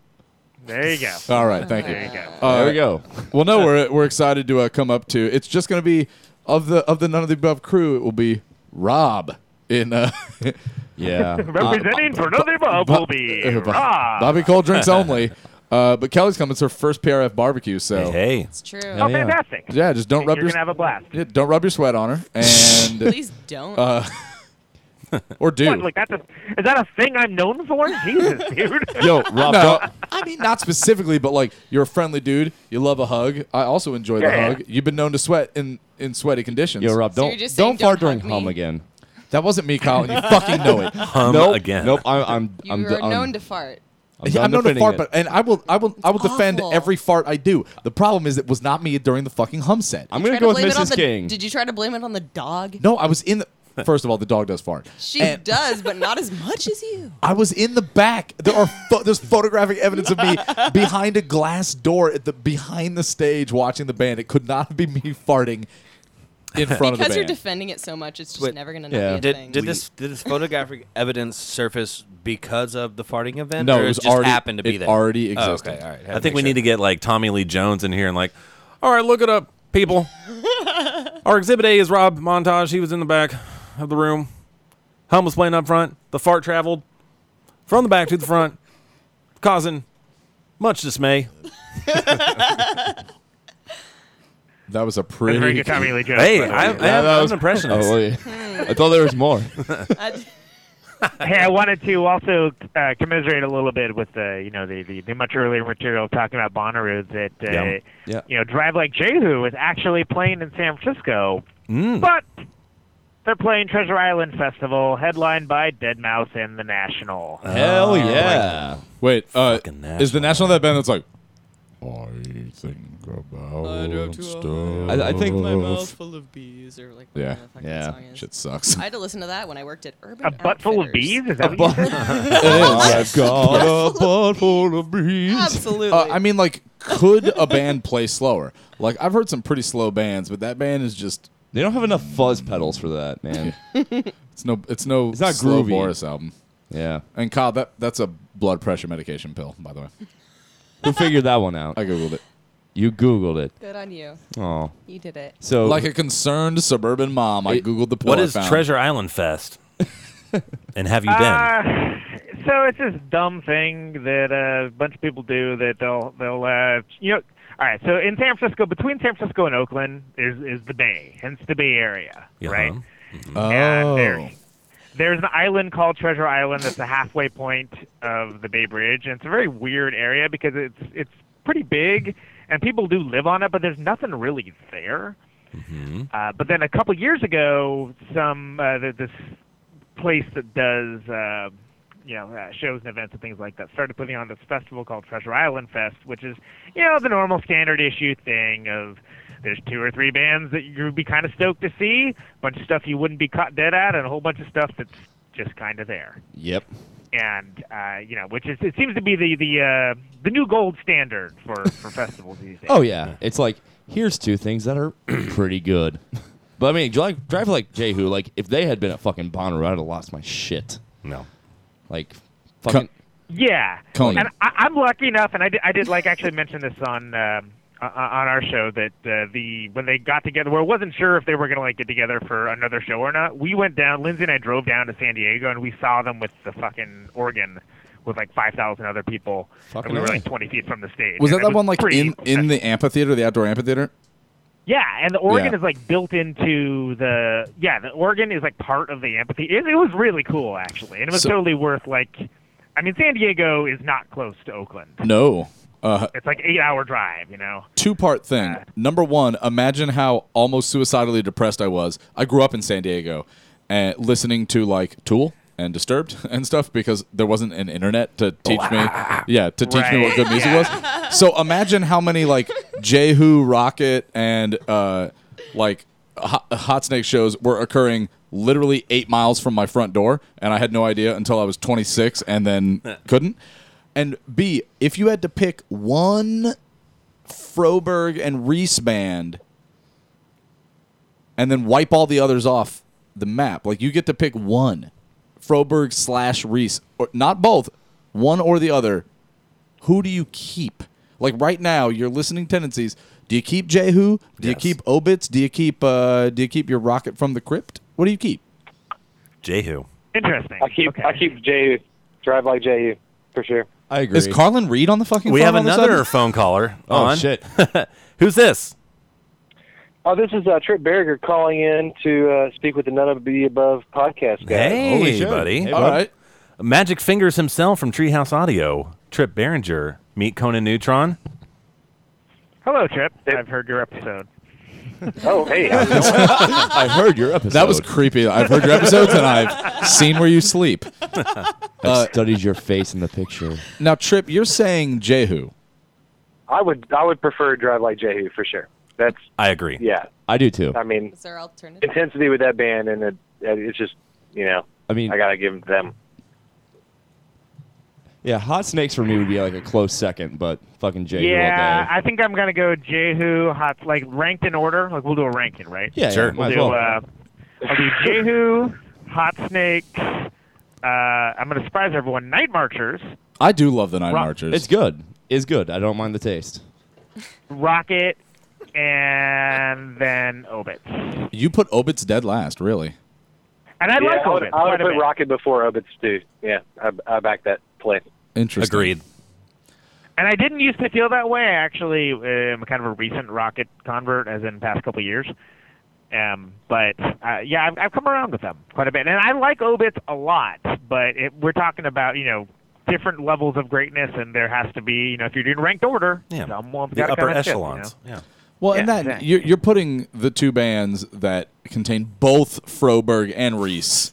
[SPEAKER 15] There you go.
[SPEAKER 7] All right, thank you.
[SPEAKER 15] There you go.
[SPEAKER 7] Uh,
[SPEAKER 8] There we go.
[SPEAKER 7] Well, no, we're we're excited to uh, come up to. It's just going to be of the of the none of the above crew. It will be Rob in. Uh,
[SPEAKER 8] yeah,
[SPEAKER 15] Representing for another above will be Rob.
[SPEAKER 7] Bobby Cold drinks only. Uh, but Kelly's coming. It's her first PRF barbecue, so
[SPEAKER 6] hey,
[SPEAKER 7] it's
[SPEAKER 11] true.
[SPEAKER 15] Oh, fantastic.
[SPEAKER 7] Yeah, just don't rub
[SPEAKER 15] You're
[SPEAKER 7] your
[SPEAKER 15] gonna have a blast.
[SPEAKER 7] yeah, don't rub your sweat on her, and
[SPEAKER 11] Please don't.
[SPEAKER 7] uh, or
[SPEAKER 15] What,
[SPEAKER 7] do.
[SPEAKER 15] like that's a, is that a thing I'm known for? Jesus, dude.
[SPEAKER 7] Yo, Rob. I mean, not specifically, but like you're a friendly dude. You love a hug. I also enjoy the
[SPEAKER 15] Yeah.
[SPEAKER 7] hug. You've been known to sweat in in sweaty conditions.
[SPEAKER 8] Yo, Rob,
[SPEAKER 7] So
[SPEAKER 8] don't
[SPEAKER 7] you're just saying
[SPEAKER 8] don't fart
[SPEAKER 7] don't hug
[SPEAKER 8] during hum
[SPEAKER 7] me.
[SPEAKER 8] again.
[SPEAKER 7] That wasn't me, Kyle, and you fucking know it.
[SPEAKER 8] Hum
[SPEAKER 7] Nope.
[SPEAKER 8] again. Nope. I'm I'm
[SPEAKER 11] You
[SPEAKER 8] I'm,
[SPEAKER 11] were
[SPEAKER 8] d- I'm-
[SPEAKER 11] known to fart.
[SPEAKER 8] I'm
[SPEAKER 7] Yeah,
[SPEAKER 8] done
[SPEAKER 7] I'm known to
[SPEAKER 8] defending
[SPEAKER 7] fart,
[SPEAKER 8] it.
[SPEAKER 7] but and I will, I will, I will defend
[SPEAKER 11] awful.
[SPEAKER 7] every fart I do. The problem is, it was not me during the fucking hum set. I'm
[SPEAKER 11] Try to blame it on the- Did you try to blame it on the dog?
[SPEAKER 7] No, Eh. I was in the. First of all, the dog does fart.
[SPEAKER 11] She does, but not as much as you.
[SPEAKER 7] I was in the back. There are pho- there's photographic evidence of me behind a glass door at the behind the stage watching the band. It could not be me farting in front
[SPEAKER 11] because
[SPEAKER 7] of the
[SPEAKER 11] you're
[SPEAKER 7] band.
[SPEAKER 11] defending it so much, it's just
[SPEAKER 10] Wait,
[SPEAKER 11] never gonna not be a
[SPEAKER 10] Did,
[SPEAKER 11] thing.
[SPEAKER 10] did this did this photographic evidence surface because of the farting event?
[SPEAKER 6] No,
[SPEAKER 10] or
[SPEAKER 6] it was
[SPEAKER 10] just
[SPEAKER 6] already-
[SPEAKER 10] happened to be
[SPEAKER 6] it
[SPEAKER 10] there.
[SPEAKER 6] already
[SPEAKER 10] Oh,
[SPEAKER 6] existed.
[SPEAKER 10] okay, all right. Had
[SPEAKER 6] I
[SPEAKER 10] to
[SPEAKER 6] think
[SPEAKER 10] make
[SPEAKER 6] we
[SPEAKER 10] sure.
[SPEAKER 6] need to get like Tommy Lee Jones in here and like, all right, look it up, people. Our exhibit A is Rob montage. He was in the back of the room. Hum was playing up front. The fart traveled from the back to the front, causing much dismay.
[SPEAKER 7] That was a pretty
[SPEAKER 15] very good Tommy Lee Jones,
[SPEAKER 6] Hey,
[SPEAKER 15] by
[SPEAKER 6] I,
[SPEAKER 15] the
[SPEAKER 6] I,
[SPEAKER 15] way. Yeah,
[SPEAKER 6] have,
[SPEAKER 15] that
[SPEAKER 6] I was
[SPEAKER 15] was-
[SPEAKER 6] an impressionist.
[SPEAKER 15] Oh, yeah.
[SPEAKER 8] I thought there was more.
[SPEAKER 15] hey, I wanted to also uh, commiserate a little bit with the you know the, the, the much earlier material talking about Bonnaroo that uh,
[SPEAKER 3] Yeah. Yeah.
[SPEAKER 15] you know Drive Like Jehu is actually playing in San Francisco, but They're playing Treasure Island Festival, headlined by Dead Mouse and The National.
[SPEAKER 7] Oh,
[SPEAKER 8] Hell yeah!
[SPEAKER 7] Ah, Wait, uh, is the national that band that's like?
[SPEAKER 8] I, I think
[SPEAKER 11] my mouth full of bees or like
[SPEAKER 7] Yeah,
[SPEAKER 11] whatever the fuck that
[SPEAKER 7] yeah,
[SPEAKER 11] song is.
[SPEAKER 7] shit sucks.
[SPEAKER 11] I had to listen to that when I worked at Urban.
[SPEAKER 15] A butt full of bees? Is that
[SPEAKER 7] A Oh
[SPEAKER 15] what
[SPEAKER 7] butt-
[SPEAKER 15] you
[SPEAKER 7] It
[SPEAKER 8] Oh
[SPEAKER 7] is.
[SPEAKER 15] said?
[SPEAKER 7] I've got a butt full of bees.
[SPEAKER 11] Absolutely.
[SPEAKER 7] Uh, I mean, like, could a band play slower? Like, I've heard some pretty slow bands, but that band is just.
[SPEAKER 8] They don't have enough fuzz pedals for that, man.
[SPEAKER 7] it's no. It's no. It's
[SPEAKER 8] not
[SPEAKER 7] slow
[SPEAKER 8] groovy.
[SPEAKER 7] Boris album.
[SPEAKER 8] Yeah.
[SPEAKER 7] And Kyle, that that's a blood pressure medication pill, by the way.
[SPEAKER 8] Who figured that one out?
[SPEAKER 7] I googled it.
[SPEAKER 8] You googled it.
[SPEAKER 11] Good on you.
[SPEAKER 8] Oh.
[SPEAKER 11] You did it.
[SPEAKER 8] So
[SPEAKER 7] like a concerned suburban mom, Um, I googled the pill.
[SPEAKER 6] What
[SPEAKER 7] I
[SPEAKER 6] is
[SPEAKER 7] found.
[SPEAKER 6] Treasure Island Fest? and have you been?
[SPEAKER 15] Uh, so it's this dumb thing that uh, a bunch of people do that they'll they'll uh, you know. All right, so in San Francisco, between San Francisco and Oakland is is the Bay, hence the Bay Area, right?
[SPEAKER 6] Uh-huh. Mm-hmm.
[SPEAKER 7] Oh.
[SPEAKER 15] There's an island called Treasure Island that's the halfway point of the Bay Bridge, and it's a very weird area because it's it's pretty big, and people do live on it, but there's nothing really there.
[SPEAKER 6] Mm-hmm.
[SPEAKER 15] Uh, but then a couple years ago, some uh, th- this place that does uh, you know uh, shows and events and things like that started putting on this festival called Treasure Island Fest, which is you know the normal standard issue thing of there's two or three bands that you'd be kind of stoked to see, a bunch of stuff you wouldn't be caught dead at, and a whole bunch of stuff that's just kind of there.
[SPEAKER 8] Yep.
[SPEAKER 15] And uh, you know, which is it seems to be the the uh, the new gold standard for for festivals these days.
[SPEAKER 8] Oh yeah, it's like here's two things that are pretty good. But I mean, drive, drive like Jehu. Like if they had been at fucking Bonnaroo, I'd have lost my shit.
[SPEAKER 6] No,
[SPEAKER 8] like fucking
[SPEAKER 15] Yeah,
[SPEAKER 8] Conan.
[SPEAKER 15] and I, I'm lucky enough, and I did, I did like actually mention this on um, uh, on our show that uh, the when they got together, well, I wasn't sure if they were gonna like get together for another show or not. We went down, Lindsay and I drove down to San Diego, and we saw them with the fucking organ with like five thousand other people,
[SPEAKER 7] Fucking
[SPEAKER 15] and we were
[SPEAKER 7] A.
[SPEAKER 15] like twenty feet from the stage.
[SPEAKER 7] Was that
[SPEAKER 15] and it
[SPEAKER 7] that one like
[SPEAKER 15] pretty-
[SPEAKER 7] in in the amphitheater, the outdoor amphitheater?
[SPEAKER 15] yeah, and the organ
[SPEAKER 7] Yeah.
[SPEAKER 15] is like built into the yeah, the organ is like part of the amphitheater. It, it was really cool actually, and it was
[SPEAKER 7] So-
[SPEAKER 15] totally worth like. I mean, San Diego is not close to Oakland.
[SPEAKER 7] No.
[SPEAKER 8] Uh-huh.
[SPEAKER 7] Uh,
[SPEAKER 15] It's like eight hour drive, you know.
[SPEAKER 7] two part thing. Number one, imagine how almost suicidally depressed I was. I grew up in San Diego and listening to like Tool and Disturbed and stuff because there wasn't an internet to teach me yeah, to teach me
[SPEAKER 14] Right.
[SPEAKER 7] what good music was. So imagine how many like Jehu Rocket and uh like Hot, Hot Snake shows were occurring literally 8 miles from my front door and I had no idea until I was 26 and then couldn't. And B, if you had to pick one Froberg and Reese band, and then wipe all the others off the map. Like you get to pick one, Froberg slash Reese, or not both, one or the other. Who do you keep? Like right now, you're listening tendencies. Do you keep Jehu? Do you keep Obits? Do you keep uh, Do you keep your Rocket from the Crypt? What do you keep?
[SPEAKER 6] Jehu.
[SPEAKER 15] Interesting.
[SPEAKER 17] I keep I keep JU. Drive like JU for sure.
[SPEAKER 8] I
[SPEAKER 17] agree.
[SPEAKER 7] Is Carlin Reed on the fucking?
[SPEAKER 6] We have
[SPEAKER 7] phone all of a
[SPEAKER 6] another
[SPEAKER 7] sudden?
[SPEAKER 6] phone caller.
[SPEAKER 7] Oh,
[SPEAKER 6] on.
[SPEAKER 7] shit.
[SPEAKER 6] Who's this?
[SPEAKER 17] Oh, this is uh, Trip Berger calling in to uh, speak with the None of the Above podcast guy.
[SPEAKER 6] Hey, buddy. Magic Fingers himself from Treehouse Audio, Trip Barringer. Meet Conan Neutron.
[SPEAKER 15] Hello, Trip. I've heard your episode.
[SPEAKER 17] Oh, hey. how's it going?
[SPEAKER 8] I heard your episode.
[SPEAKER 7] That was creepy. I've heard your episodes and I've seen where you sleep. Uh,
[SPEAKER 8] I studied your face in the picture.
[SPEAKER 7] Now, Trip, you're saying Jehu.
[SPEAKER 17] I would I would prefer Drive Like Jehu for sure. That's
[SPEAKER 6] I agree.
[SPEAKER 17] yeah.
[SPEAKER 8] I do too.
[SPEAKER 17] I mean,
[SPEAKER 11] Is there alternative?
[SPEAKER 17] intensity with that band, and it, it's just you know.
[SPEAKER 8] I mean-
[SPEAKER 17] I gotta give them them.
[SPEAKER 8] Yeah, Hot Snakes for me would be like a close second, but fucking Jehu
[SPEAKER 15] yeah,
[SPEAKER 8] all day.
[SPEAKER 15] I think I'm gonna go Jehu Hot like ranked in order. Like we'll do a ranking, right?
[SPEAKER 8] Yeah, Sure. yeah,
[SPEAKER 15] We'll
[SPEAKER 8] might as
[SPEAKER 15] do,
[SPEAKER 8] well.
[SPEAKER 15] uh, I'll do Jehu, Hot Snake. Uh, I'm gonna surprise everyone. Night Marchers,
[SPEAKER 7] I do love the Nine
[SPEAKER 15] Rock-
[SPEAKER 7] Marchers.
[SPEAKER 8] It's good. It's good. I don't mind the taste.
[SPEAKER 15] Rocket, and then Obits. And
[SPEAKER 7] You put Obits dead last, really.
[SPEAKER 15] I
[SPEAKER 17] yeah,
[SPEAKER 15] like
[SPEAKER 17] I would,
[SPEAKER 15] Obits.
[SPEAKER 17] I would
[SPEAKER 15] quite a
[SPEAKER 17] put
[SPEAKER 15] bit.
[SPEAKER 17] Rocket before Obits too. Yeah, I, I back that play.
[SPEAKER 7] Interesting.
[SPEAKER 6] Agreed.
[SPEAKER 15] And I didn't used to feel that way. I actually am kind of a recent Rocket convert, as in past couple years. Um, but uh, yeah, I've, I've come around with them quite a bit, and I like Obits a lot. But it, we're talking about you know different levels of greatness, and there has to be you know if you're doing ranked order,
[SPEAKER 6] Yeah.
[SPEAKER 15] someone's
[SPEAKER 6] The
[SPEAKER 15] got
[SPEAKER 6] upper
[SPEAKER 15] kind of
[SPEAKER 6] echelons.
[SPEAKER 15] Shift, you know?
[SPEAKER 6] Yeah.
[SPEAKER 7] Well, and that you're, you're putting the two bands that contain both Froberg and Reese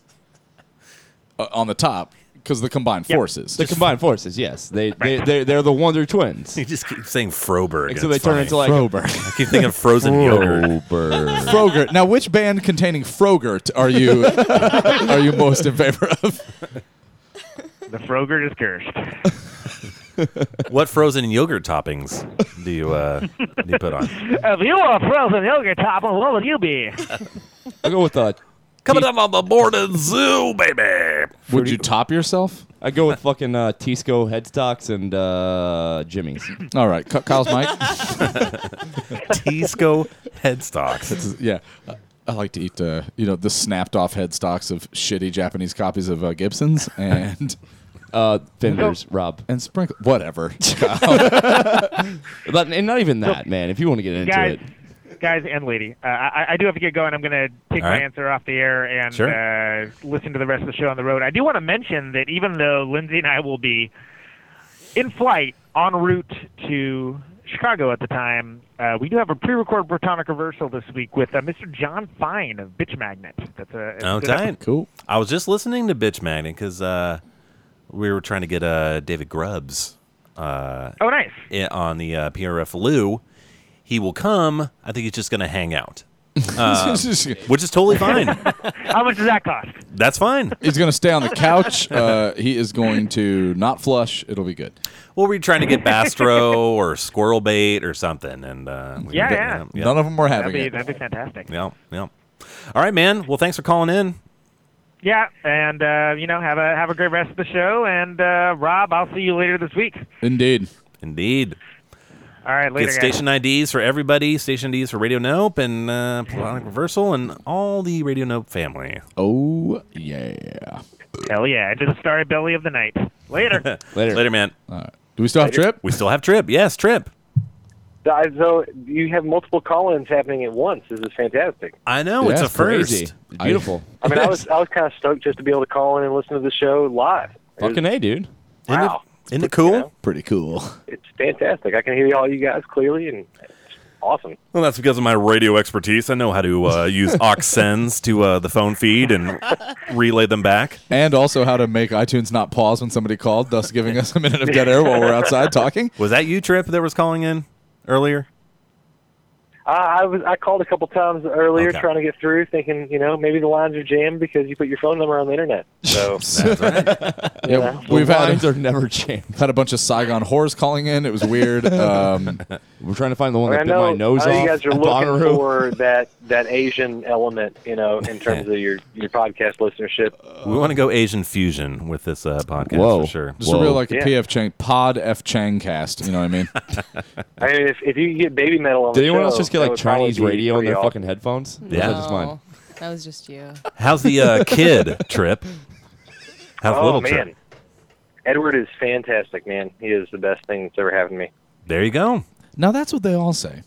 [SPEAKER 7] uh, on the top because the combined forces.
[SPEAKER 8] The combined forces, yes. They, they, they're, they're the Wonder Twins.
[SPEAKER 6] You just keep saying Froberg.
[SPEAKER 8] Except they turn into like
[SPEAKER 6] I keep thinking frozen yogurt.
[SPEAKER 7] Frogurt. Now, which band containing Frogurt are you are you most in favor of?
[SPEAKER 15] The Frogurt is cursed.
[SPEAKER 6] what frozen yogurt toppings do you uh, do you put on?
[SPEAKER 15] if you were a frozen yogurt topping, what would you be?
[SPEAKER 8] I'll go with
[SPEAKER 7] uh,
[SPEAKER 8] the.
[SPEAKER 6] Coming up on the board of zoo, baby.
[SPEAKER 7] Would you top yourself?
[SPEAKER 8] I go with fucking uh, Tisco headstocks and uh, Jimmy's.
[SPEAKER 7] All right, Ky- Kyle's mic.
[SPEAKER 6] Tisco headstocks.
[SPEAKER 7] yeah. I- I like to eat, uh, you know, the snapped off headstocks of shitty Japanese copies of uh, Gibson's and
[SPEAKER 8] uh, Fenders, Rob
[SPEAKER 7] and sprinkle whatever.
[SPEAKER 8] but and not even that, man. If you want to get into
[SPEAKER 15] guys,
[SPEAKER 8] it,
[SPEAKER 15] guys and lady, uh, I, I do have to get going. I'm going to take
[SPEAKER 8] All
[SPEAKER 15] my
[SPEAKER 8] right.
[SPEAKER 15] answer off the air and
[SPEAKER 8] Sure.
[SPEAKER 15] uh, listen to the rest of the show on the road. I do want to mention that even though Lindsay and I will be in flight en route to Chicago at the time, uh, we do have a pre-recorded Britonic reversal this week with uh, Mr. John Fine of Bitch Magnet. That's a it's a
[SPEAKER 6] Oh,
[SPEAKER 15] good
[SPEAKER 6] tight.
[SPEAKER 7] Cool.
[SPEAKER 6] I was just listening to Bitch Magnet because uh, we were trying to get uh, David Grubbs. Uh,
[SPEAKER 15] oh, nice.
[SPEAKER 6] on the uh, PRF Lou. He will come. I think he's just going to hang out, Um, which is totally fine.
[SPEAKER 15] How much does that cost?
[SPEAKER 6] That's fine.
[SPEAKER 7] He's going to stay on the couch. Uh, he is going to not flush. It'll be good.
[SPEAKER 6] Well, we're trying to get Bastro or Squirrel Bait or something, and uh, we
[SPEAKER 15] Yeah,
[SPEAKER 6] didn't-
[SPEAKER 15] yeah.
[SPEAKER 7] None of them were having
[SPEAKER 15] that'd be,
[SPEAKER 6] it.
[SPEAKER 15] That'd be fantastic.
[SPEAKER 6] Yeah, yeah. All right, man. Well, thanks for calling in.
[SPEAKER 15] Yeah, and uh, you know, have a have a great rest of the show. And uh, Rob, I'll see you later this week.
[SPEAKER 7] Indeed.
[SPEAKER 6] Indeed.
[SPEAKER 15] All right, later.
[SPEAKER 6] Get
[SPEAKER 15] guys.
[SPEAKER 6] station IDs for everybody, station IDs for Radio Nope and uh, Platonic Reversal and all the Radio Nope family.
[SPEAKER 7] Oh, yeah.
[SPEAKER 15] Hell yeah! Into the starry belly of the night. Later.
[SPEAKER 6] Later. Later, man.
[SPEAKER 7] Do we still have Trip?
[SPEAKER 6] We still have Trip. Yes, Trip.
[SPEAKER 17] I- So you have multiple call-ins happening at once. This is fantastic.
[SPEAKER 6] I know.
[SPEAKER 8] Yeah,
[SPEAKER 6] it's a
[SPEAKER 8] it's crazy.
[SPEAKER 6] first.
[SPEAKER 8] It's beautiful.
[SPEAKER 17] I mean, I was I was kind of stoked just to be able to call in and listen to the show live. It was-
[SPEAKER 8] fucking a, dude.
[SPEAKER 17] Wow,
[SPEAKER 6] Isn't it cool?
[SPEAKER 7] Pretty cool.
[SPEAKER 17] it's fantastic. I can hear all you guys clearly, and it's awesome.
[SPEAKER 6] Well, that's because of my radio expertise. I know how to uh, use aux sends to uh, the phone feed and relay them back.
[SPEAKER 7] And also how to make iTunes not pause when somebody called, thus giving us a minute of dead air while we're outside talking.
[SPEAKER 6] Was that you, Trip, that was calling in earlier?
[SPEAKER 17] I, I was I called a couple times earlier
[SPEAKER 6] Okay.
[SPEAKER 17] trying to get through, thinking you know maybe the lines are jammed because you put your phone number on the internet. So
[SPEAKER 7] Yeah,
[SPEAKER 17] The
[SPEAKER 7] we've
[SPEAKER 17] lines
[SPEAKER 7] had are never jammed. Had a bunch of Saigon whores calling in. It was weird. Um,
[SPEAKER 8] we're trying to find the one
[SPEAKER 17] I, mean, I know, I know you guys are looking for that that Asian element, you know, in terms of your your podcast listenership.
[SPEAKER 6] We want to go Asian fusion with this uh, podcast
[SPEAKER 7] Whoa.
[SPEAKER 6] for sure.
[SPEAKER 7] Just a real like a
[SPEAKER 17] Yeah.
[SPEAKER 7] PF Chang pod F Chang cast. You know what I mean?
[SPEAKER 17] I mean, if if you could get baby metal on
[SPEAKER 7] Did
[SPEAKER 17] the
[SPEAKER 7] anyone
[SPEAKER 17] show,
[SPEAKER 7] else just get,
[SPEAKER 17] that
[SPEAKER 7] like,
[SPEAKER 17] would probably
[SPEAKER 7] Chinese
[SPEAKER 17] be
[SPEAKER 7] radio on
[SPEAKER 17] pretty
[SPEAKER 7] their
[SPEAKER 17] awesome.
[SPEAKER 8] fucking headphones.
[SPEAKER 6] Yeah,
[SPEAKER 11] no,
[SPEAKER 6] that's mine.
[SPEAKER 11] That was just you.
[SPEAKER 6] Hmm. How's the uh, kid, Trip? How's
[SPEAKER 17] oh
[SPEAKER 6] little
[SPEAKER 17] man,
[SPEAKER 6] Trip?
[SPEAKER 17] Edward is fantastic, man. He is the best thing that's ever happened to me.
[SPEAKER 6] There you go.
[SPEAKER 7] Now that's what they all say.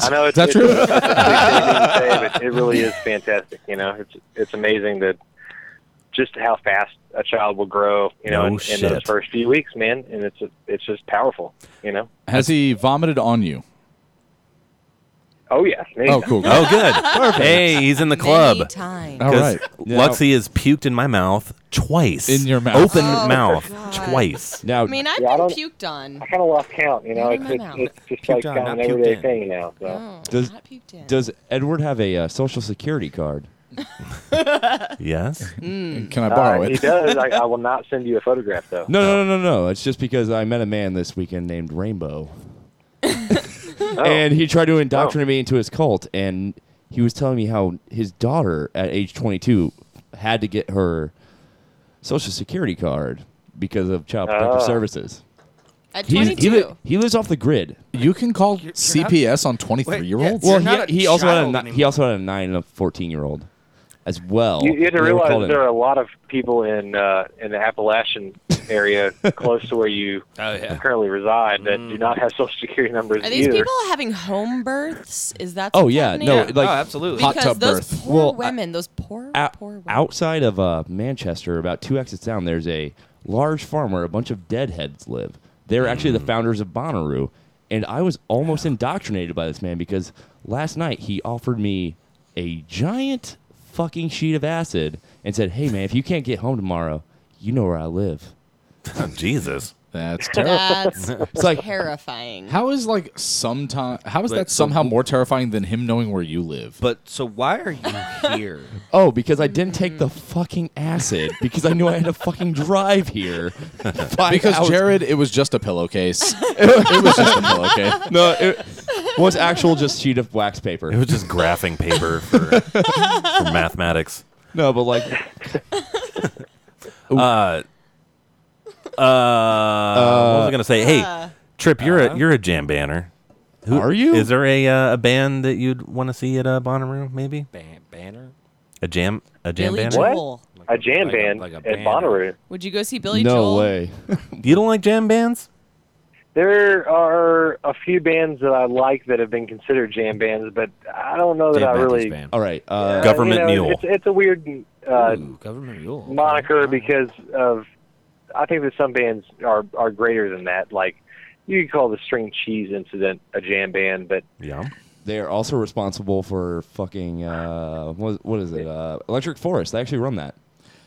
[SPEAKER 17] I know it's
[SPEAKER 7] That's
[SPEAKER 17] it's,
[SPEAKER 7] true.
[SPEAKER 17] it's a cliche thing to say, but it really is fantastic. You know, it's it's amazing that just how fast a child will grow. You know,
[SPEAKER 7] No
[SPEAKER 17] in, in those
[SPEAKER 7] shit.
[SPEAKER 17] first few weeks, man, and it's it's just powerful. You know.
[SPEAKER 7] Has he vomited on you?
[SPEAKER 17] Oh yeah. Many
[SPEAKER 7] Oh,
[SPEAKER 17] times.
[SPEAKER 7] cool.
[SPEAKER 6] Oh, good. Hey, he's in the club.
[SPEAKER 11] times.
[SPEAKER 17] All
[SPEAKER 6] 'Cause
[SPEAKER 17] right.
[SPEAKER 6] Luxie has puked in my mouth twice.
[SPEAKER 7] In your mouth.
[SPEAKER 6] Open
[SPEAKER 11] Oh,
[SPEAKER 6] mouth
[SPEAKER 11] God.
[SPEAKER 6] twice.
[SPEAKER 8] Now,
[SPEAKER 11] I mean, I've
[SPEAKER 17] Yeah, I
[SPEAKER 11] been
[SPEAKER 17] don't-
[SPEAKER 11] puked on.
[SPEAKER 17] I kind of lost count. You know,
[SPEAKER 11] Not
[SPEAKER 17] it's
[SPEAKER 11] in my
[SPEAKER 17] it's,
[SPEAKER 11] mouth.
[SPEAKER 17] it's just like
[SPEAKER 11] Puked on,
[SPEAKER 17] kind of
[SPEAKER 11] not
[SPEAKER 17] an
[SPEAKER 11] puked
[SPEAKER 17] everyday
[SPEAKER 11] in.
[SPEAKER 17] thing now. So.
[SPEAKER 11] Oh.
[SPEAKER 8] Does does Edward have a uh, social security card?
[SPEAKER 6] yes.
[SPEAKER 7] Can I
[SPEAKER 8] Mm. borrow
[SPEAKER 17] Uh,
[SPEAKER 8] it?
[SPEAKER 17] He does. I, I will not send you a photograph though. Oh.
[SPEAKER 8] No, no, no, no, no. It's just because I met a man this weekend named Rainbow,
[SPEAKER 17] Oh.
[SPEAKER 8] and he tried to indoctrinate me into his cult, and he was telling me how his daughter at age 22 had to get her social security card because of child protective
[SPEAKER 7] Ah.
[SPEAKER 8] services.
[SPEAKER 11] At
[SPEAKER 8] He- He, li-
[SPEAKER 11] 22.
[SPEAKER 8] he lives off the grid.
[SPEAKER 7] You can call CPS on twenty three year olds.
[SPEAKER 8] Well, he, he also had a, ni- he also had a nine and a fourteen year old as well.
[SPEAKER 17] You, you have
[SPEAKER 8] They
[SPEAKER 17] to
[SPEAKER 8] were called
[SPEAKER 17] realize
[SPEAKER 8] in.
[SPEAKER 17] there are a lot of people in uh, in the Appalachian area close to where you currently reside that do not have social security numbers
[SPEAKER 11] Are these
[SPEAKER 17] either.
[SPEAKER 11] people having home births? Is that?
[SPEAKER 8] Oh
[SPEAKER 11] what's
[SPEAKER 8] yeah,
[SPEAKER 11] happening?
[SPEAKER 8] no, like
[SPEAKER 10] Oh,
[SPEAKER 11] Because those poor
[SPEAKER 8] well,
[SPEAKER 11] women, those poor,
[SPEAKER 8] out-
[SPEAKER 11] poor women.
[SPEAKER 8] outside of uh, Manchester, about two exits down, there's a large farm where a bunch of deadheads live. They're actually the founders of Bonnaroo, And I was almost indoctrinated by this man because last night he offered me a giant fucking sheet of acid and said, "Hey man, if you can't get home tomorrow, you know where I live."
[SPEAKER 6] Jesus,
[SPEAKER 7] that's
[SPEAKER 11] That's
[SPEAKER 7] it's like
[SPEAKER 11] terrifying.
[SPEAKER 7] how is like sometime how is
[SPEAKER 11] But
[SPEAKER 7] that
[SPEAKER 11] so-
[SPEAKER 7] somehow more terrifying than him knowing where you live?
[SPEAKER 10] But so why are you here?
[SPEAKER 8] Oh, because I didn't
[SPEAKER 7] Mm.
[SPEAKER 8] take the fucking acid because I knew I had to fucking drive here. Five
[SPEAKER 7] because
[SPEAKER 8] hours-
[SPEAKER 7] Jared, it was just a pillowcase. it was just a pillowcase.
[SPEAKER 8] No, it was actual just sheet of wax paper. It
[SPEAKER 6] was just graphing paper for, for mathematics.
[SPEAKER 8] No, but like,
[SPEAKER 6] uh, uh, what was I gonna say?
[SPEAKER 11] Uh,
[SPEAKER 6] Hey, Trip, you're a you're a jam banner.
[SPEAKER 8] uh-huh. Are you?
[SPEAKER 6] Is there a uh, a band that you'd want to see at uh, Bonnaroo? Maybe
[SPEAKER 10] Ban- banner?
[SPEAKER 6] a jam a jam
[SPEAKER 11] Billy
[SPEAKER 6] banner.
[SPEAKER 11] Joel.
[SPEAKER 17] a jam band at Bonnaroo.
[SPEAKER 11] Would you go see Billy
[SPEAKER 6] No
[SPEAKER 11] Joel?
[SPEAKER 8] way.
[SPEAKER 6] you don't like jam bands?
[SPEAKER 17] There are a few bands that I like that have been considered jam bands, but I don't know Oh, that I really.
[SPEAKER 8] All right,
[SPEAKER 17] Uh,
[SPEAKER 8] uh,
[SPEAKER 17] you know, It's, it's a weird uh,
[SPEAKER 10] government mule
[SPEAKER 17] moniker because of. I think that some bands are are greater than that. Like you could call the string cheese incident a jam band, but
[SPEAKER 6] yeah,
[SPEAKER 8] They are also responsible for fucking uh, what, what is it? Uh, Electric Forest. They actually run that.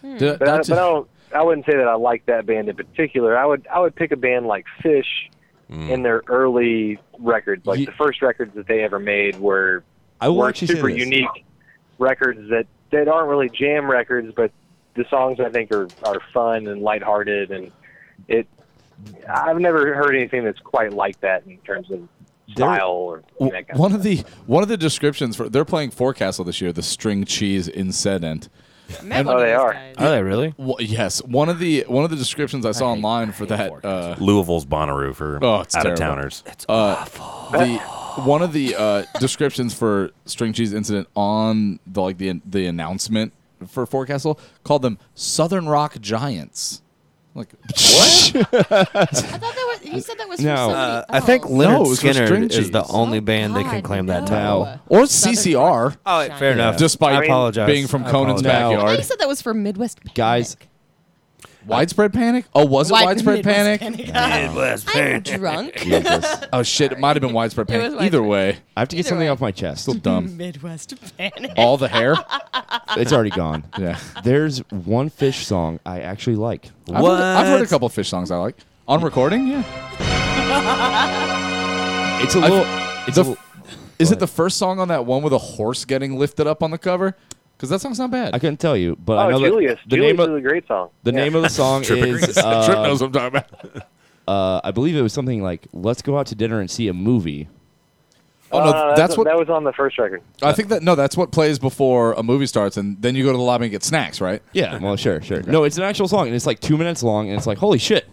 [SPEAKER 17] but, I, but I, don't, I wouldn't say that I like that band in particular. I would I would pick a band like Fish
[SPEAKER 8] Hmm.
[SPEAKER 17] in their early records, like the first records that they ever made were
[SPEAKER 8] I will
[SPEAKER 17] were
[SPEAKER 8] actually say
[SPEAKER 17] super
[SPEAKER 8] this.
[SPEAKER 17] unique records that that aren't really jam records, but the songs I think are are fun and lighthearted and it. I've never heard anything that's quite like that in terms of style or
[SPEAKER 7] W-
[SPEAKER 17] that kind
[SPEAKER 7] One of the one of the descriptions for they're playing Forecastle this year. The string cheese incident.
[SPEAKER 17] met one of Oh, they those are. guys.
[SPEAKER 10] Are they really?
[SPEAKER 7] yes. One of the one of the descriptions I saw online for that. Uh,
[SPEAKER 6] Louisville's Bonnaroo for
[SPEAKER 7] oh, it's
[SPEAKER 6] out
[SPEAKER 7] terrible.
[SPEAKER 6] of towners.
[SPEAKER 7] It's awful. The one of the uh, descriptions for string cheese incident on the like the the announcement for Forecastle called them Southern Rock Giants. Like what?
[SPEAKER 11] I thought that was. You said that was
[SPEAKER 7] No.
[SPEAKER 11] for
[SPEAKER 10] Uh,
[SPEAKER 11] somebody
[SPEAKER 10] I think
[SPEAKER 11] else. Oh,
[SPEAKER 10] Leonard
[SPEAKER 7] No, it was for
[SPEAKER 10] Skinner
[SPEAKER 7] string
[SPEAKER 10] is the
[SPEAKER 7] cheese.
[SPEAKER 10] only band that can claim that title.
[SPEAKER 7] Or CCR.
[SPEAKER 10] Oh, wait, fair enough.
[SPEAKER 7] Despite
[SPEAKER 10] I apologize.
[SPEAKER 7] being from
[SPEAKER 10] I
[SPEAKER 7] Conan's
[SPEAKER 10] apologize.
[SPEAKER 11] I thought you
[SPEAKER 7] backyard.
[SPEAKER 11] said that was for Midwest.
[SPEAKER 8] Guys,
[SPEAKER 7] widespread panic? Oh, was it
[SPEAKER 11] Wide-
[SPEAKER 7] widespread
[SPEAKER 11] Midwest
[SPEAKER 7] panic?
[SPEAKER 11] panic. Midwest I'm panic. drunk. Jesus.
[SPEAKER 7] oh shit! It might have been widespread
[SPEAKER 11] It was
[SPEAKER 7] panic. Either
[SPEAKER 11] widespread.
[SPEAKER 7] way,
[SPEAKER 8] I have to get
[SPEAKER 11] Either
[SPEAKER 8] something
[SPEAKER 11] way.
[SPEAKER 8] off my chest.
[SPEAKER 7] Still dumb.
[SPEAKER 11] Midwest panic.
[SPEAKER 7] All the hair.
[SPEAKER 8] it's already gone.
[SPEAKER 7] Yeah.
[SPEAKER 8] There's one fish song I actually like.
[SPEAKER 7] I've heard, I've heard a couple of fish songs I like on recording. Yeah,
[SPEAKER 8] It's a little. it's
[SPEAKER 7] the
[SPEAKER 8] a
[SPEAKER 7] f- is it the first song on that one with a horse getting lifted up on the cover? Because that song's not bad.
[SPEAKER 8] I couldn't tell you, but
[SPEAKER 7] Oh,
[SPEAKER 8] I know that
[SPEAKER 7] Julius.
[SPEAKER 8] the
[SPEAKER 7] Julius
[SPEAKER 8] name of
[SPEAKER 7] is a great song.
[SPEAKER 8] The
[SPEAKER 7] Yeah.
[SPEAKER 8] name of the song
[SPEAKER 7] Trip
[SPEAKER 8] is
[SPEAKER 7] agrees.
[SPEAKER 8] uh,
[SPEAKER 7] Trip knows what I'm talking about.
[SPEAKER 8] uh, I believe it was something like "Let's go out to dinner and see a movie."
[SPEAKER 7] Oh, no, that's what-
[SPEAKER 17] Uh, that was on the first record.
[SPEAKER 7] I think that no, that's what plays before a movie starts, and then you go to the lobby and get snacks, right?
[SPEAKER 8] Yeah, well, sure, sure. No, it's an actual song, and it's like two minutes long, and it's like, holy shit,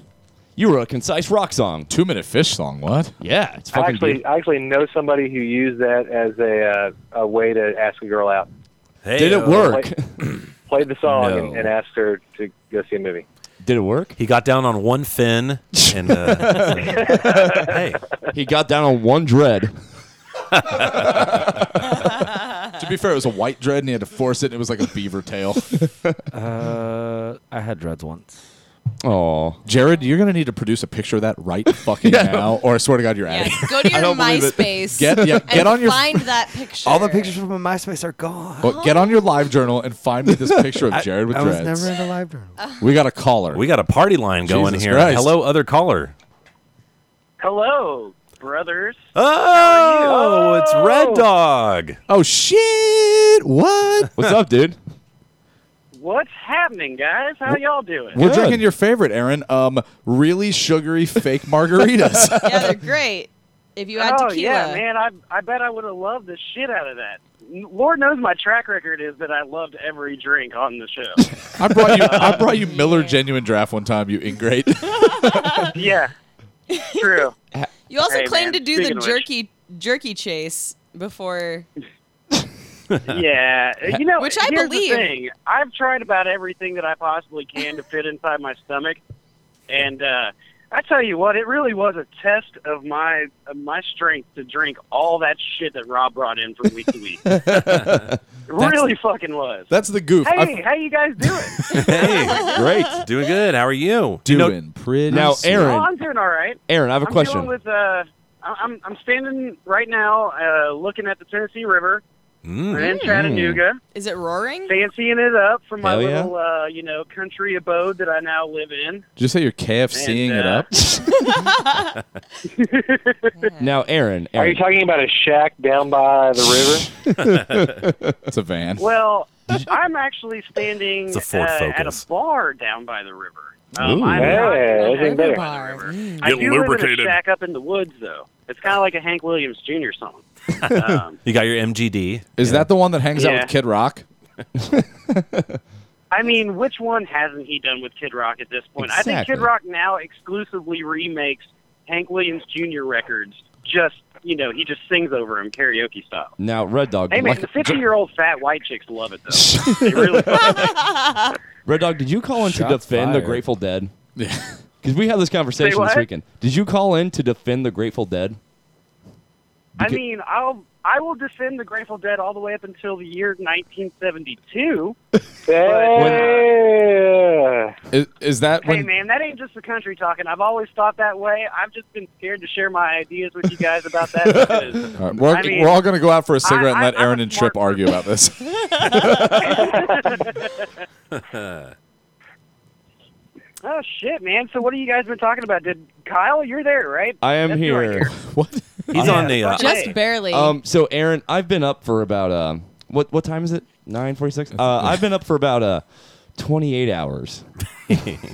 [SPEAKER 8] you were a concise rock song.
[SPEAKER 7] Two minute fish song, what?
[SPEAKER 8] Yeah, it's
[SPEAKER 17] I
[SPEAKER 8] fucking.
[SPEAKER 17] actually,
[SPEAKER 8] beautiful.
[SPEAKER 17] I actually know somebody who used that as a uh, a way to ask a girl out.
[SPEAKER 8] Did
[SPEAKER 6] uh,
[SPEAKER 8] it work?
[SPEAKER 17] Play- played the song
[SPEAKER 6] No.
[SPEAKER 17] and, and asked her to go see a movie.
[SPEAKER 8] Did it work?
[SPEAKER 6] He got down on one fin and uh, hey,
[SPEAKER 8] he got down on one dread.
[SPEAKER 7] to be fair, it was a white dread, and he had to force it. and It was like a beaver tail.
[SPEAKER 10] Uh, I had dreads once.
[SPEAKER 8] Oh,
[SPEAKER 7] Jared, you're gonna need to produce a picture of that right fucking now, or I swear to God, you're out. of
[SPEAKER 11] Go to your MySpace.
[SPEAKER 7] Get yeah,
[SPEAKER 11] and
[SPEAKER 7] get on your
[SPEAKER 11] find that picture.
[SPEAKER 10] All the pictures from my MySpace are gone.
[SPEAKER 7] well, get on your live journal and find me this picture of Jared with
[SPEAKER 10] I was
[SPEAKER 7] dreads.
[SPEAKER 10] never in the library.
[SPEAKER 7] We got a caller.
[SPEAKER 6] We got a party line going
[SPEAKER 7] Jesus
[SPEAKER 6] here.
[SPEAKER 7] Christ.
[SPEAKER 6] Hello, other caller.
[SPEAKER 12] Hello, brothers.
[SPEAKER 6] Oh, it's Red Dog.
[SPEAKER 7] Oh shit! What?
[SPEAKER 8] What's up, dude?
[SPEAKER 12] What's happening, guys? How y'all doing?
[SPEAKER 7] We're drinking your favorite, Aaron. Um, really sugary fake margaritas.
[SPEAKER 11] yeah, they're great. If you add
[SPEAKER 12] oh
[SPEAKER 11] tequila.
[SPEAKER 12] yeah, man! I I bet I would have loved the shit out of that. Lord knows my track record is that I loved every drink on the show.
[SPEAKER 7] I brought you. I brought you Miller Genuine Draft one time. You ingrate.
[SPEAKER 12] yeah, true.
[SPEAKER 11] You also
[SPEAKER 12] Hey,
[SPEAKER 11] claimed
[SPEAKER 12] man,
[SPEAKER 11] to do the
[SPEAKER 12] speaking of which-
[SPEAKER 11] jerky jerky chase before.
[SPEAKER 12] Yeah, you know,
[SPEAKER 11] Which I
[SPEAKER 12] here's
[SPEAKER 11] believe.
[SPEAKER 12] The thing. I've tried about everything that I possibly can to fit inside my stomach, and uh, I tell you what, it really was a test of my of my strength to drink all that shit that Rob brought in from week to week.
[SPEAKER 7] That's-
[SPEAKER 12] It really fucking was.
[SPEAKER 7] That's the goof.
[SPEAKER 12] Hey,
[SPEAKER 7] I've-
[SPEAKER 12] how you guys doing?
[SPEAKER 6] Hey,
[SPEAKER 8] great.
[SPEAKER 6] Doing good. How are you? Doing
[SPEAKER 7] pretty.
[SPEAKER 8] Now,
[SPEAKER 12] Oh, I'm
[SPEAKER 8] Aaron,
[SPEAKER 12] doing all right.
[SPEAKER 8] Aaron, I have a
[SPEAKER 12] I'm
[SPEAKER 8] question.
[SPEAKER 12] Dealing with uh, I- I'm I'm standing right now, uh, looking at the Tennessee River.
[SPEAKER 7] Mm,
[SPEAKER 12] We're in Chattanooga.
[SPEAKER 11] Is it roaring?
[SPEAKER 12] Fancying it up for my
[SPEAKER 7] Hell yeah.
[SPEAKER 12] little, uh, you know, country abode that I now live in.
[SPEAKER 7] Did you say you're KFCing
[SPEAKER 12] And, uh,
[SPEAKER 7] it up?
[SPEAKER 8] now, Aaron,
[SPEAKER 17] Are you talking about a shack down by the river?
[SPEAKER 7] it's a van.
[SPEAKER 12] Well, I'm actually standing
[SPEAKER 7] It's a Ford
[SPEAKER 12] uh, at
[SPEAKER 7] Focus.
[SPEAKER 12] a bar down by the river. Um,
[SPEAKER 7] Ooh.
[SPEAKER 12] I'm
[SPEAKER 7] Yeah,
[SPEAKER 12] not
[SPEAKER 7] that's
[SPEAKER 12] standing
[SPEAKER 7] even better.
[SPEAKER 12] by the river.
[SPEAKER 7] Mm.
[SPEAKER 12] I
[SPEAKER 6] Get
[SPEAKER 12] do live
[SPEAKER 6] lubricated.
[SPEAKER 12] in a shack up in the woods, though. It's kind of like a Hank Williams Jr. song.
[SPEAKER 6] you got your MGD.
[SPEAKER 7] Is that the one that hangs out
[SPEAKER 12] Yeah.
[SPEAKER 7] with Kid Rock?
[SPEAKER 12] I mean, which one hasn't he done with Kid Rock at this point? I think
[SPEAKER 7] Exactly.
[SPEAKER 12] Kid Rock now exclusively remakes Hank Williams Jr. records. Just you know, he just sings over them karaoke style.
[SPEAKER 8] now Red Dog.
[SPEAKER 12] Hey man,
[SPEAKER 8] like-
[SPEAKER 12] the fifty-year-old fat white chicks love it though. they really. fucking do.
[SPEAKER 8] Red Dog, did you call in
[SPEAKER 12] Shots
[SPEAKER 8] to defend the
[SPEAKER 12] fired.
[SPEAKER 8] Grateful Dead? Because we had this conversation this
[SPEAKER 12] what?
[SPEAKER 8] weekend. Did you call in to defend the Grateful Dead?
[SPEAKER 12] I mean, I'll I will defend the Grateful Dead all the way up until the year 1972.
[SPEAKER 17] Yeah.
[SPEAKER 7] Is, is that
[SPEAKER 12] Hey
[SPEAKER 7] when?
[SPEAKER 12] man, that ain't just the country talking. I've always thought that way. I've just been scared to share my ideas with you guys about that. because,
[SPEAKER 7] All right, we're,
[SPEAKER 12] I mean,
[SPEAKER 7] we're all going to go out for a cigarette and let Aaron and Trip argue about this.
[SPEAKER 12] oh shit, man! So what have you guys been talking about? Did Kyle? You're there, right?
[SPEAKER 8] I am
[SPEAKER 12] That's you right
[SPEAKER 8] here. what?
[SPEAKER 12] He's on the, uh, Just
[SPEAKER 8] I-
[SPEAKER 12] barely.
[SPEAKER 8] Um. So Aaron, I've been up for about um. What what time is it? Nine forty six. Uh, I've been up for about uh, twenty eight hours.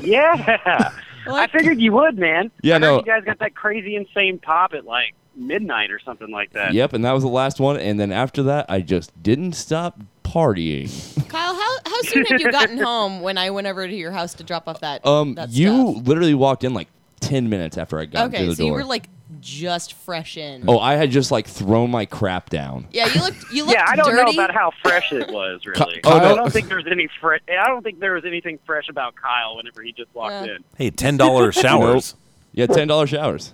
[SPEAKER 12] Yeah. I figured you would, man.
[SPEAKER 8] Yeah,
[SPEAKER 12] I heard
[SPEAKER 8] no.
[SPEAKER 12] You guys got that crazy, insane pop at like midnight or something like that.
[SPEAKER 8] Yep, and that was the last one. And then after that, I just didn't stop partying.
[SPEAKER 11] Kyle, how, how soon had you gotten home when I went over to your house to drop off that?
[SPEAKER 8] Um,
[SPEAKER 11] that
[SPEAKER 8] you literally walked in like ten minutes after I got to
[SPEAKER 11] okay,
[SPEAKER 8] the
[SPEAKER 11] so
[SPEAKER 8] door.
[SPEAKER 11] you were like just fresh in.
[SPEAKER 8] oh, I had just like thrown my crap down.
[SPEAKER 11] yeah, you looked you looked
[SPEAKER 12] Yeah, I don't know
[SPEAKER 11] dirty.
[SPEAKER 12] about how fresh it was, really.
[SPEAKER 8] Ky- oh,
[SPEAKER 12] I
[SPEAKER 8] no.
[SPEAKER 12] don't think there's any fresh. I don't think there was anything fresh about Kyle whenever he just walked in.
[SPEAKER 8] Hey, ten dollar
[SPEAKER 6] showers.
[SPEAKER 8] Yeah, ten dollar showers.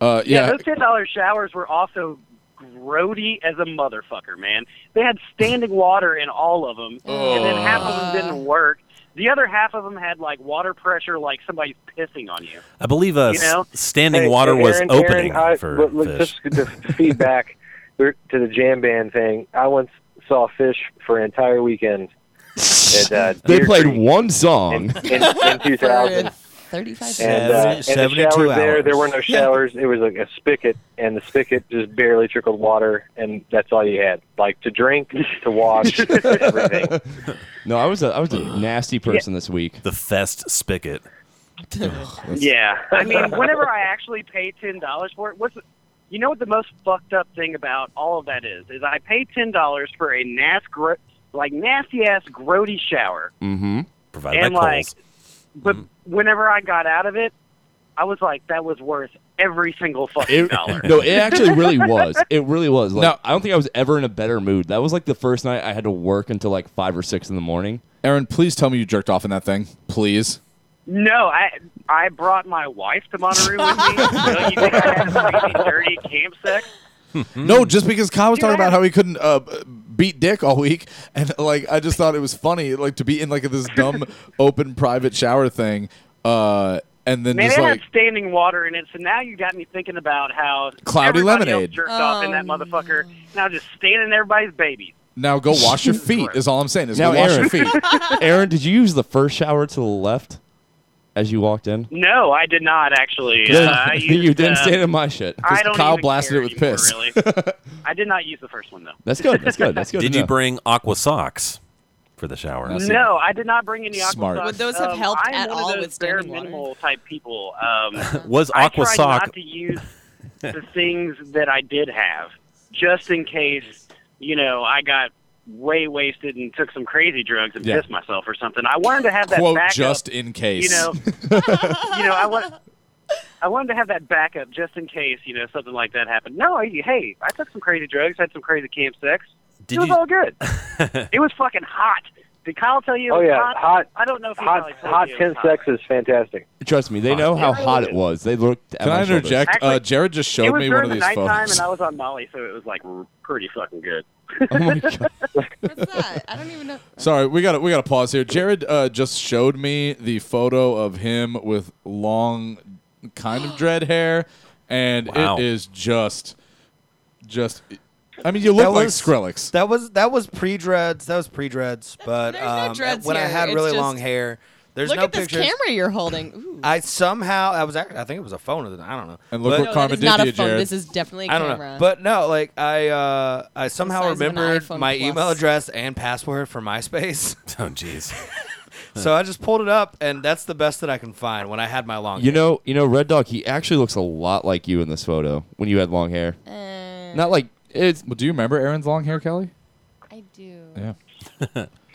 [SPEAKER 7] Uh,
[SPEAKER 12] Yeah, those ten dollar showers were also grody as a motherfucker, man. They had standing water in all of them, and then half of them didn't work. The other half of them had like water pressure, like somebody's pissing on you.
[SPEAKER 6] I believe uh,
[SPEAKER 12] You know?
[SPEAKER 6] s- standing
[SPEAKER 12] Hey,
[SPEAKER 6] water
[SPEAKER 12] hey,
[SPEAKER 6] was
[SPEAKER 12] Aaron,
[SPEAKER 6] opening
[SPEAKER 17] Aaron, I,
[SPEAKER 6] for
[SPEAKER 17] look, look,
[SPEAKER 6] fish.
[SPEAKER 17] just to feed back to the jam band thing. I once saw Fish for an entire weekend. At, uh,
[SPEAKER 8] They
[SPEAKER 17] Deer
[SPEAKER 8] played
[SPEAKER 17] Creek
[SPEAKER 8] one song.
[SPEAKER 17] in, in 2000.
[SPEAKER 11] Thirty-five.
[SPEAKER 17] And, uh, and the showers there, there were no showers. It was like a spigot, and the spigot just barely trickled water, and that's all you had, like to drink, to wash, everything.
[SPEAKER 8] No, I was a I was a nasty person this week.
[SPEAKER 6] The fest spigot.
[SPEAKER 12] Yeah, I mean, whenever I actually paid ten dollars for it, what's you know what the most fucked up thing about all of that is? Is I paid ten dollars for a nasty, gro- like nasty ass grody shower,
[SPEAKER 8] Mm-hmm.
[SPEAKER 6] Provided
[SPEAKER 12] and
[SPEAKER 6] by
[SPEAKER 12] like,
[SPEAKER 6] Kohl's.
[SPEAKER 12] but whenever I got out of it, I was like, that was worth every single fucking
[SPEAKER 8] It,
[SPEAKER 12] dollar.
[SPEAKER 8] no, it actually really was. It really was. Like, I don't think I was ever in a better mood. That was like the first night I had to work until like five or six in the morning.
[SPEAKER 7] Aaron, please tell me you jerked off in that thing. Please.
[SPEAKER 12] No, I I brought my wife to Monterey with me. Don't you think I had some really dirty camp sex?
[SPEAKER 18] Hmm.
[SPEAKER 7] No, just because Kyle was talking about how he couldn't uh, beat dick all week, and like I just thought it was funny, like to be in like this dumb open private shower thing, uh, and then
[SPEAKER 12] Man,
[SPEAKER 7] just
[SPEAKER 12] it
[SPEAKER 7] like
[SPEAKER 12] had standing water in it, so now you got me thinking about how
[SPEAKER 7] Cloudy
[SPEAKER 12] everybody
[SPEAKER 7] lemonade.
[SPEAKER 12] else jerked off in that motherfucker. Now just standing in everybody's baby.
[SPEAKER 7] now go wash your feet is all I'm saying is
[SPEAKER 8] now,
[SPEAKER 7] go wash
[SPEAKER 8] Aaron,
[SPEAKER 7] your feet.
[SPEAKER 8] Aaron, did you use the first shower to the left as you walked in?
[SPEAKER 12] No, I did not actually.
[SPEAKER 8] Then-
[SPEAKER 12] uh, I
[SPEAKER 8] then
[SPEAKER 12] used,
[SPEAKER 8] you didn't
[SPEAKER 12] uh,
[SPEAKER 8] stand in my shit.
[SPEAKER 12] I don't
[SPEAKER 7] Kyle
[SPEAKER 12] even
[SPEAKER 7] blasted it
[SPEAKER 12] care
[SPEAKER 7] with
[SPEAKER 12] anymore,
[SPEAKER 7] piss.
[SPEAKER 12] Really. I did not use the first one though.
[SPEAKER 8] That's good. That's good. That's good.
[SPEAKER 6] Did
[SPEAKER 8] to
[SPEAKER 6] you
[SPEAKER 8] know.
[SPEAKER 6] bring aqua socks for the shower?
[SPEAKER 12] No, I did not bring any aqua
[SPEAKER 6] Smart.
[SPEAKER 12] socks.
[SPEAKER 11] Would those have
[SPEAKER 12] Um,
[SPEAKER 11] helped
[SPEAKER 12] I am
[SPEAKER 11] at
[SPEAKER 12] one
[SPEAKER 11] all
[SPEAKER 12] of those
[SPEAKER 11] with
[SPEAKER 12] bare
[SPEAKER 11] standing water?
[SPEAKER 12] minimal type people. Um,
[SPEAKER 6] Was
[SPEAKER 12] I
[SPEAKER 6] aqua
[SPEAKER 12] tried
[SPEAKER 6] sock-
[SPEAKER 12] not to use the things that I did have, just in case you know I got way wasted and took some crazy drugs and
[SPEAKER 7] Yeah.
[SPEAKER 12] pissed myself or something. I wanted to have that
[SPEAKER 7] Quote
[SPEAKER 12] backup.
[SPEAKER 7] just in case.
[SPEAKER 12] You know, you know, I want. I wanted to have that backup just in case, you know, something like that happened. No, I, hey, I took some crazy drugs, had some crazy camp sex.
[SPEAKER 6] Did
[SPEAKER 12] it was
[SPEAKER 6] you-
[SPEAKER 12] all good. it was fucking hot. Did Kyle tell you? it
[SPEAKER 17] Oh,
[SPEAKER 12] was
[SPEAKER 17] yeah,
[SPEAKER 12] hot?
[SPEAKER 17] hot-
[SPEAKER 12] I don't know if he
[SPEAKER 17] Hot,
[SPEAKER 12] probably told
[SPEAKER 17] hot
[SPEAKER 12] you it
[SPEAKER 17] tent
[SPEAKER 12] was hot.
[SPEAKER 17] sex is fantastic.
[SPEAKER 8] Trust me,
[SPEAKER 12] Oh,
[SPEAKER 8] they know how hot it was. They looked. At
[SPEAKER 7] Can
[SPEAKER 8] my
[SPEAKER 7] I interject?
[SPEAKER 12] Actually,
[SPEAKER 7] uh, Jared just
[SPEAKER 12] it
[SPEAKER 7] showed
[SPEAKER 12] was
[SPEAKER 7] me one
[SPEAKER 12] during
[SPEAKER 7] of these
[SPEAKER 12] the nighttime,
[SPEAKER 7] photos. Oh,
[SPEAKER 12] and I was on Molly, so it was like r- pretty fucking good.
[SPEAKER 7] Sorry, we got we got to pause here. Jared uh, just showed me the photo of him with long, kind of dread hair and
[SPEAKER 13] Wow.
[SPEAKER 7] it is just, just. I mean, you look
[SPEAKER 18] That
[SPEAKER 7] like
[SPEAKER 18] was-
[SPEAKER 7] Skrillex.
[SPEAKER 18] That was that was pre dreads. That was pre dreads. But
[SPEAKER 11] no
[SPEAKER 18] um,
[SPEAKER 11] dreads
[SPEAKER 18] when I
[SPEAKER 11] here.
[SPEAKER 18] had
[SPEAKER 11] It's
[SPEAKER 18] really
[SPEAKER 11] just-
[SPEAKER 18] long hair, there's
[SPEAKER 11] Look
[SPEAKER 18] no
[SPEAKER 11] at this
[SPEAKER 18] pictures.
[SPEAKER 11] camera you're holding. Ooh.
[SPEAKER 18] I somehow I was actually I think it was a phone. or the- I don't know.
[SPEAKER 7] And look
[SPEAKER 18] But-
[SPEAKER 7] what No, that Karma is did not to a you, phone. Jared.
[SPEAKER 11] This is definitely a
[SPEAKER 18] I don't
[SPEAKER 11] camera.
[SPEAKER 18] Know. But no, like I uh, I somehow
[SPEAKER 11] size of an
[SPEAKER 18] remembered
[SPEAKER 11] iPhone
[SPEAKER 18] my
[SPEAKER 11] Plus.
[SPEAKER 18] email address and password for MySpace.
[SPEAKER 13] Oh jeez.
[SPEAKER 18] so I just pulled it up, and that's the best that I can find when I had my long.
[SPEAKER 8] You know, you know, Red Dog. He actually looks a lot like you in this photo when you had long hair.
[SPEAKER 12] Uh,
[SPEAKER 8] Not like it's.
[SPEAKER 7] Well, do you remember Aaron's long hair, Kelly?
[SPEAKER 11] I do.
[SPEAKER 7] Yeah.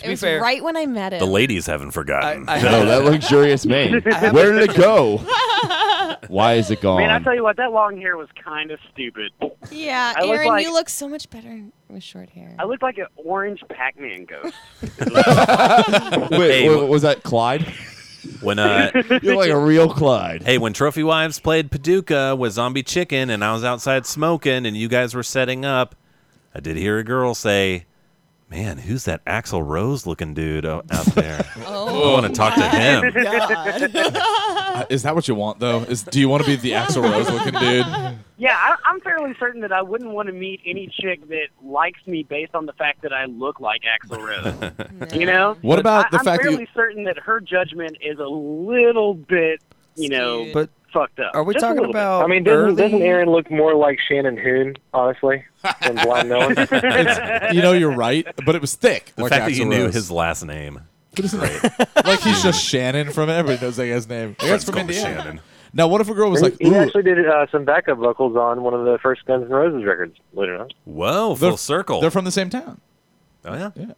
[SPEAKER 11] It was right when I met him.
[SPEAKER 6] The ladies haven't forgotten.
[SPEAKER 8] I- No, that luxurious mane.
[SPEAKER 12] I have
[SPEAKER 8] Where
[SPEAKER 12] a
[SPEAKER 8] did it
[SPEAKER 12] picture.
[SPEAKER 8] go? Why is it gone?
[SPEAKER 12] Man, I tell you what, that long hair was kind of stupid.
[SPEAKER 11] Yeah,
[SPEAKER 12] I look
[SPEAKER 11] Aaron,
[SPEAKER 12] like-
[SPEAKER 11] you look so much better with short hair.
[SPEAKER 12] I looked like an orange Pac-Man ghost.
[SPEAKER 8] Wait,
[SPEAKER 6] Hey,
[SPEAKER 8] wa- was that Clyde?
[SPEAKER 6] When uh,
[SPEAKER 8] You're like a real Clyde.
[SPEAKER 6] Hey, when Trophy Wives played Paducah with Zombie Chicken, and I was outside smoking, and you guys were setting up, I did hear a girl say, "Man, who's that Axel Rose looking dude o- out there?
[SPEAKER 11] Oh
[SPEAKER 6] I want to talk to him."
[SPEAKER 7] Uh, Is that what you want though? Is do you want to be the Axl Rose looking dude?
[SPEAKER 12] Yeah, I, I'm fairly certain that I wouldn't want to meet any chick that likes me based on the fact that I look like Axl Rose. You know?
[SPEAKER 7] What
[SPEAKER 12] But
[SPEAKER 7] about
[SPEAKER 12] I,
[SPEAKER 7] the
[SPEAKER 12] I'm
[SPEAKER 7] fact that you-
[SPEAKER 12] fairly certain that her judgment is a little bit, you know,
[SPEAKER 18] but
[SPEAKER 12] fucked up.
[SPEAKER 18] are we
[SPEAKER 12] Just a
[SPEAKER 18] talking
[SPEAKER 12] little bit.
[SPEAKER 18] about
[SPEAKER 17] I mean, doesn't, doesn't Aaron look more like Shannon Hoon, honestly, than Blind Melon?
[SPEAKER 7] It's- you know, you're right, but it was thick.
[SPEAKER 6] The
[SPEAKER 7] like
[SPEAKER 6] fact that you
[SPEAKER 7] Axl
[SPEAKER 6] knew
[SPEAKER 7] Rose.
[SPEAKER 6] his last name.
[SPEAKER 7] like he's just Shannon from everybody knows that guy's name. That guy's
[SPEAKER 6] Friends
[SPEAKER 7] from
[SPEAKER 6] call me
[SPEAKER 7] Indiana.
[SPEAKER 6] Shannon.
[SPEAKER 7] Now, what if a girl was
[SPEAKER 17] he,
[SPEAKER 7] like,
[SPEAKER 17] he
[SPEAKER 7] "Ooh,
[SPEAKER 17] actually did uh, some backup vocals on one of the first Guns N' Roses records, believe it or not.
[SPEAKER 6] Whoa,
[SPEAKER 7] They're-
[SPEAKER 6] Oh, full circle.
[SPEAKER 7] they're from the same town"?
[SPEAKER 6] oh yeah.
[SPEAKER 7] Yeah.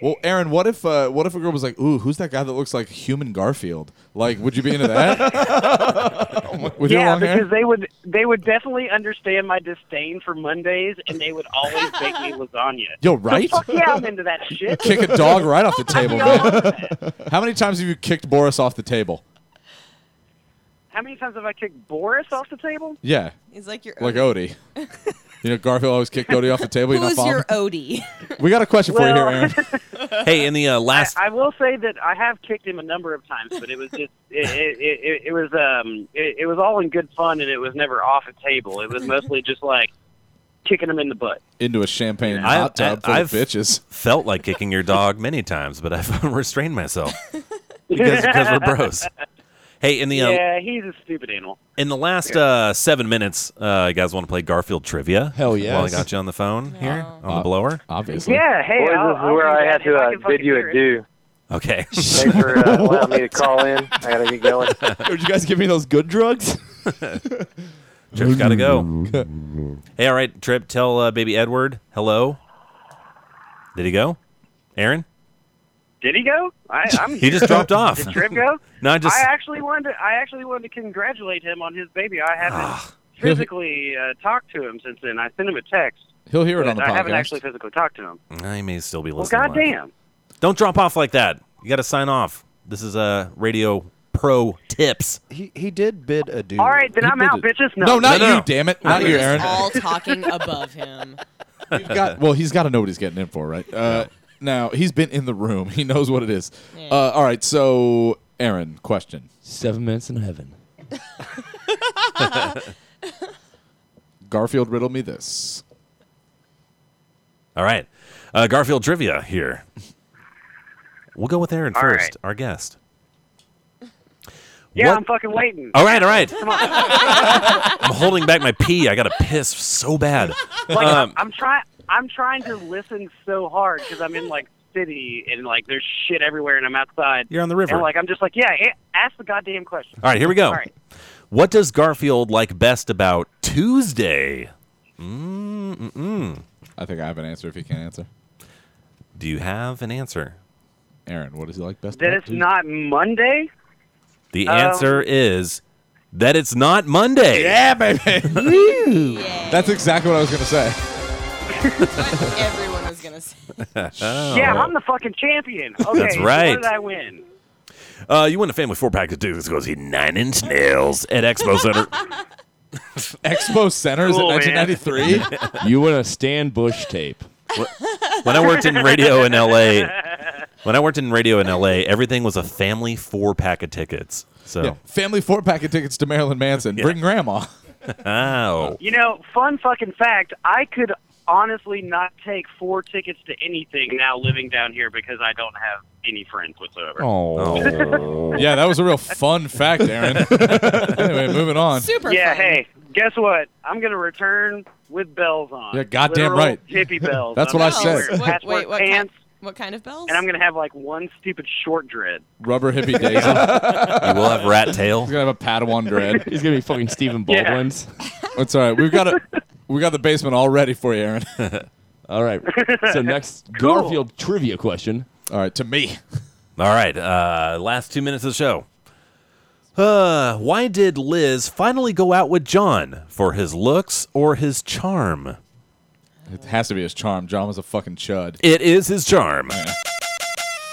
[SPEAKER 7] Well, Aaron, what if uh, what if a girl was like, "Ooh, who's that guy that looks like human Garfield?" Like, would you be into that? With your
[SPEAKER 12] yeah,
[SPEAKER 7] long hair?
[SPEAKER 12] because they would they would definitely understand my disdain for Mondays, and they would always make me lasagna.
[SPEAKER 7] Yo,
[SPEAKER 12] So
[SPEAKER 7] right?
[SPEAKER 12] fuck yeah, I'm into that shit.
[SPEAKER 7] Kick a dog right off the table. man. How many times have you kicked Boris off the table?
[SPEAKER 12] How many times have I kicked Boris off the table?
[SPEAKER 7] Yeah.
[SPEAKER 11] He's like your
[SPEAKER 7] Like Odie. you know, Garfield always kicked Odie off the table. You know,
[SPEAKER 11] Who's your Odie?
[SPEAKER 7] We got a question for you here,
[SPEAKER 6] Aaron. hey, in the uh, last
[SPEAKER 12] I will say that I have kicked him a number of times, but it was just it it, it, it was um it, it was all in good fun, and it was never off a table. It was mostly just like kicking him in the butt.
[SPEAKER 7] into a champagne
[SPEAKER 6] I-
[SPEAKER 7] hot tub full
[SPEAKER 6] I-
[SPEAKER 7] of bitches.
[SPEAKER 6] Felt like kicking your dog many times, but I've restrained myself because, because we're bros. Hey, in the uh,
[SPEAKER 12] yeah, he's a stupid animal.
[SPEAKER 6] in the last uh, seven minutes, uh, you guys want to play Garfield trivia?
[SPEAKER 8] Hell
[SPEAKER 6] yeah! While I
[SPEAKER 8] yes.
[SPEAKER 6] got you on the phone here on the
[SPEAKER 17] Uh,
[SPEAKER 6] blower,
[SPEAKER 7] obviously.
[SPEAKER 12] Yeah, hey,
[SPEAKER 17] Boy,
[SPEAKER 12] I'll-
[SPEAKER 17] this
[SPEAKER 12] I'll
[SPEAKER 17] is where
[SPEAKER 12] do
[SPEAKER 17] I
[SPEAKER 12] that
[SPEAKER 17] had
[SPEAKER 12] if
[SPEAKER 17] to
[SPEAKER 12] I
[SPEAKER 17] uh,
[SPEAKER 12] can fucking
[SPEAKER 17] bid you
[SPEAKER 12] hear it.
[SPEAKER 17] adieu.
[SPEAKER 6] Okay.
[SPEAKER 17] Thanks for uh, allowing me to call in. I got to get going.
[SPEAKER 8] Would you guys give me those good drugs?
[SPEAKER 6] Trip's got to go. hey, all right, Trip, tell uh, baby Edward hello. Did he go? Aaron,
[SPEAKER 12] Did he go? I, I'm
[SPEAKER 6] He just dropped off.
[SPEAKER 12] Did Trip go?
[SPEAKER 6] No, I just-
[SPEAKER 12] I actually wanted. To, I actually wanted to congratulate him on his baby. I
[SPEAKER 6] Ah,
[SPEAKER 12] haven't physically uh, talked to him since then. I sent him a text.
[SPEAKER 7] He'll hear it
[SPEAKER 12] but
[SPEAKER 6] on the
[SPEAKER 12] I haven't
[SPEAKER 6] podcast.
[SPEAKER 12] actually physically talked to him.
[SPEAKER 6] I may still be
[SPEAKER 12] Well,
[SPEAKER 6] listening. live.
[SPEAKER 12] goddamn.
[SPEAKER 6] Don't drop off like that. You got to sign off. This is uh, radio pro tips.
[SPEAKER 18] He he did bid a dude.
[SPEAKER 12] All right, then I'm out, bitches. No,
[SPEAKER 7] damn it. Not
[SPEAKER 11] We're
[SPEAKER 7] you,
[SPEAKER 11] just
[SPEAKER 7] Aaron.
[SPEAKER 11] all talking above him.
[SPEAKER 7] You've got- well, he's got to know what he's getting in for, right? Uh, Now he's been in the room. He knows what it is. Uh, all right, so Aaron, question:
[SPEAKER 8] Seven minutes in heaven.
[SPEAKER 7] Garfield riddle me this.
[SPEAKER 6] All right. Uh, Garfield trivia here. We'll go with Aaron
[SPEAKER 12] All
[SPEAKER 6] first,
[SPEAKER 12] right.
[SPEAKER 6] our guest.
[SPEAKER 12] Yeah,
[SPEAKER 6] What-
[SPEAKER 12] I'm fucking waiting.
[SPEAKER 6] All right, all right.
[SPEAKER 12] Come on.
[SPEAKER 6] I'm holding back my pee. I got to piss so bad.
[SPEAKER 12] like,
[SPEAKER 6] Um,
[SPEAKER 12] I'm trying. I'm trying to listen so hard because I'm in like city and like there's shit everywhere and I'm outside.
[SPEAKER 6] You're on the river.
[SPEAKER 12] And like I'm just like, yeah, a- ask the goddamn question.
[SPEAKER 6] all right, here we go.
[SPEAKER 12] All right.
[SPEAKER 6] What does Garfield like best about Tuesday? Mm-mm-mm.
[SPEAKER 7] I think I have an answer. If you can't answer,
[SPEAKER 6] Do you have an answer?
[SPEAKER 7] Aaron, what does he like best?
[SPEAKER 12] Then it's not Monday.
[SPEAKER 6] The
[SPEAKER 12] Um,
[SPEAKER 6] answer is that it's not Monday.
[SPEAKER 7] Yeah, baby. That's exactly what I was gonna say.
[SPEAKER 11] Everyone was gonna say.
[SPEAKER 6] Oh.
[SPEAKER 12] Yeah, I'm the fucking champion. Okay,
[SPEAKER 6] That's
[SPEAKER 12] so
[SPEAKER 6] right.
[SPEAKER 12] What did I win?
[SPEAKER 6] Uh, you win a family four pack of Duke's goes eat nine inch nails at Expo Center.
[SPEAKER 7] Expo Center is
[SPEAKER 6] Cool,
[SPEAKER 7] it
[SPEAKER 6] man.
[SPEAKER 7] 1993?
[SPEAKER 8] you want to stand bush tape?
[SPEAKER 6] when I worked in radio in LA, when I worked in radio in LA, everything was a family four pack of tickets. So
[SPEAKER 7] Family four packet tickets to Marilyn Manson. Bring grandma.
[SPEAKER 6] oh.
[SPEAKER 12] You know, fun fucking fact, I could honestly not take four tickets to anything now living down here because I don't have any friends whatsoever.
[SPEAKER 7] Oh. yeah, that was a real fun fact, Aaron. anyway, moving on.
[SPEAKER 12] Yeah, hey, guess what? I'm going to return with bells on.
[SPEAKER 7] Yeah, goddamn
[SPEAKER 12] Literal
[SPEAKER 7] right.
[SPEAKER 12] Hippie bells.
[SPEAKER 7] That's
[SPEAKER 12] I'm
[SPEAKER 7] what I
[SPEAKER 12] gonna
[SPEAKER 7] said.
[SPEAKER 12] wear
[SPEAKER 7] What-
[SPEAKER 12] patchwork
[SPEAKER 11] wait, what
[SPEAKER 12] pants,
[SPEAKER 11] What kind of bells?
[SPEAKER 12] and I'm going to have like one stupid short dread.
[SPEAKER 7] Rubber hippie daisy. you
[SPEAKER 6] will have rat tail.
[SPEAKER 7] He's gonna have a Padawan dread.
[SPEAKER 8] He's gonna be fucking Stephen
[SPEAKER 12] Yeah.
[SPEAKER 8] Baldwin's.
[SPEAKER 7] That's all right. We've got a, we got the basement all ready for you, Aaron.
[SPEAKER 8] all right. So next Garfield trivia question.
[SPEAKER 7] All right, to me.
[SPEAKER 6] All right, uh, last two minutes of the show. Uh, why did Liz finally go out with John? For his looks or his charm?
[SPEAKER 7] It has to be his charm. John was a fucking chud.
[SPEAKER 6] It is his charm.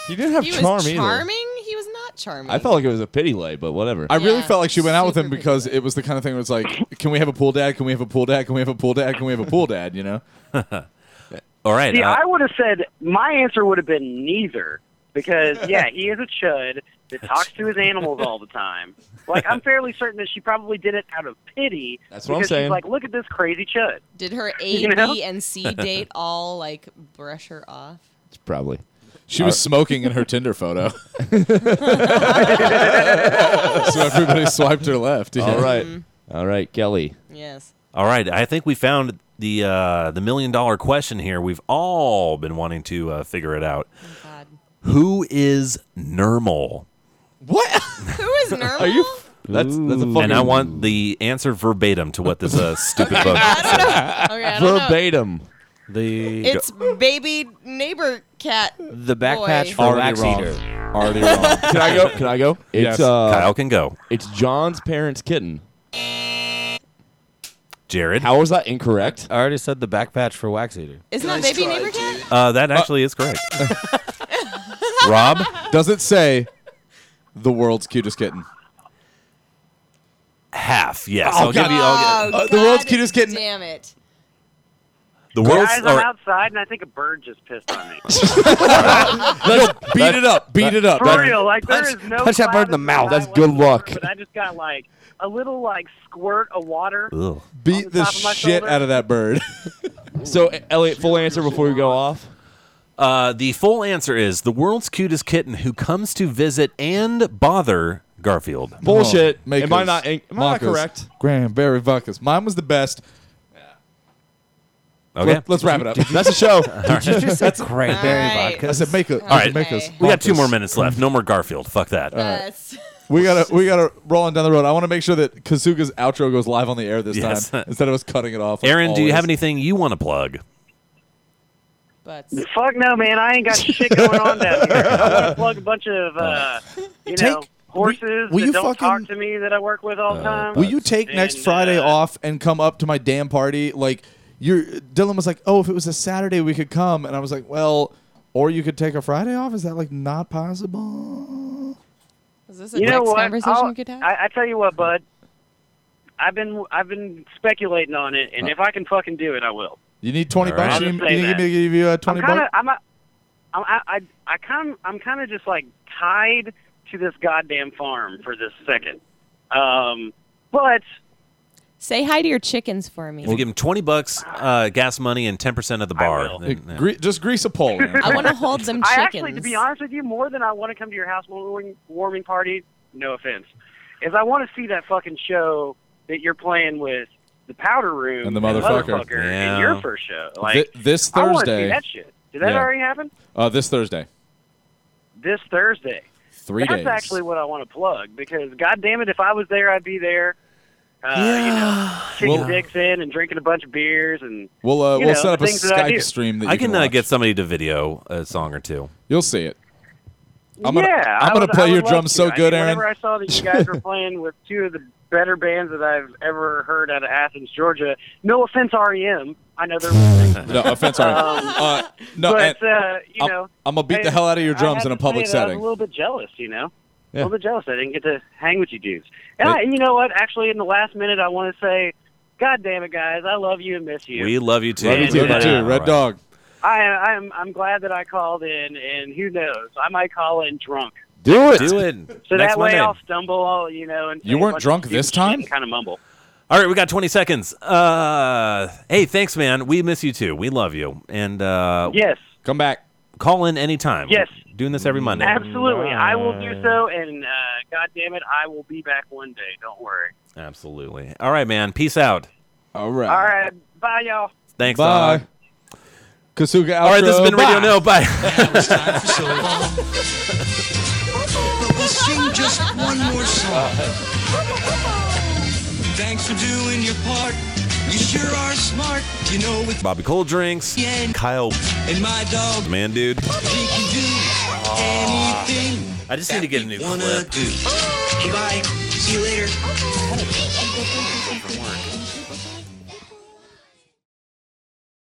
[SPEAKER 8] He didn't have
[SPEAKER 11] he
[SPEAKER 8] charm
[SPEAKER 11] was
[SPEAKER 8] either.
[SPEAKER 11] charming. He was not charming.
[SPEAKER 8] I felt like it was a pity lay, but whatever.
[SPEAKER 7] I really felt like she went out with him because it was the kind of thing where it's like, can we have a pool dad? Can we have a pool dad? Can we have a pool dad? Can we have a pool dad? You know?
[SPEAKER 6] All right. uh,
[SPEAKER 12] See, I would have said my answer would have been neither because yeah, he is a chud that talks to his animals all the time. Like I'm fairly certain that she probably did it out of pity.
[SPEAKER 8] That's what I'm
[SPEAKER 12] because
[SPEAKER 8] saying.
[SPEAKER 12] She's like, look at this crazy chud.
[SPEAKER 11] Did her A,
[SPEAKER 12] You know?
[SPEAKER 11] B, and C date all like brush her off?
[SPEAKER 8] Probably.
[SPEAKER 7] She was
[SPEAKER 6] Uh,
[SPEAKER 7] smoking in her Tinder photo. so everybody swiped her left.
[SPEAKER 8] All
[SPEAKER 7] yeah.
[SPEAKER 8] right. All right, Kelly.
[SPEAKER 11] Yes.
[SPEAKER 6] All right, I think we found the uh, the million dollar question here. We've all been wanting to uh, figure it out. Who is normal?
[SPEAKER 11] Who is normal?
[SPEAKER 8] Are you? F- that's that's a fucking.
[SPEAKER 6] And I want the answer verbatim to what this uh, stupid book said.
[SPEAKER 11] Okay, I don't know.
[SPEAKER 8] verbatim.
[SPEAKER 6] The
[SPEAKER 11] It's baby neighbor cat.
[SPEAKER 10] The
[SPEAKER 11] boy.
[SPEAKER 10] backpatch for wax eater.
[SPEAKER 7] Already wrong.
[SPEAKER 8] Can I go? Can I go? It's,
[SPEAKER 6] Yes.
[SPEAKER 8] uh,
[SPEAKER 6] Kyle can go.
[SPEAKER 8] It's John's parents' kitten.
[SPEAKER 6] Jared.
[SPEAKER 8] How was that incorrect?
[SPEAKER 18] I already said the back patch for wax eater.
[SPEAKER 11] Isn't that baby neighbor cat?
[SPEAKER 6] Uh, that actually is correct. Rob?
[SPEAKER 7] Does it say the world's cutest kitten?
[SPEAKER 6] Half, yes.
[SPEAKER 7] Oh,
[SPEAKER 6] I'll give
[SPEAKER 7] God.
[SPEAKER 6] you I'll
[SPEAKER 11] Oh,
[SPEAKER 6] give-
[SPEAKER 7] the world's
[SPEAKER 11] God
[SPEAKER 7] cutest kitten.
[SPEAKER 11] Damn it.
[SPEAKER 6] the world's
[SPEAKER 12] Guys, I'm
[SPEAKER 6] or-
[SPEAKER 12] outside and I think a bird just pissed on me.
[SPEAKER 7] No, beat it up. Beat it up.
[SPEAKER 12] For real, like there is no.
[SPEAKER 8] punch that bird in
[SPEAKER 12] cloud
[SPEAKER 8] the mouth.
[SPEAKER 12] sky
[SPEAKER 8] That's good
[SPEAKER 12] whatsoever,
[SPEAKER 8] luck.
[SPEAKER 12] But I just got like a little like squirt of water.
[SPEAKER 7] Beat the,
[SPEAKER 12] top of my
[SPEAKER 7] shit
[SPEAKER 12] shoulder.
[SPEAKER 7] out of that bird.
[SPEAKER 8] So, Elliot, full answer before we go off.
[SPEAKER 6] Uh, the full answer is the world's cutest kitten who comes to visit and bother Garfield.
[SPEAKER 8] Bullshit.
[SPEAKER 7] Makers,
[SPEAKER 8] am I not? Am I not
[SPEAKER 7] mockers,
[SPEAKER 8] correct?
[SPEAKER 7] Granberry vodkas. Mine was the best.
[SPEAKER 6] Okay.
[SPEAKER 7] Let, us wrap it up.
[SPEAKER 8] That's a show.
[SPEAKER 7] That's
[SPEAKER 11] Cranberry All right.
[SPEAKER 7] I said make a.
[SPEAKER 6] All right.
[SPEAKER 7] make us
[SPEAKER 6] We got two
[SPEAKER 7] vodkas.
[SPEAKER 6] more minutes left. No more Garfield. Fuck that.
[SPEAKER 11] Yes.
[SPEAKER 7] We gotta we gotta roll on down the road. I want to make sure that Kazuka's outro goes live on the air this
[SPEAKER 6] Yes.
[SPEAKER 7] time instead of us cutting it off. like
[SPEAKER 6] Aaron, do you
[SPEAKER 7] always.
[SPEAKER 6] have anything you want to plug?
[SPEAKER 11] But
[SPEAKER 12] Fuck no, man. I ain't got shit going on down here. I want to plug a bunch of, uh, you know, horses
[SPEAKER 7] will
[SPEAKER 12] that
[SPEAKER 7] you
[SPEAKER 12] don't
[SPEAKER 7] fucking- Uh,
[SPEAKER 12] talk to me that I work with all the time.
[SPEAKER 7] Will you take next Friday off and come up to my damn party? Like, your Dylan was like, "Oh, if it was a Saturday, we could come," and I was like, "Well, or you could take a Friday off. Is that like not possible?"
[SPEAKER 11] Is this a
[SPEAKER 12] You know
[SPEAKER 11] next
[SPEAKER 12] what?
[SPEAKER 11] conversation
[SPEAKER 12] I'll-
[SPEAKER 11] we could have?
[SPEAKER 12] I, I tell you what, bud. I've been I've been speculating on it,
[SPEAKER 7] Uh,
[SPEAKER 12] and if I can fucking do it, I will.
[SPEAKER 7] You need twenty
[SPEAKER 6] All
[SPEAKER 7] bucks.
[SPEAKER 6] right.
[SPEAKER 7] You,
[SPEAKER 12] I'm
[SPEAKER 7] you
[SPEAKER 12] just saying
[SPEAKER 7] need me
[SPEAKER 12] that.
[SPEAKER 7] to give you uh, twenty
[SPEAKER 12] I'm kinda,
[SPEAKER 7] bucks.
[SPEAKER 12] I'm a, I'm, I, I, I kind I'm kind of just like tied to this goddamn farm for this second. Um, but
[SPEAKER 11] Say hi to your chickens for me.
[SPEAKER 6] If you give him 20 bucks uh, gas money and 10% of the bar. then, yeah.
[SPEAKER 7] Gre- just grease a pole. Aaron.
[SPEAKER 11] I want to hold them
[SPEAKER 12] I
[SPEAKER 11] chickens.
[SPEAKER 12] actually, to be honest with you, more than I want to come to your house warming, warming party. No offense, is I want to see that fucking show that you're playing with the powder room
[SPEAKER 7] And the motherfucker.
[SPEAKER 6] Yeah.
[SPEAKER 12] in your first show.
[SPEAKER 7] Thi-
[SPEAKER 12] Like
[SPEAKER 7] this
[SPEAKER 12] I want to see
[SPEAKER 7] Thursday.
[SPEAKER 12] that shit. Did that
[SPEAKER 7] Yeah.
[SPEAKER 12] already happen?
[SPEAKER 7] Uh, this Thursday.
[SPEAKER 12] This Thursday.
[SPEAKER 7] Three
[SPEAKER 12] That's
[SPEAKER 7] days.
[SPEAKER 12] actually what I want to plug because, god damn it, if I was there, I'd be there. Uh, You know, kicking
[SPEAKER 7] Well-
[SPEAKER 12] dicks in and drinking a bunch of beers and
[SPEAKER 7] We'll uh,
[SPEAKER 12] you
[SPEAKER 7] we'll
[SPEAKER 12] know,
[SPEAKER 7] set up a
[SPEAKER 12] things that I do.
[SPEAKER 7] Skype stream that you
[SPEAKER 6] I can,
[SPEAKER 7] can
[SPEAKER 6] uh,
[SPEAKER 7] watch.
[SPEAKER 6] get somebody to video a song or two.
[SPEAKER 7] You'll see it. I'm gonna
[SPEAKER 12] yeah,
[SPEAKER 7] I'm
[SPEAKER 12] I
[SPEAKER 7] gonna
[SPEAKER 12] would- I
[SPEAKER 7] play
[SPEAKER 12] would
[SPEAKER 7] your
[SPEAKER 12] love
[SPEAKER 7] drums
[SPEAKER 12] to.
[SPEAKER 7] so
[SPEAKER 12] I
[SPEAKER 7] good,
[SPEAKER 12] mean,
[SPEAKER 7] Aaron.
[SPEAKER 12] Whenever I saw that you guys were playing with two of the better bands that I've ever heard out of Athens, Georgia. No offense, REM. I know they're listening.
[SPEAKER 7] No offense, sorry.
[SPEAKER 12] Um,
[SPEAKER 7] uh, no,
[SPEAKER 12] but
[SPEAKER 7] and
[SPEAKER 12] uh, you
[SPEAKER 7] I'm,
[SPEAKER 12] know,
[SPEAKER 7] I'm gonna beat
[SPEAKER 12] I-
[SPEAKER 7] the hell out of your
[SPEAKER 12] I
[SPEAKER 7] drums
[SPEAKER 12] had
[SPEAKER 7] in a
[SPEAKER 12] to
[SPEAKER 7] public
[SPEAKER 12] say that I was
[SPEAKER 7] setting.
[SPEAKER 12] a little bit jealous, you know.
[SPEAKER 7] Yeah.
[SPEAKER 12] A little bit jealous. I didn't get to hang with you dudes. And,
[SPEAKER 7] Hey.
[SPEAKER 12] I, and you know what? Actually, in the last minute, I want to say, God damn it, guys! I love you and miss you.
[SPEAKER 6] We love you too.
[SPEAKER 7] Love you too,
[SPEAKER 6] buddy.
[SPEAKER 7] too,
[SPEAKER 6] All
[SPEAKER 7] Red
[SPEAKER 6] right.
[SPEAKER 7] Dog.
[SPEAKER 12] I, I'm I'm glad that I called in, and who knows? I might call in drunk.
[SPEAKER 8] Do it.
[SPEAKER 6] Do it.
[SPEAKER 12] So
[SPEAKER 6] Next
[SPEAKER 12] that way
[SPEAKER 6] Monday.
[SPEAKER 12] I'll stumble, I'll, you know. And
[SPEAKER 7] You weren't drunk this time?
[SPEAKER 12] Kind of mumble.
[SPEAKER 6] All right, we got 20 seconds. Uh, hey, thanks, man. We miss you too. We love you. And uh,
[SPEAKER 12] yes,
[SPEAKER 6] come back. Call in anytime.
[SPEAKER 12] Yes.
[SPEAKER 6] We're doing this every Monday.
[SPEAKER 12] Absolutely, I will do so, and uh, God damn it, I will be back one day. Don't worry.
[SPEAKER 6] Absolutely. All right, man. Peace out.
[SPEAKER 7] All right.
[SPEAKER 12] All right, bye, y'all.
[SPEAKER 6] Thanks.
[SPEAKER 7] Bye.
[SPEAKER 6] dog.
[SPEAKER 7] Kasuga
[SPEAKER 6] All right, this has been Radio No. Bye.
[SPEAKER 3] But we'll sing just one more song. Thanks for doing your part. You sure are smart. You know with
[SPEAKER 6] Bobby Cold Drinks.
[SPEAKER 3] Yeah.
[SPEAKER 6] Kyle.
[SPEAKER 3] and my dog,
[SPEAKER 6] Man, dude.
[SPEAKER 3] he can do anything.
[SPEAKER 6] I just need to get a new
[SPEAKER 3] Wanna
[SPEAKER 6] clip.
[SPEAKER 3] do? Hey, bye. See you later.